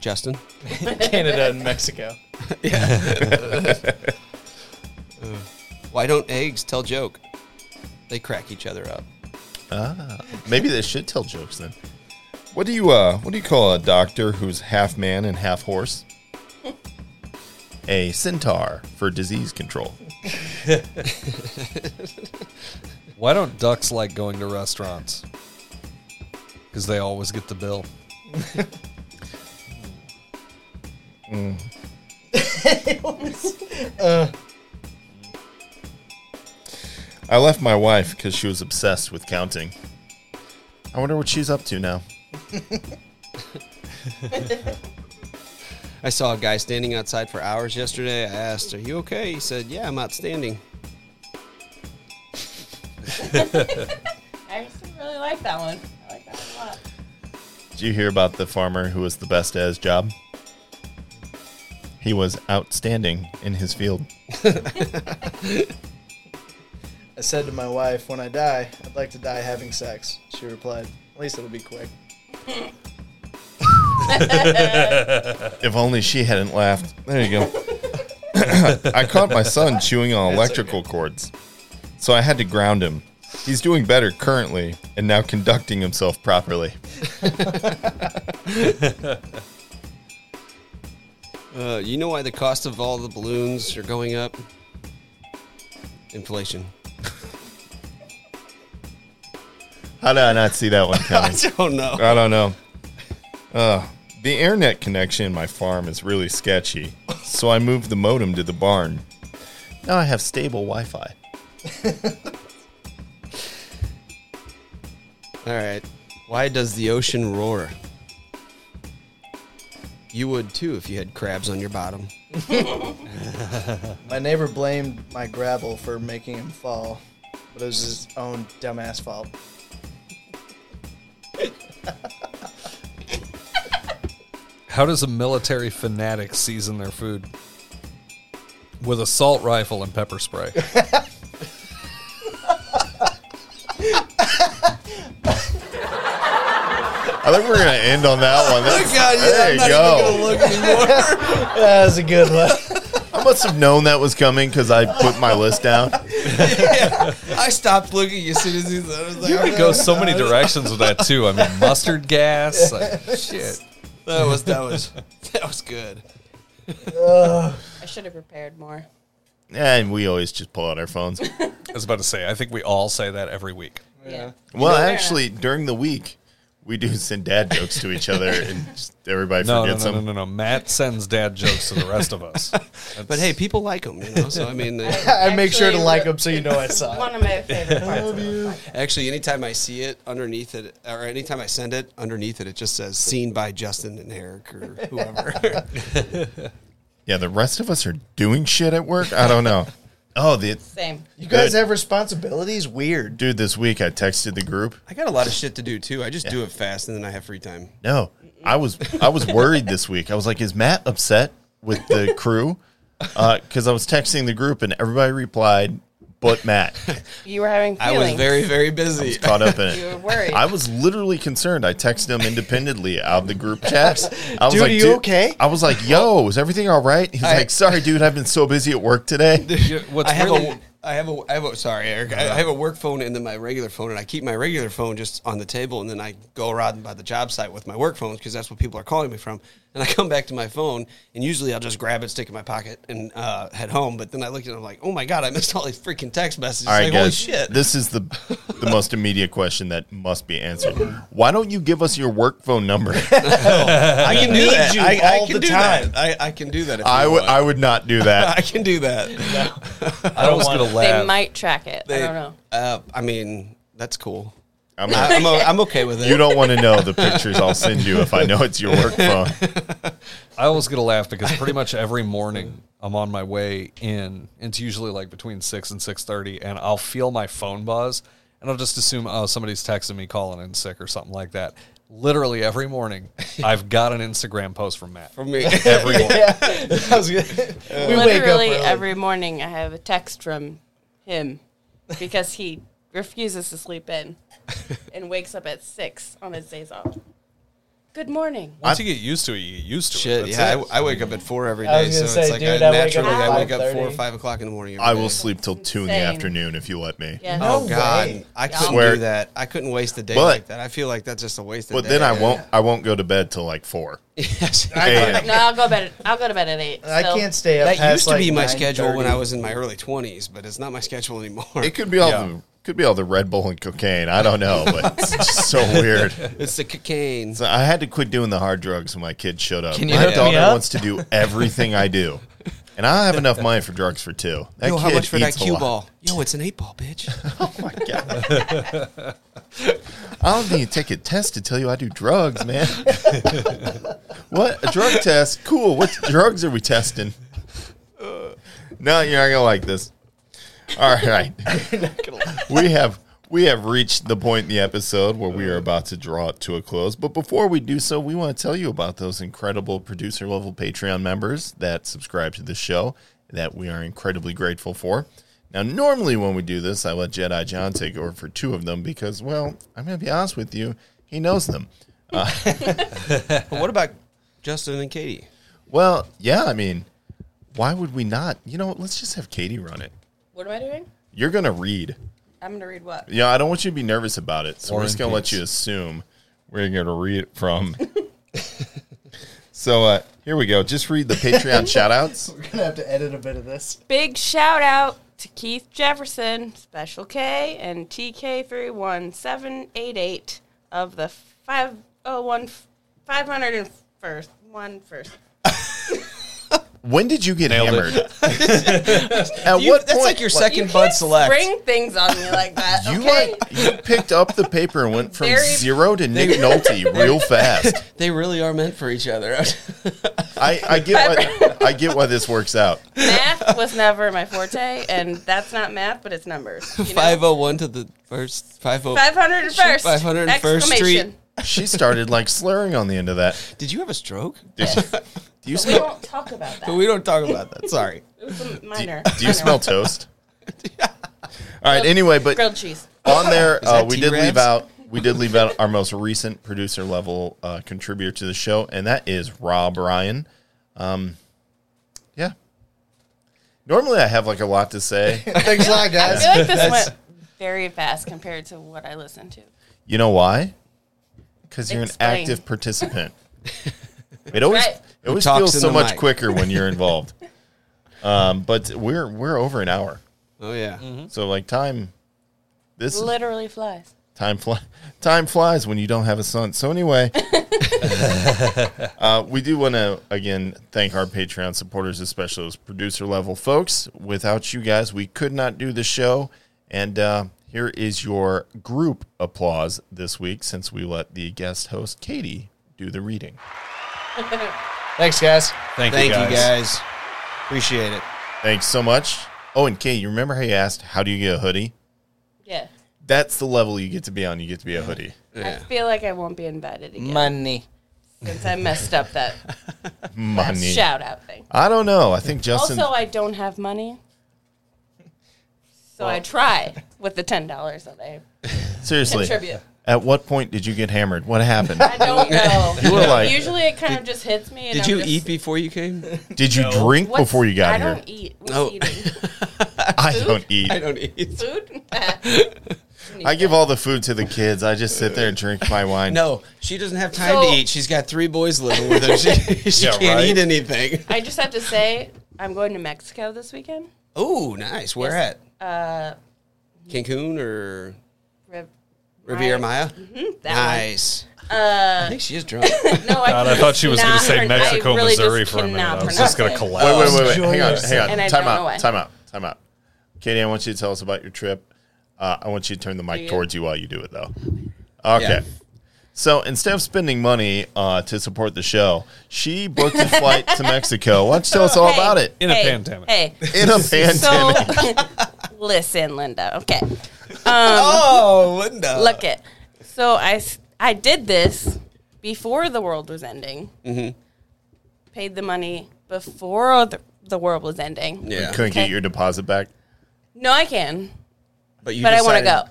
[SPEAKER 8] Justin?
[SPEAKER 9] Canada and Mexico.
[SPEAKER 8] Why don't eggs tell joke? They crack each other up.
[SPEAKER 1] Maybe they should tell jokes then. What do you uh what do you call a doctor who's half man and half horse? A centaur for disease control.
[SPEAKER 7] Why don't ducks like going to restaurants? Because they always get the bill.
[SPEAKER 1] I left my wife because she was obsessed with counting. I wonder what she's up to now.
[SPEAKER 8] I saw a guy standing outside for hours yesterday. I asked, Are you okay? He said, Yeah, I'm outstanding.
[SPEAKER 10] I actually really like that one. I like that one a lot.
[SPEAKER 1] Did you hear about the farmer who was the best at his job? He was outstanding in his field.
[SPEAKER 9] I said to my wife, when I die, I'd like to die having sex. She replied, at least it'll be quick.
[SPEAKER 1] If only she hadn't laughed. There you go. *coughs* I caught my son chewing on electrical cords, so I had to ground him. He's doing better currently and now conducting himself properly.
[SPEAKER 8] Uh, you know why the cost of all the balloons are going up? Inflation.
[SPEAKER 1] How did I not see that one
[SPEAKER 8] *laughs*
[SPEAKER 1] coming?
[SPEAKER 8] don't know.
[SPEAKER 1] I don't know. Uh, the internet connection in my farm is really sketchy, so I moved the modem to the barn. Now I have stable Wi Fi.
[SPEAKER 8] All right. Why does the ocean roar? You would too if you had crabs on your bottom.
[SPEAKER 9] My neighbor blamed my gravel for making him fall, but it was his own dumbass fault. *laughs*
[SPEAKER 7] How does a military fanatic season their food? With a salt rifle and pepper spray.
[SPEAKER 1] I think we're going to end on that one.
[SPEAKER 8] Oh
[SPEAKER 1] That's- there you go.
[SPEAKER 9] That was a good one.
[SPEAKER 1] I must have known that was coming because I put my list down.
[SPEAKER 8] I stopped looking as soon as he said. I was
[SPEAKER 1] *laughs*
[SPEAKER 8] like,
[SPEAKER 7] You could go so many directions with that too. I mean, mustard gas. Like, shit.
[SPEAKER 8] that was that was that was good.
[SPEAKER 10] I should have prepared more.
[SPEAKER 1] And we always just pull out our phones.
[SPEAKER 7] I was about to say. I think we all say that every week.
[SPEAKER 10] Yeah.
[SPEAKER 1] Well,
[SPEAKER 10] Yeah.
[SPEAKER 1] actually, during the week, we do send dad jokes to each other and just everybody
[SPEAKER 7] No, no,
[SPEAKER 1] forgets
[SPEAKER 7] no, no,
[SPEAKER 1] them.
[SPEAKER 7] no, no. Matt sends dad jokes to the rest of us.
[SPEAKER 8] *laughs* But hey, people like them, you know. So I mean, they-
[SPEAKER 1] *laughs*
[SPEAKER 9] I make sure to
[SPEAKER 10] Actually,
[SPEAKER 9] like him so you know I
[SPEAKER 10] *laughs*
[SPEAKER 9] saw it.
[SPEAKER 10] One of my favorite
[SPEAKER 9] *laughs*
[SPEAKER 10] parts. of it.
[SPEAKER 8] actually, anytime I see it underneath it, or anytime I send it underneath it, it just says "seen by Justin and Eric" or whoever.
[SPEAKER 1] *laughs*
[SPEAKER 8] *laughs*
[SPEAKER 1] Yeah, the rest of us are doing shit at work. I don't know. Oh, the
[SPEAKER 10] Same.
[SPEAKER 9] You guys
[SPEAKER 1] Good.
[SPEAKER 9] have responsibilities? Weird.
[SPEAKER 1] dude this week I texted the group.
[SPEAKER 8] I got a lot of shit to do too. I just do it fast and then I have free time.
[SPEAKER 1] No, I was I was worried this week. I was like, is Matt upset with the crew? Because I was texting the group and everybody replied, but Matt
[SPEAKER 10] You were having
[SPEAKER 8] I
[SPEAKER 10] feelings.
[SPEAKER 8] was very, very
[SPEAKER 1] *laughs*
[SPEAKER 8] busy.
[SPEAKER 1] caught up in it.
[SPEAKER 10] You were worried.
[SPEAKER 1] I was literally concerned. I texted him independently out of the group chat. I was
[SPEAKER 9] Dude,
[SPEAKER 1] like,
[SPEAKER 9] are you
[SPEAKER 1] "Dude-"
[SPEAKER 9] okay?
[SPEAKER 1] I was like, yo, is everything all right? He's
[SPEAKER 8] I-
[SPEAKER 1] like, sorry, dude, I've been so busy at work today.
[SPEAKER 7] You- What's
[SPEAKER 8] I have
[SPEAKER 7] really
[SPEAKER 8] a, I have a, I have a, sorry, Eric. I I have a work phone and then my regular phone, and I keep my regular phone just on the table, and then I go around by the job site with my work phone because that's what people are calling me from. And I come back to my phone, and usually I'll just grab it, stick it in my pocket, and uh, head home. But then I look at it, I'm like, oh my god, I missed all these freaking text messages.
[SPEAKER 1] All right,
[SPEAKER 8] like,
[SPEAKER 1] guys.
[SPEAKER 8] holy shit.
[SPEAKER 1] This is the the most immediate question that must be answered. Why don't you give us your work phone
[SPEAKER 7] *laughs*
[SPEAKER 1] number?
[SPEAKER 8] I can do
[SPEAKER 9] need
[SPEAKER 8] that.
[SPEAKER 9] you
[SPEAKER 8] I, I
[SPEAKER 9] all
[SPEAKER 8] can
[SPEAKER 9] the
[SPEAKER 8] do
[SPEAKER 9] time.
[SPEAKER 8] that. I, I can do that. If
[SPEAKER 1] I
[SPEAKER 8] you
[SPEAKER 1] would
[SPEAKER 8] want.
[SPEAKER 1] I would not do that.
[SPEAKER 8] I can
[SPEAKER 1] *laughs*
[SPEAKER 8] do that.
[SPEAKER 7] I was gonna
[SPEAKER 10] They
[SPEAKER 7] laugh.
[SPEAKER 10] might track it.
[SPEAKER 8] They-
[SPEAKER 10] I don't know.
[SPEAKER 8] Uh, I mean, that's cool.
[SPEAKER 1] I'm
[SPEAKER 8] I,
[SPEAKER 1] not-
[SPEAKER 8] am o- I'm okay with it.
[SPEAKER 1] you don't want to know the pictures I'll send you if I know it's your work
[SPEAKER 7] *laughs*
[SPEAKER 1] phone.
[SPEAKER 7] I always get a laugh because pretty much every morning I'm on my way in. It's usually like between six and six thirty, and I'll feel my phone buzz, and I'll just assume oh somebody's texting me calling in sick or something like that. Literally every morning, I've got an Instagram post from Matt.
[SPEAKER 1] *laughs*
[SPEAKER 8] for me.
[SPEAKER 7] Every morning.
[SPEAKER 9] That was good. we
[SPEAKER 10] Literally
[SPEAKER 9] wake up early.
[SPEAKER 10] every morning, I have a text from him because he refuses to sleep
[SPEAKER 9] *laughs*
[SPEAKER 10] in and wakes up at six on his days off. Good morning.
[SPEAKER 7] Once you get used to it, you get used to it.
[SPEAKER 8] Shit,
[SPEAKER 7] That's
[SPEAKER 8] yeah,
[SPEAKER 7] it.
[SPEAKER 8] I, I wake up at four every
[SPEAKER 9] I
[SPEAKER 8] day,
[SPEAKER 9] was
[SPEAKER 8] so
[SPEAKER 9] gonna
[SPEAKER 8] it's
[SPEAKER 9] say,
[SPEAKER 8] like
[SPEAKER 9] dude,
[SPEAKER 8] I,
[SPEAKER 9] I wake up
[SPEAKER 8] naturally
[SPEAKER 9] at
[SPEAKER 8] I wake up four or
[SPEAKER 9] 5:30.
[SPEAKER 8] five o'clock in the morning. every
[SPEAKER 1] I
[SPEAKER 8] day.
[SPEAKER 1] will sleep till two in the
[SPEAKER 10] Insane.
[SPEAKER 1] afternoon if you let me.
[SPEAKER 10] Yes.
[SPEAKER 8] Oh
[SPEAKER 9] No
[SPEAKER 8] God,
[SPEAKER 9] way.
[SPEAKER 8] I couldn't
[SPEAKER 1] Swear.
[SPEAKER 8] do that. I couldn't waste a day
[SPEAKER 1] But-
[SPEAKER 8] like that. I feel like that's just a waste. of
[SPEAKER 1] But
[SPEAKER 8] day.
[SPEAKER 1] then I won't I won't go to bed till like
[SPEAKER 8] *laughs*
[SPEAKER 1] four. *laughs*
[SPEAKER 8] Yes.
[SPEAKER 1] AM.
[SPEAKER 10] No, I'll go bed. At, I'll go to bed at eight.
[SPEAKER 9] I
[SPEAKER 10] so-
[SPEAKER 9] can't stay up.
[SPEAKER 8] that
[SPEAKER 9] past,
[SPEAKER 8] used to
[SPEAKER 9] like,
[SPEAKER 8] be my
[SPEAKER 9] 9:30.
[SPEAKER 8] schedule when I was in my early twenties, but it's not my schedule anymore.
[SPEAKER 1] It could be all the could be all the Red Bull and cocaine. I don't know, but it's
[SPEAKER 8] *laughs*
[SPEAKER 1] just so weird.
[SPEAKER 8] it's the cocaine.
[SPEAKER 1] So I had to quit doing the hard drugs when my kids showed up.
[SPEAKER 9] Can you
[SPEAKER 1] my
[SPEAKER 9] hook me
[SPEAKER 1] daughter
[SPEAKER 9] up?
[SPEAKER 1] wants to do everything I do. And I have enough money for drugs for two. That
[SPEAKER 8] Yo, how
[SPEAKER 1] kid
[SPEAKER 8] much for that
[SPEAKER 1] eats a
[SPEAKER 8] cue
[SPEAKER 1] lot.
[SPEAKER 8] ball? Yo, it's an eight ball, bitch.
[SPEAKER 1] *laughs* I don't need to take a test to tell you I do drugs, man. *laughs* what? A drug test? Cool. What drugs are we testing? Uh, No, you're not gonna like this. All *laughs* right. we have we have reached the point in the episode where we are about to draw it to a close. But before we do so, we want to tell you about those incredible producer level Patreon members that subscribe to the show that we are incredibly grateful for. Now, normally when we do this, I let Jedi John take over for two of them because, well, I'm going to be honest with you, he knows them.
[SPEAKER 8] but what about Justin and Katie?
[SPEAKER 1] Well, yeah, I mean, why would we not? You know, what, let's just have Katie run it.
[SPEAKER 10] What am I doing?
[SPEAKER 1] You're going to read.
[SPEAKER 10] I'm gonna read what?
[SPEAKER 1] Yeah, I don't want you to be nervous about it. So
[SPEAKER 7] War
[SPEAKER 1] we're just
[SPEAKER 7] and
[SPEAKER 1] going to let
[SPEAKER 7] Peace.
[SPEAKER 1] you assume where you're going to read it from. *laughs* so uh, here we go. Just read the
[SPEAKER 8] *laughs*
[SPEAKER 1] Patreon shout outs.
[SPEAKER 9] We're *laughs* gonna have to edit a bit of this.
[SPEAKER 10] Big shout out to Keith Jefferson, Special K, and TK31788 of the oh, 501 501st one first.
[SPEAKER 1] When did you get hammered?
[SPEAKER 8] *laughs*
[SPEAKER 1] At
[SPEAKER 8] You-
[SPEAKER 1] what
[SPEAKER 8] that's
[SPEAKER 1] point?
[SPEAKER 8] like your second
[SPEAKER 10] You
[SPEAKER 8] Bud
[SPEAKER 10] can't
[SPEAKER 8] Select.
[SPEAKER 10] Bring things on me like that.
[SPEAKER 1] *laughs* You *laughs*
[SPEAKER 10] okay?
[SPEAKER 1] like you picked up the paper and went from
[SPEAKER 10] Very-
[SPEAKER 1] zero
[SPEAKER 8] *laughs*
[SPEAKER 1] to Nick Nolte real fast.
[SPEAKER 8] They really are meant for each other. *laughs*
[SPEAKER 1] I, I get why, I get why this works out.
[SPEAKER 10] math was never my forte, and that's not math, but it's numbers. You know?
[SPEAKER 8] Five oh one to the first five oh.
[SPEAKER 10] 501st.
[SPEAKER 8] 501st Street.
[SPEAKER 10] exclamation.
[SPEAKER 1] She started like slurring on the end of that.
[SPEAKER 8] Did you have a stroke?
[SPEAKER 1] Do you
[SPEAKER 10] We
[SPEAKER 1] smell?
[SPEAKER 10] don't talk about that.
[SPEAKER 8] But we don't talk about that. Sorry.
[SPEAKER 10] it was a minor.
[SPEAKER 1] Do you
[SPEAKER 10] minor
[SPEAKER 1] smell
[SPEAKER 10] one.
[SPEAKER 8] *laughs*
[SPEAKER 1] toast? All right. Anyway, but
[SPEAKER 10] grilled cheese?
[SPEAKER 1] on there uh,
[SPEAKER 8] that
[SPEAKER 1] we did
[SPEAKER 8] T-Rex?
[SPEAKER 1] leave out we did leave out our most recent producer level uh, contributor to the show, and that is Rob Ryan. Um, yeah. Normally, I have like a lot to say. *laughs*
[SPEAKER 9] Thanks a lot,
[SPEAKER 10] I
[SPEAKER 9] guys.
[SPEAKER 10] feel like this went very fast compared to what I listened to.
[SPEAKER 1] You know why? Because you're an
[SPEAKER 10] Explain.
[SPEAKER 1] active participant. It always
[SPEAKER 10] Right.
[SPEAKER 1] it always
[SPEAKER 8] talks
[SPEAKER 1] feels
[SPEAKER 8] in
[SPEAKER 1] so
[SPEAKER 8] the
[SPEAKER 1] much
[SPEAKER 8] mic.
[SPEAKER 1] quicker when
[SPEAKER 8] *laughs*
[SPEAKER 1] you're involved. um, but we're we're over an hour,
[SPEAKER 8] Oh yeah.
[SPEAKER 1] so like time. This is-
[SPEAKER 10] Literally flies.
[SPEAKER 1] time fly, time flies when you don't have a son. So anyway,
[SPEAKER 10] *laughs*
[SPEAKER 1] uh, we do want to again thank our Patreon supporters, especially those producer level folks. Without you guys, we could not do the show. And uh, here is your group applause this week, since we let the guest host Katie do the reading.
[SPEAKER 9] Thanks, guys.
[SPEAKER 7] Thank,
[SPEAKER 8] Thank
[SPEAKER 7] you guys.
[SPEAKER 8] Appreciate it.
[SPEAKER 1] Thanks so much. Oh, and Kay, you remember how you asked, how do you get a hoodie?
[SPEAKER 10] Yeah.
[SPEAKER 1] That's the level you get to be on. You get to be a hoodie.
[SPEAKER 10] I feel like I won't be invited again
[SPEAKER 9] Money.
[SPEAKER 10] since I messed up that
[SPEAKER 1] *laughs* Money.
[SPEAKER 10] shout out thing.
[SPEAKER 1] I don't know. I think Justin.
[SPEAKER 10] Also, I don't have money. So I try with the ten dollars that I
[SPEAKER 1] seriously.
[SPEAKER 10] contribute.
[SPEAKER 1] At what point did you get hammered? What happened?
[SPEAKER 10] I don't know.
[SPEAKER 1] *laughs* You were like-
[SPEAKER 10] usually it kind of just hits me. And
[SPEAKER 8] Did
[SPEAKER 10] I'm
[SPEAKER 8] you
[SPEAKER 10] just,
[SPEAKER 8] eat before you came?
[SPEAKER 1] Did you drink
[SPEAKER 10] what's-
[SPEAKER 1] before you
[SPEAKER 10] I
[SPEAKER 1] got here?
[SPEAKER 10] don't eat. What's
[SPEAKER 8] Oh.
[SPEAKER 10] eating?
[SPEAKER 1] *laughs* I don't eat.
[SPEAKER 8] I don't eat.
[SPEAKER 10] Food? *laughs*
[SPEAKER 1] I give all the food to the kids. I just sit there and drink my wine.
[SPEAKER 8] No, she doesn't have time
[SPEAKER 10] So-
[SPEAKER 8] to eat. She's got three boys living with *laughs* her. She, she
[SPEAKER 1] Yeah,
[SPEAKER 8] can't
[SPEAKER 1] right.
[SPEAKER 8] eat anything.
[SPEAKER 10] I just have to say I'm going to Mexico this weekend.
[SPEAKER 8] Oh, nice. Where
[SPEAKER 10] Yes. Uh,
[SPEAKER 8] at? Cancun or
[SPEAKER 10] Riv-
[SPEAKER 8] Riviera Maya?
[SPEAKER 10] Mm-hmm, that one. Uh,
[SPEAKER 8] Nice. I think she is
[SPEAKER 10] *laughs*
[SPEAKER 8] drunk.
[SPEAKER 10] No, Oh, I,
[SPEAKER 6] God, I thought she was going
[SPEAKER 10] cannot
[SPEAKER 6] to say
[SPEAKER 10] pron-
[SPEAKER 6] Mexico,
[SPEAKER 10] I really
[SPEAKER 6] Missouri
[SPEAKER 10] just
[SPEAKER 6] for a minute.
[SPEAKER 10] cannot
[SPEAKER 6] I was just going to
[SPEAKER 10] pronounce it.
[SPEAKER 6] collapse.
[SPEAKER 1] Wait, wait, wait, wait. Hang on, hang on.
[SPEAKER 10] And I
[SPEAKER 1] time
[SPEAKER 10] don't know
[SPEAKER 1] out.
[SPEAKER 10] why.
[SPEAKER 1] Time out. Time out. Katie, I want you to tell us about your trip. Uh, I want you to turn the mic
[SPEAKER 10] you?
[SPEAKER 1] towards you while you do it, though. Okay.
[SPEAKER 8] Yeah.
[SPEAKER 1] So instead of spending money uh, to support the show, she booked a flight to Mexico. Why don't you tell us all
[SPEAKER 10] Hey,
[SPEAKER 1] about it
[SPEAKER 7] In a
[SPEAKER 10] hey,
[SPEAKER 7] pandemic.
[SPEAKER 10] Hey,
[SPEAKER 6] *laughs*
[SPEAKER 1] in
[SPEAKER 8] *laughs*
[SPEAKER 1] a pandemic?
[SPEAKER 10] *laughs* so listen, Linda. Okay,
[SPEAKER 8] oh, Linda.
[SPEAKER 10] look it. So I s- I did this before the world was ending. Mm-hmm. Paid the money before the, the world was ending.
[SPEAKER 8] yeah.
[SPEAKER 1] Couldn't get
[SPEAKER 10] Okay.
[SPEAKER 1] your deposit back.
[SPEAKER 10] No, I can,
[SPEAKER 8] you
[SPEAKER 10] but I want to
[SPEAKER 8] decided-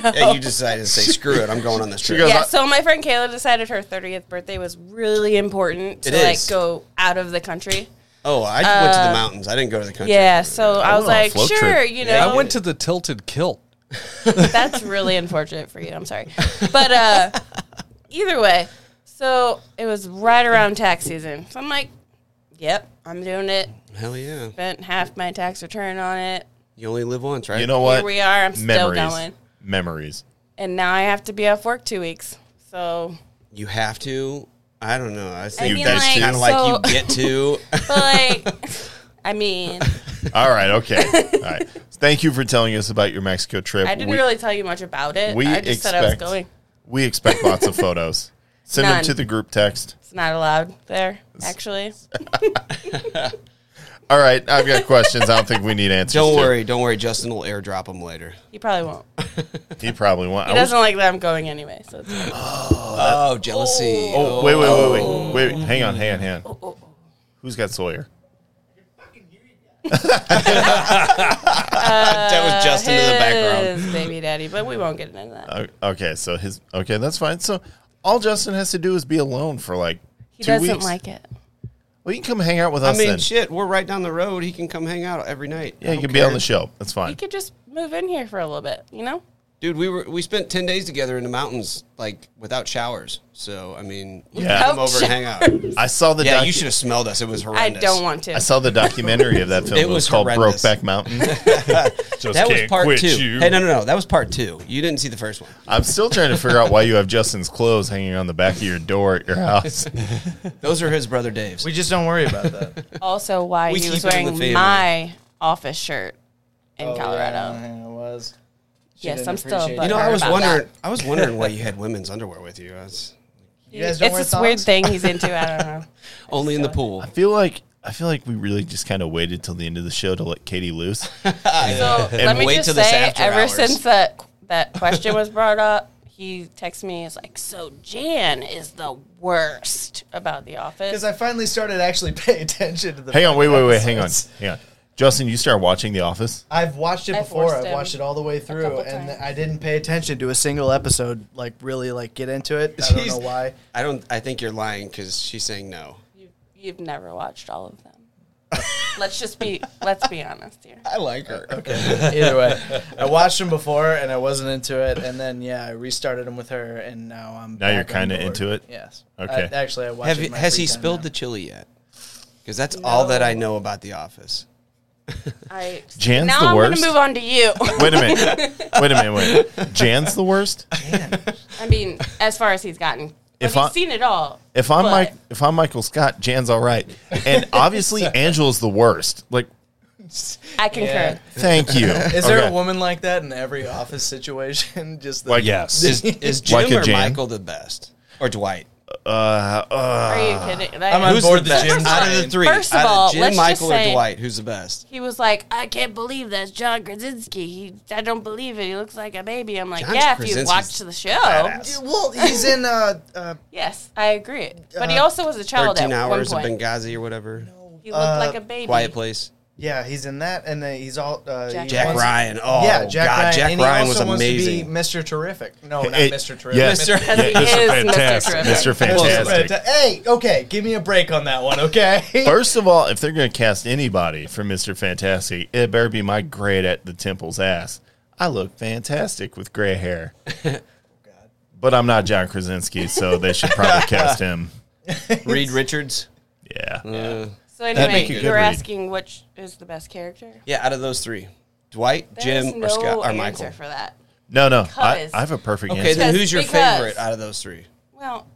[SPEAKER 10] go. *laughs* So-
[SPEAKER 8] Yeah, you decided to say, screw it, I'm going on this trip.
[SPEAKER 1] goes-
[SPEAKER 10] Yeah, so my friend Kayla decided her 30th birthday was really important to
[SPEAKER 8] It
[SPEAKER 10] like
[SPEAKER 8] is.
[SPEAKER 10] go out of the country.
[SPEAKER 8] Oh, I went to the mountains. I didn't go to the country.
[SPEAKER 10] uh, Yeah, so I,
[SPEAKER 1] went on
[SPEAKER 10] was
[SPEAKER 1] a
[SPEAKER 10] like,
[SPEAKER 1] float
[SPEAKER 10] sure,
[SPEAKER 1] trip.
[SPEAKER 10] you know,
[SPEAKER 7] I went to the Tilted Kilt.
[SPEAKER 10] that's really unfortunate for you. I'm sorry. But uh, either way, so it was right around tax season. So I'm like, yep, I'm doing it.
[SPEAKER 8] Hell yeah.
[SPEAKER 10] Spent half my tax return on it.
[SPEAKER 8] You only live once, right?
[SPEAKER 1] You know what?
[SPEAKER 10] Here we are. I'm still going.
[SPEAKER 1] Memories.
[SPEAKER 10] And now I have to be off work two weeks. So,
[SPEAKER 8] you have to. I don't know. I
[SPEAKER 10] I
[SPEAKER 8] think
[SPEAKER 10] mean,
[SPEAKER 1] guys
[SPEAKER 10] like,
[SPEAKER 1] kinda
[SPEAKER 8] kind
[SPEAKER 10] so,
[SPEAKER 8] of
[SPEAKER 10] *laughs*
[SPEAKER 8] like you get to. *laughs*
[SPEAKER 10] but like, I mean,
[SPEAKER 1] All right.
[SPEAKER 10] *laughs*
[SPEAKER 1] Okay. All right. Thank you for telling us about your Mexico trip.
[SPEAKER 10] I didn't
[SPEAKER 1] We-
[SPEAKER 10] really tell you much about it.
[SPEAKER 1] We
[SPEAKER 10] I just
[SPEAKER 1] expect
[SPEAKER 10] said I was going.
[SPEAKER 1] we expect lots
[SPEAKER 10] *laughs*
[SPEAKER 1] of photos. Send them
[SPEAKER 10] None.
[SPEAKER 1] to the group text.
[SPEAKER 10] It's not allowed there, actually.
[SPEAKER 1] All right, I've got questions. I don't think we need answers.
[SPEAKER 8] don't
[SPEAKER 1] to.
[SPEAKER 8] worry. Don't worry. Justin will airdrop them later.
[SPEAKER 10] He probably won't.
[SPEAKER 1] He probably won't.
[SPEAKER 10] He
[SPEAKER 1] I wish-
[SPEAKER 10] doesn't like that I'm going anyway. So it's fine.
[SPEAKER 8] Oh, jealousy.
[SPEAKER 1] oh, wait, wait, wait, wait, wait. Hang on, hang on, hang
[SPEAKER 10] Oh,
[SPEAKER 1] on. Who's got Sawyer?
[SPEAKER 8] that was Justin in the background. Uh,
[SPEAKER 10] His baby daddy, but we won't get into that.
[SPEAKER 1] O- Okay, so his. Okay, that's fine. So all Justin has to do is be alone for like
[SPEAKER 10] He
[SPEAKER 1] two
[SPEAKER 10] doesn't
[SPEAKER 1] weeks.
[SPEAKER 10] like it.
[SPEAKER 1] Well, you can come hang out with
[SPEAKER 8] I
[SPEAKER 1] us
[SPEAKER 8] mean,
[SPEAKER 1] then.
[SPEAKER 8] shit. We're right down the road. He can come hang out every night.
[SPEAKER 1] yeah,
[SPEAKER 8] I
[SPEAKER 1] you
[SPEAKER 8] don't
[SPEAKER 1] can be on
[SPEAKER 8] care.
[SPEAKER 1] the show. That's
[SPEAKER 10] He
[SPEAKER 1] fine.
[SPEAKER 10] could just move in here for a little bit, you know?
[SPEAKER 8] Dude, we were we spent ten days together in the mountains, like without showers. So I mean, you
[SPEAKER 1] Yeah.
[SPEAKER 8] can come over and hang out.
[SPEAKER 1] I saw the.
[SPEAKER 8] Yeah,
[SPEAKER 1] docu-
[SPEAKER 8] you should have smelled us. It was
[SPEAKER 10] I
[SPEAKER 8] horrendous.
[SPEAKER 10] don't want to.
[SPEAKER 1] I saw the documentary
[SPEAKER 8] *laughs*
[SPEAKER 1] of that film.
[SPEAKER 8] It
[SPEAKER 1] It was,
[SPEAKER 8] was
[SPEAKER 1] called
[SPEAKER 8] horrendous.
[SPEAKER 1] Brokeback Mountain.
[SPEAKER 8] *laughs*
[SPEAKER 6] Just
[SPEAKER 8] That was
[SPEAKER 6] can't
[SPEAKER 8] part
[SPEAKER 6] quit
[SPEAKER 8] two.
[SPEAKER 6] you.
[SPEAKER 8] Hey, no, no, no. That was part two. You didn't see the first one.
[SPEAKER 1] I'm still trying to figure out why you have Justin's clothes hanging on the back of your door at your
[SPEAKER 8] *laughs*
[SPEAKER 1] house.
[SPEAKER 8] Those are his brother Dave's.
[SPEAKER 9] We just don't worry about that.
[SPEAKER 10] also, why
[SPEAKER 8] We
[SPEAKER 10] he was
[SPEAKER 8] keep it in the family.
[SPEAKER 10] wearing my office shirt *laughs* in
[SPEAKER 9] Oh,
[SPEAKER 10] Colorado.
[SPEAKER 9] yeah, it was. She
[SPEAKER 10] Yes,
[SPEAKER 9] didn't
[SPEAKER 10] I'm still.
[SPEAKER 9] appreciate it.
[SPEAKER 10] butthurt
[SPEAKER 8] you know, I was
[SPEAKER 10] about
[SPEAKER 8] wondering.
[SPEAKER 10] that.
[SPEAKER 8] I was wondering why you had women's underwear with you. I was
[SPEAKER 9] You guys don't
[SPEAKER 10] It's
[SPEAKER 9] wear
[SPEAKER 10] this weird
[SPEAKER 9] thongs?
[SPEAKER 10] thing he's into. I
[SPEAKER 8] *laughs*
[SPEAKER 10] don't know.
[SPEAKER 8] only in the pool.
[SPEAKER 1] I feel like I feel like we really just kind of waited till the end of the show to let Katie loose.
[SPEAKER 10] So let me
[SPEAKER 8] wait
[SPEAKER 10] just
[SPEAKER 8] till this
[SPEAKER 10] say,
[SPEAKER 8] after
[SPEAKER 10] ever
[SPEAKER 8] hours.
[SPEAKER 10] since that that question was brought up, he texted me. He's like, "So Jan is the worst about the office."
[SPEAKER 9] Because I finally started actually *laughs* paying attention to the.
[SPEAKER 1] Hang on, wait, wait, wait,
[SPEAKER 8] *laughs*
[SPEAKER 1] hang on,
[SPEAKER 9] episodes.
[SPEAKER 1] hang on. Justin, you started watching The Office.
[SPEAKER 9] I've watched it
[SPEAKER 10] I
[SPEAKER 9] before.
[SPEAKER 10] forced
[SPEAKER 9] I've
[SPEAKER 10] him
[SPEAKER 9] watched it all the way through,
[SPEAKER 10] couple
[SPEAKER 9] and
[SPEAKER 10] times.
[SPEAKER 9] I didn't pay attention to a single episode. Like really, like get into it. I don't know
[SPEAKER 8] *laughs*
[SPEAKER 1] *laughs*
[SPEAKER 8] Jeez.
[SPEAKER 9] why.
[SPEAKER 8] I don't. I think you're lying because she's saying no.
[SPEAKER 10] You, you've never watched all of them. let's just be let's be honest here.
[SPEAKER 8] I like her. Okay.
[SPEAKER 9] Either way, I watched them before, and I wasn't into it. And then yeah, I restarted them with her, and now I'm.
[SPEAKER 1] Now you're
[SPEAKER 9] back on
[SPEAKER 1] kinda
[SPEAKER 9] board.
[SPEAKER 1] into it?
[SPEAKER 9] Yes.
[SPEAKER 1] Okay.
[SPEAKER 9] I, actually, I watched.
[SPEAKER 8] Have
[SPEAKER 9] it
[SPEAKER 8] you,
[SPEAKER 9] in my
[SPEAKER 8] has
[SPEAKER 9] free
[SPEAKER 8] he
[SPEAKER 9] time
[SPEAKER 8] spilled
[SPEAKER 9] now.
[SPEAKER 8] the chili yet? Because that's all that I know about The Office.
[SPEAKER 10] I
[SPEAKER 1] Jan's
[SPEAKER 10] now
[SPEAKER 1] the
[SPEAKER 10] I'm
[SPEAKER 1] worst?
[SPEAKER 10] gonna move on to you.
[SPEAKER 1] Wait a minute, wait a minute, wait. Jan's the worst.
[SPEAKER 10] I mean, as far as he's gotten, but
[SPEAKER 1] If
[SPEAKER 10] he's
[SPEAKER 1] I-
[SPEAKER 10] seen it all.
[SPEAKER 1] If I'm
[SPEAKER 10] But
[SPEAKER 1] Mike, if I'm Michael Scott, Jan's all right, and obviously Angela's the worst. Like,
[SPEAKER 10] I concur.
[SPEAKER 9] Yeah.
[SPEAKER 1] thank you.
[SPEAKER 9] Is there
[SPEAKER 1] Okay.
[SPEAKER 9] a woman like that in every *laughs* office situation? *laughs* Just the,
[SPEAKER 1] Like,
[SPEAKER 6] Yes.
[SPEAKER 8] Is Jim
[SPEAKER 1] Like a
[SPEAKER 8] or
[SPEAKER 1] Jan?
[SPEAKER 8] Michael the best or Dwight?
[SPEAKER 1] Uh,
[SPEAKER 10] Are
[SPEAKER 1] uh,
[SPEAKER 10] you kidding? That-
[SPEAKER 6] I'm on
[SPEAKER 9] Who's
[SPEAKER 6] board
[SPEAKER 9] the
[SPEAKER 6] the
[SPEAKER 9] best?
[SPEAKER 6] Jim.
[SPEAKER 10] First of
[SPEAKER 6] Out of the
[SPEAKER 10] all-
[SPEAKER 6] three,
[SPEAKER 10] first of
[SPEAKER 6] out
[SPEAKER 10] all,
[SPEAKER 6] Jim,
[SPEAKER 10] let's just
[SPEAKER 6] Michael, or
[SPEAKER 10] say-
[SPEAKER 6] Dwight, who's the best?
[SPEAKER 10] he was like, I can't believe that's John Krasinski. He, I don't believe it. He looks like a baby. I'm like,
[SPEAKER 8] John
[SPEAKER 10] yeah, if you
[SPEAKER 8] Krasinski's
[SPEAKER 10] watched the show.
[SPEAKER 9] Well, he's in. Uh, uh,
[SPEAKER 10] Yes, I agree. But he also was a child at
[SPEAKER 8] 13
[SPEAKER 10] one
[SPEAKER 8] Uh, hours of
[SPEAKER 10] point.
[SPEAKER 8] Benghazi or whatever.
[SPEAKER 10] He looked
[SPEAKER 9] Uh,
[SPEAKER 10] like a baby.
[SPEAKER 8] Quiet Place.
[SPEAKER 9] yeah, he's in that, and then he's all. Uh,
[SPEAKER 10] Jack
[SPEAKER 9] he
[SPEAKER 8] Jack
[SPEAKER 9] wants-
[SPEAKER 8] Ryan. Oh,
[SPEAKER 9] yeah, Jack
[SPEAKER 8] God.
[SPEAKER 9] Ryan.
[SPEAKER 8] Jack
[SPEAKER 9] and he
[SPEAKER 8] Ryan was
[SPEAKER 9] also wants
[SPEAKER 8] amazing.
[SPEAKER 9] To be Mr. Terrific. No, Oh, not
[SPEAKER 1] Hey,
[SPEAKER 9] Mr. Terrific.
[SPEAKER 1] yes.
[SPEAKER 9] Mr.
[SPEAKER 10] Because he is
[SPEAKER 1] Fantastic.
[SPEAKER 10] Mr.
[SPEAKER 1] Mr.
[SPEAKER 10] Terrific.
[SPEAKER 1] Fantastic.
[SPEAKER 9] Hey, okay, give me a break on that one, okay? *laughs*
[SPEAKER 1] First of all, if they're going to cast anybody for Mr. Fantastic, it better be my grade at the temple's ass. I look fantastic with gray hair. but I'm not John Krasinski, so they should probably cast him.
[SPEAKER 8] Reed Richards.
[SPEAKER 1] Yeah.
[SPEAKER 10] So anyway,
[SPEAKER 8] make you
[SPEAKER 10] you,
[SPEAKER 8] good
[SPEAKER 10] were
[SPEAKER 1] read.
[SPEAKER 10] asking which is the best character.
[SPEAKER 8] Yeah, out of those three, Dwight,
[SPEAKER 10] There's
[SPEAKER 8] Jim,
[SPEAKER 10] no
[SPEAKER 8] or Scott, or
[SPEAKER 10] answer
[SPEAKER 8] Michael.
[SPEAKER 10] for that.
[SPEAKER 1] No, no. I,
[SPEAKER 10] Cuz.
[SPEAKER 1] I have a perfect
[SPEAKER 8] Okay,
[SPEAKER 1] answer.
[SPEAKER 8] then who's your
[SPEAKER 10] Because-
[SPEAKER 8] favorite out of those three?
[SPEAKER 10] Well,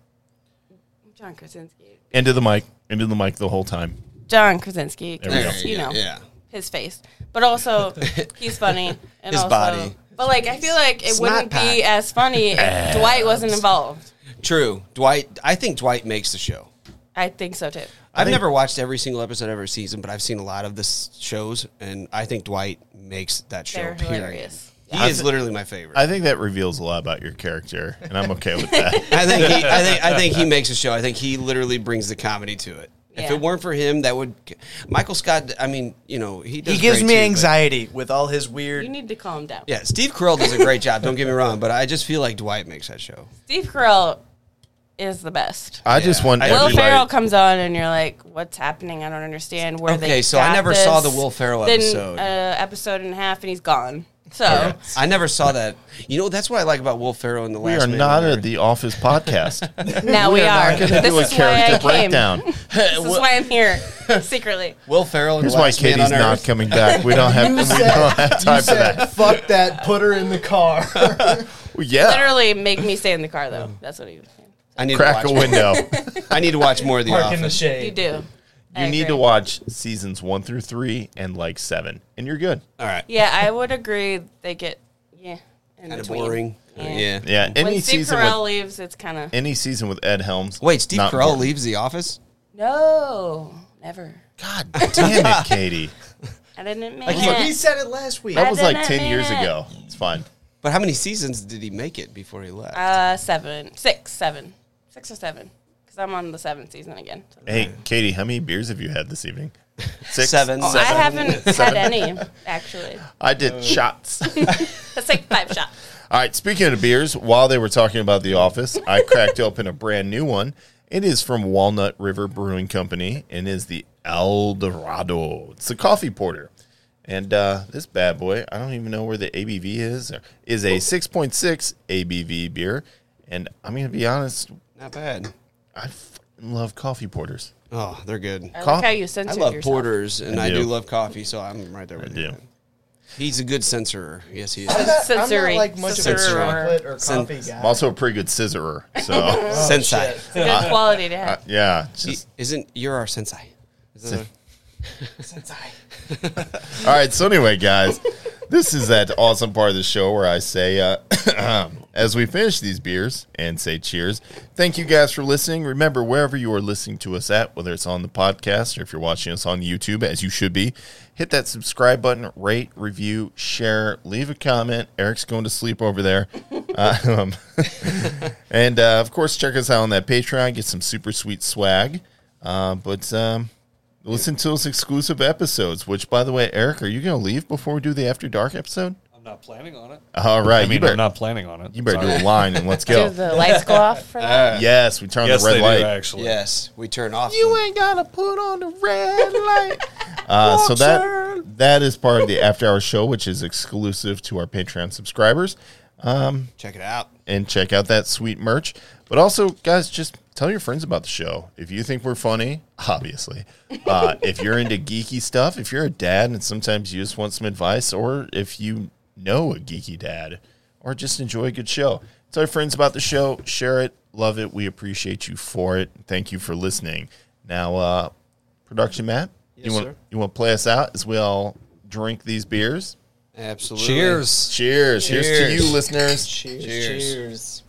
[SPEAKER 10] John Krasinski.
[SPEAKER 1] Into the mic. Into the mic the whole time.
[SPEAKER 10] John Krasinski, 'cause,
[SPEAKER 1] There we
[SPEAKER 8] go.
[SPEAKER 10] you know,
[SPEAKER 8] Yeah.
[SPEAKER 10] his face,
[SPEAKER 8] *laughs*
[SPEAKER 10] but also he's funny. And
[SPEAKER 8] His
[SPEAKER 10] also,
[SPEAKER 8] body.
[SPEAKER 10] But like, I feel like it
[SPEAKER 8] Snot
[SPEAKER 10] wouldn't
[SPEAKER 8] pack.
[SPEAKER 10] be as funny
[SPEAKER 8] *laughs*
[SPEAKER 10] if Dwight wasn't involved.
[SPEAKER 8] True. Dwight. I think Dwight makes the show.
[SPEAKER 10] I think so too.
[SPEAKER 8] I've never watched every single episode of every season, but I've seen a lot of the s- shows, and I think Dwight makes that show.
[SPEAKER 10] They're
[SPEAKER 8] period.
[SPEAKER 10] hilarious.
[SPEAKER 8] He is literally my favorite.
[SPEAKER 1] I think that reveals a lot about your character, and I'm okay with
[SPEAKER 8] *laughs*
[SPEAKER 1] that.
[SPEAKER 8] I think he, I think I
[SPEAKER 1] *laughs*
[SPEAKER 8] think he makes a show. I think he literally brings the comedy to it. If
[SPEAKER 10] Yeah.
[SPEAKER 8] it weren't for him, that would Michael Scott. I mean, you know, he does
[SPEAKER 9] he gives
[SPEAKER 8] great
[SPEAKER 9] me
[SPEAKER 8] too, but-
[SPEAKER 9] anxiety with all his weird.
[SPEAKER 10] You need to calm down.
[SPEAKER 8] Yeah, Steve Carell does a great job. Don't get me wrong, but I just feel like Dwight makes that show.
[SPEAKER 10] Steve Carell is the best.
[SPEAKER 1] I just want
[SPEAKER 8] I-
[SPEAKER 10] Will
[SPEAKER 1] everybody.
[SPEAKER 10] Ferrell comes on and you're like, "What's happening? I don't understand where they."
[SPEAKER 8] Okay, so I
[SPEAKER 10] got
[SPEAKER 8] never
[SPEAKER 10] this."
[SPEAKER 8] saw the Will Ferrell
[SPEAKER 10] Then,
[SPEAKER 8] episode.
[SPEAKER 10] uh, episode and a half, and he's gone. So
[SPEAKER 8] I never saw that. You know, that's what I like about Will Ferrell in the
[SPEAKER 1] We
[SPEAKER 8] last.
[SPEAKER 1] are
[SPEAKER 8] Man
[SPEAKER 1] not
[SPEAKER 8] on
[SPEAKER 1] a
[SPEAKER 8] Earth.
[SPEAKER 1] The Office podcast.
[SPEAKER 10] *laughs* now Oh, we, are.
[SPEAKER 1] We're gonna
[SPEAKER 10] This
[SPEAKER 1] do a
[SPEAKER 10] is why I
[SPEAKER 1] character
[SPEAKER 10] came.
[SPEAKER 1] breakdown.
[SPEAKER 10] This is why I'm here
[SPEAKER 8] *laughs*
[SPEAKER 10] secretly.
[SPEAKER 8] Will Ferrell. In
[SPEAKER 1] Here's
[SPEAKER 8] the
[SPEAKER 1] why
[SPEAKER 8] last Man
[SPEAKER 1] Katie's
[SPEAKER 8] on Earth.
[SPEAKER 1] not coming back. We
[SPEAKER 8] *laughs*
[SPEAKER 1] don't have we don't have time for that.
[SPEAKER 9] Fuck that! Put her in the car. *laughs*
[SPEAKER 1] Yeah,
[SPEAKER 10] Literally, make me stay in the car though. That's what he was saying.
[SPEAKER 8] I need
[SPEAKER 1] crack
[SPEAKER 8] to
[SPEAKER 1] a
[SPEAKER 8] watch. *laughs*
[SPEAKER 1] window.
[SPEAKER 8] I need to watch more of The
[SPEAKER 9] Park
[SPEAKER 8] Office.
[SPEAKER 9] in the shade.
[SPEAKER 10] You do. I
[SPEAKER 1] You need
[SPEAKER 10] agree.
[SPEAKER 1] to watch seasons one through three and like seven, and you're good.
[SPEAKER 8] All right.
[SPEAKER 10] Yeah, I would agree. They get yeah, in
[SPEAKER 8] Kind of
[SPEAKER 10] between.
[SPEAKER 8] boring. Yeah.
[SPEAKER 1] Yeah, any
[SPEAKER 10] When Steve
[SPEAKER 1] season
[SPEAKER 10] Carell
[SPEAKER 1] with
[SPEAKER 10] leaves, it's kind of
[SPEAKER 1] any season with Ed Helms.
[SPEAKER 8] Wait, Steve
[SPEAKER 1] not
[SPEAKER 8] Carell
[SPEAKER 1] important.
[SPEAKER 8] leaves The Office.
[SPEAKER 10] no, never.
[SPEAKER 1] God damn
[SPEAKER 8] *laughs*
[SPEAKER 1] it,
[SPEAKER 10] *laughs*
[SPEAKER 1] Katie.
[SPEAKER 10] I didn't mean
[SPEAKER 9] Look, he
[SPEAKER 10] it.
[SPEAKER 9] said it last week.
[SPEAKER 1] That was like
[SPEAKER 10] didn't
[SPEAKER 1] ten years
[SPEAKER 10] mean it.
[SPEAKER 1] ago. It's fine.
[SPEAKER 8] But how many seasons did he make it before he left?
[SPEAKER 10] Uh, seven, six, seven, six or seven. Because I'm on the seventh season again. So-
[SPEAKER 1] Hey, Katie, how many beers have you had this evening? Six,
[SPEAKER 8] Seven.
[SPEAKER 10] Oh,
[SPEAKER 1] *laughs*
[SPEAKER 10] I haven't had any actually.
[SPEAKER 1] I
[SPEAKER 8] Uh,
[SPEAKER 1] did shots.
[SPEAKER 10] Let's take five
[SPEAKER 1] *laughs*
[SPEAKER 10] shots.
[SPEAKER 1] All right, speaking of beers, while they were talking about The Office, I cracked open a brand new one. It is from Walnut River Brewing Company and is the El Dorado. It's a coffee porter. And uh, this bad boy, I don't even know where the ABV is, is a 6.6 ABV beer. And I'm going to be honest,
[SPEAKER 8] Not bad.
[SPEAKER 1] I f- love coffee porters.
[SPEAKER 8] Oh, they're good.
[SPEAKER 10] I
[SPEAKER 1] Cough.
[SPEAKER 10] like how you
[SPEAKER 8] I
[SPEAKER 10] censored
[SPEAKER 8] love
[SPEAKER 10] yourself.
[SPEAKER 8] porters, and I
[SPEAKER 1] I
[SPEAKER 8] do.
[SPEAKER 1] do.
[SPEAKER 8] love coffee, so I'm right there with you.
[SPEAKER 1] Yeah.
[SPEAKER 8] He's a good censorer. Yes,
[SPEAKER 10] *laughs*
[SPEAKER 8] he is.
[SPEAKER 10] Sensory.
[SPEAKER 9] I'm not like much of a
[SPEAKER 10] Sensory.
[SPEAKER 9] chocolate or
[SPEAKER 8] Sen-
[SPEAKER 9] coffee guy.
[SPEAKER 1] I'm also a pretty good scissorer.
[SPEAKER 8] *laughs*
[SPEAKER 1] So,
[SPEAKER 10] Oh,
[SPEAKER 8] sensei.
[SPEAKER 10] It's a
[SPEAKER 1] Uh,
[SPEAKER 10] good quality to have.
[SPEAKER 1] yeah.
[SPEAKER 8] He-
[SPEAKER 1] Just,
[SPEAKER 8] isn't you're our sensei? Is that
[SPEAKER 1] all right. So, anyway, guys, this is that awesome part of the show where I say, uh, *clears throat* as we finish these beers and say cheers, thank you guys for listening. Remember, wherever you are listening to us at, whether it's on the podcast or if you're watching us on YouTube, as you should be, hit that subscribe button, rate, review, share, leave a comment. Eric's going to sleep over there. Uh, *laughs* um, and uh, of course, check us out on that Patreon, get some super sweet swag. Uh, but um, listen to those exclusive episodes, which, by the way, Eric, are you going to leave before we do the After Dark episode?
[SPEAKER 7] I'm not planning on it.
[SPEAKER 1] All right,
[SPEAKER 7] I mean,
[SPEAKER 1] you better
[SPEAKER 7] I'm not planning on it.
[SPEAKER 1] you better
[SPEAKER 7] Sorry.
[SPEAKER 1] do a line and let's
[SPEAKER 10] Do
[SPEAKER 1] go.
[SPEAKER 10] the lights go off for
[SPEAKER 1] Uh,
[SPEAKER 10] that?
[SPEAKER 1] yes, we turn on
[SPEAKER 7] Yes,
[SPEAKER 1] the red
[SPEAKER 7] they
[SPEAKER 1] light.
[SPEAKER 7] do *laughs* actually.
[SPEAKER 8] yes, we turn off.
[SPEAKER 1] You
[SPEAKER 8] the-
[SPEAKER 1] ain't gotta put on the red light. *laughs* Uh, so that that is part of the after hour show, which is exclusive to our Patreon subscribers.
[SPEAKER 8] Check it out.
[SPEAKER 1] and check out that sweet merch. But also, guys, just tell your friends about the show. If you think we're funny, obviously. Uh, if you're into geeky stuff, if you're a dad and sometimes you just want some advice, or if you know a geeky dad, or just enjoy a good show, tell your friends about the show. Share it, love it. We appreciate you for it. Thank you for listening. Now, uh, production Matt, you want
[SPEAKER 8] sir.
[SPEAKER 1] you want to play us out as we all drink these beers.
[SPEAKER 8] Absolutely.
[SPEAKER 7] Cheers.
[SPEAKER 1] Cheers! Here's to
[SPEAKER 8] Cheers.
[SPEAKER 1] you, listeners.
[SPEAKER 8] Cheers.
[SPEAKER 9] Cheers.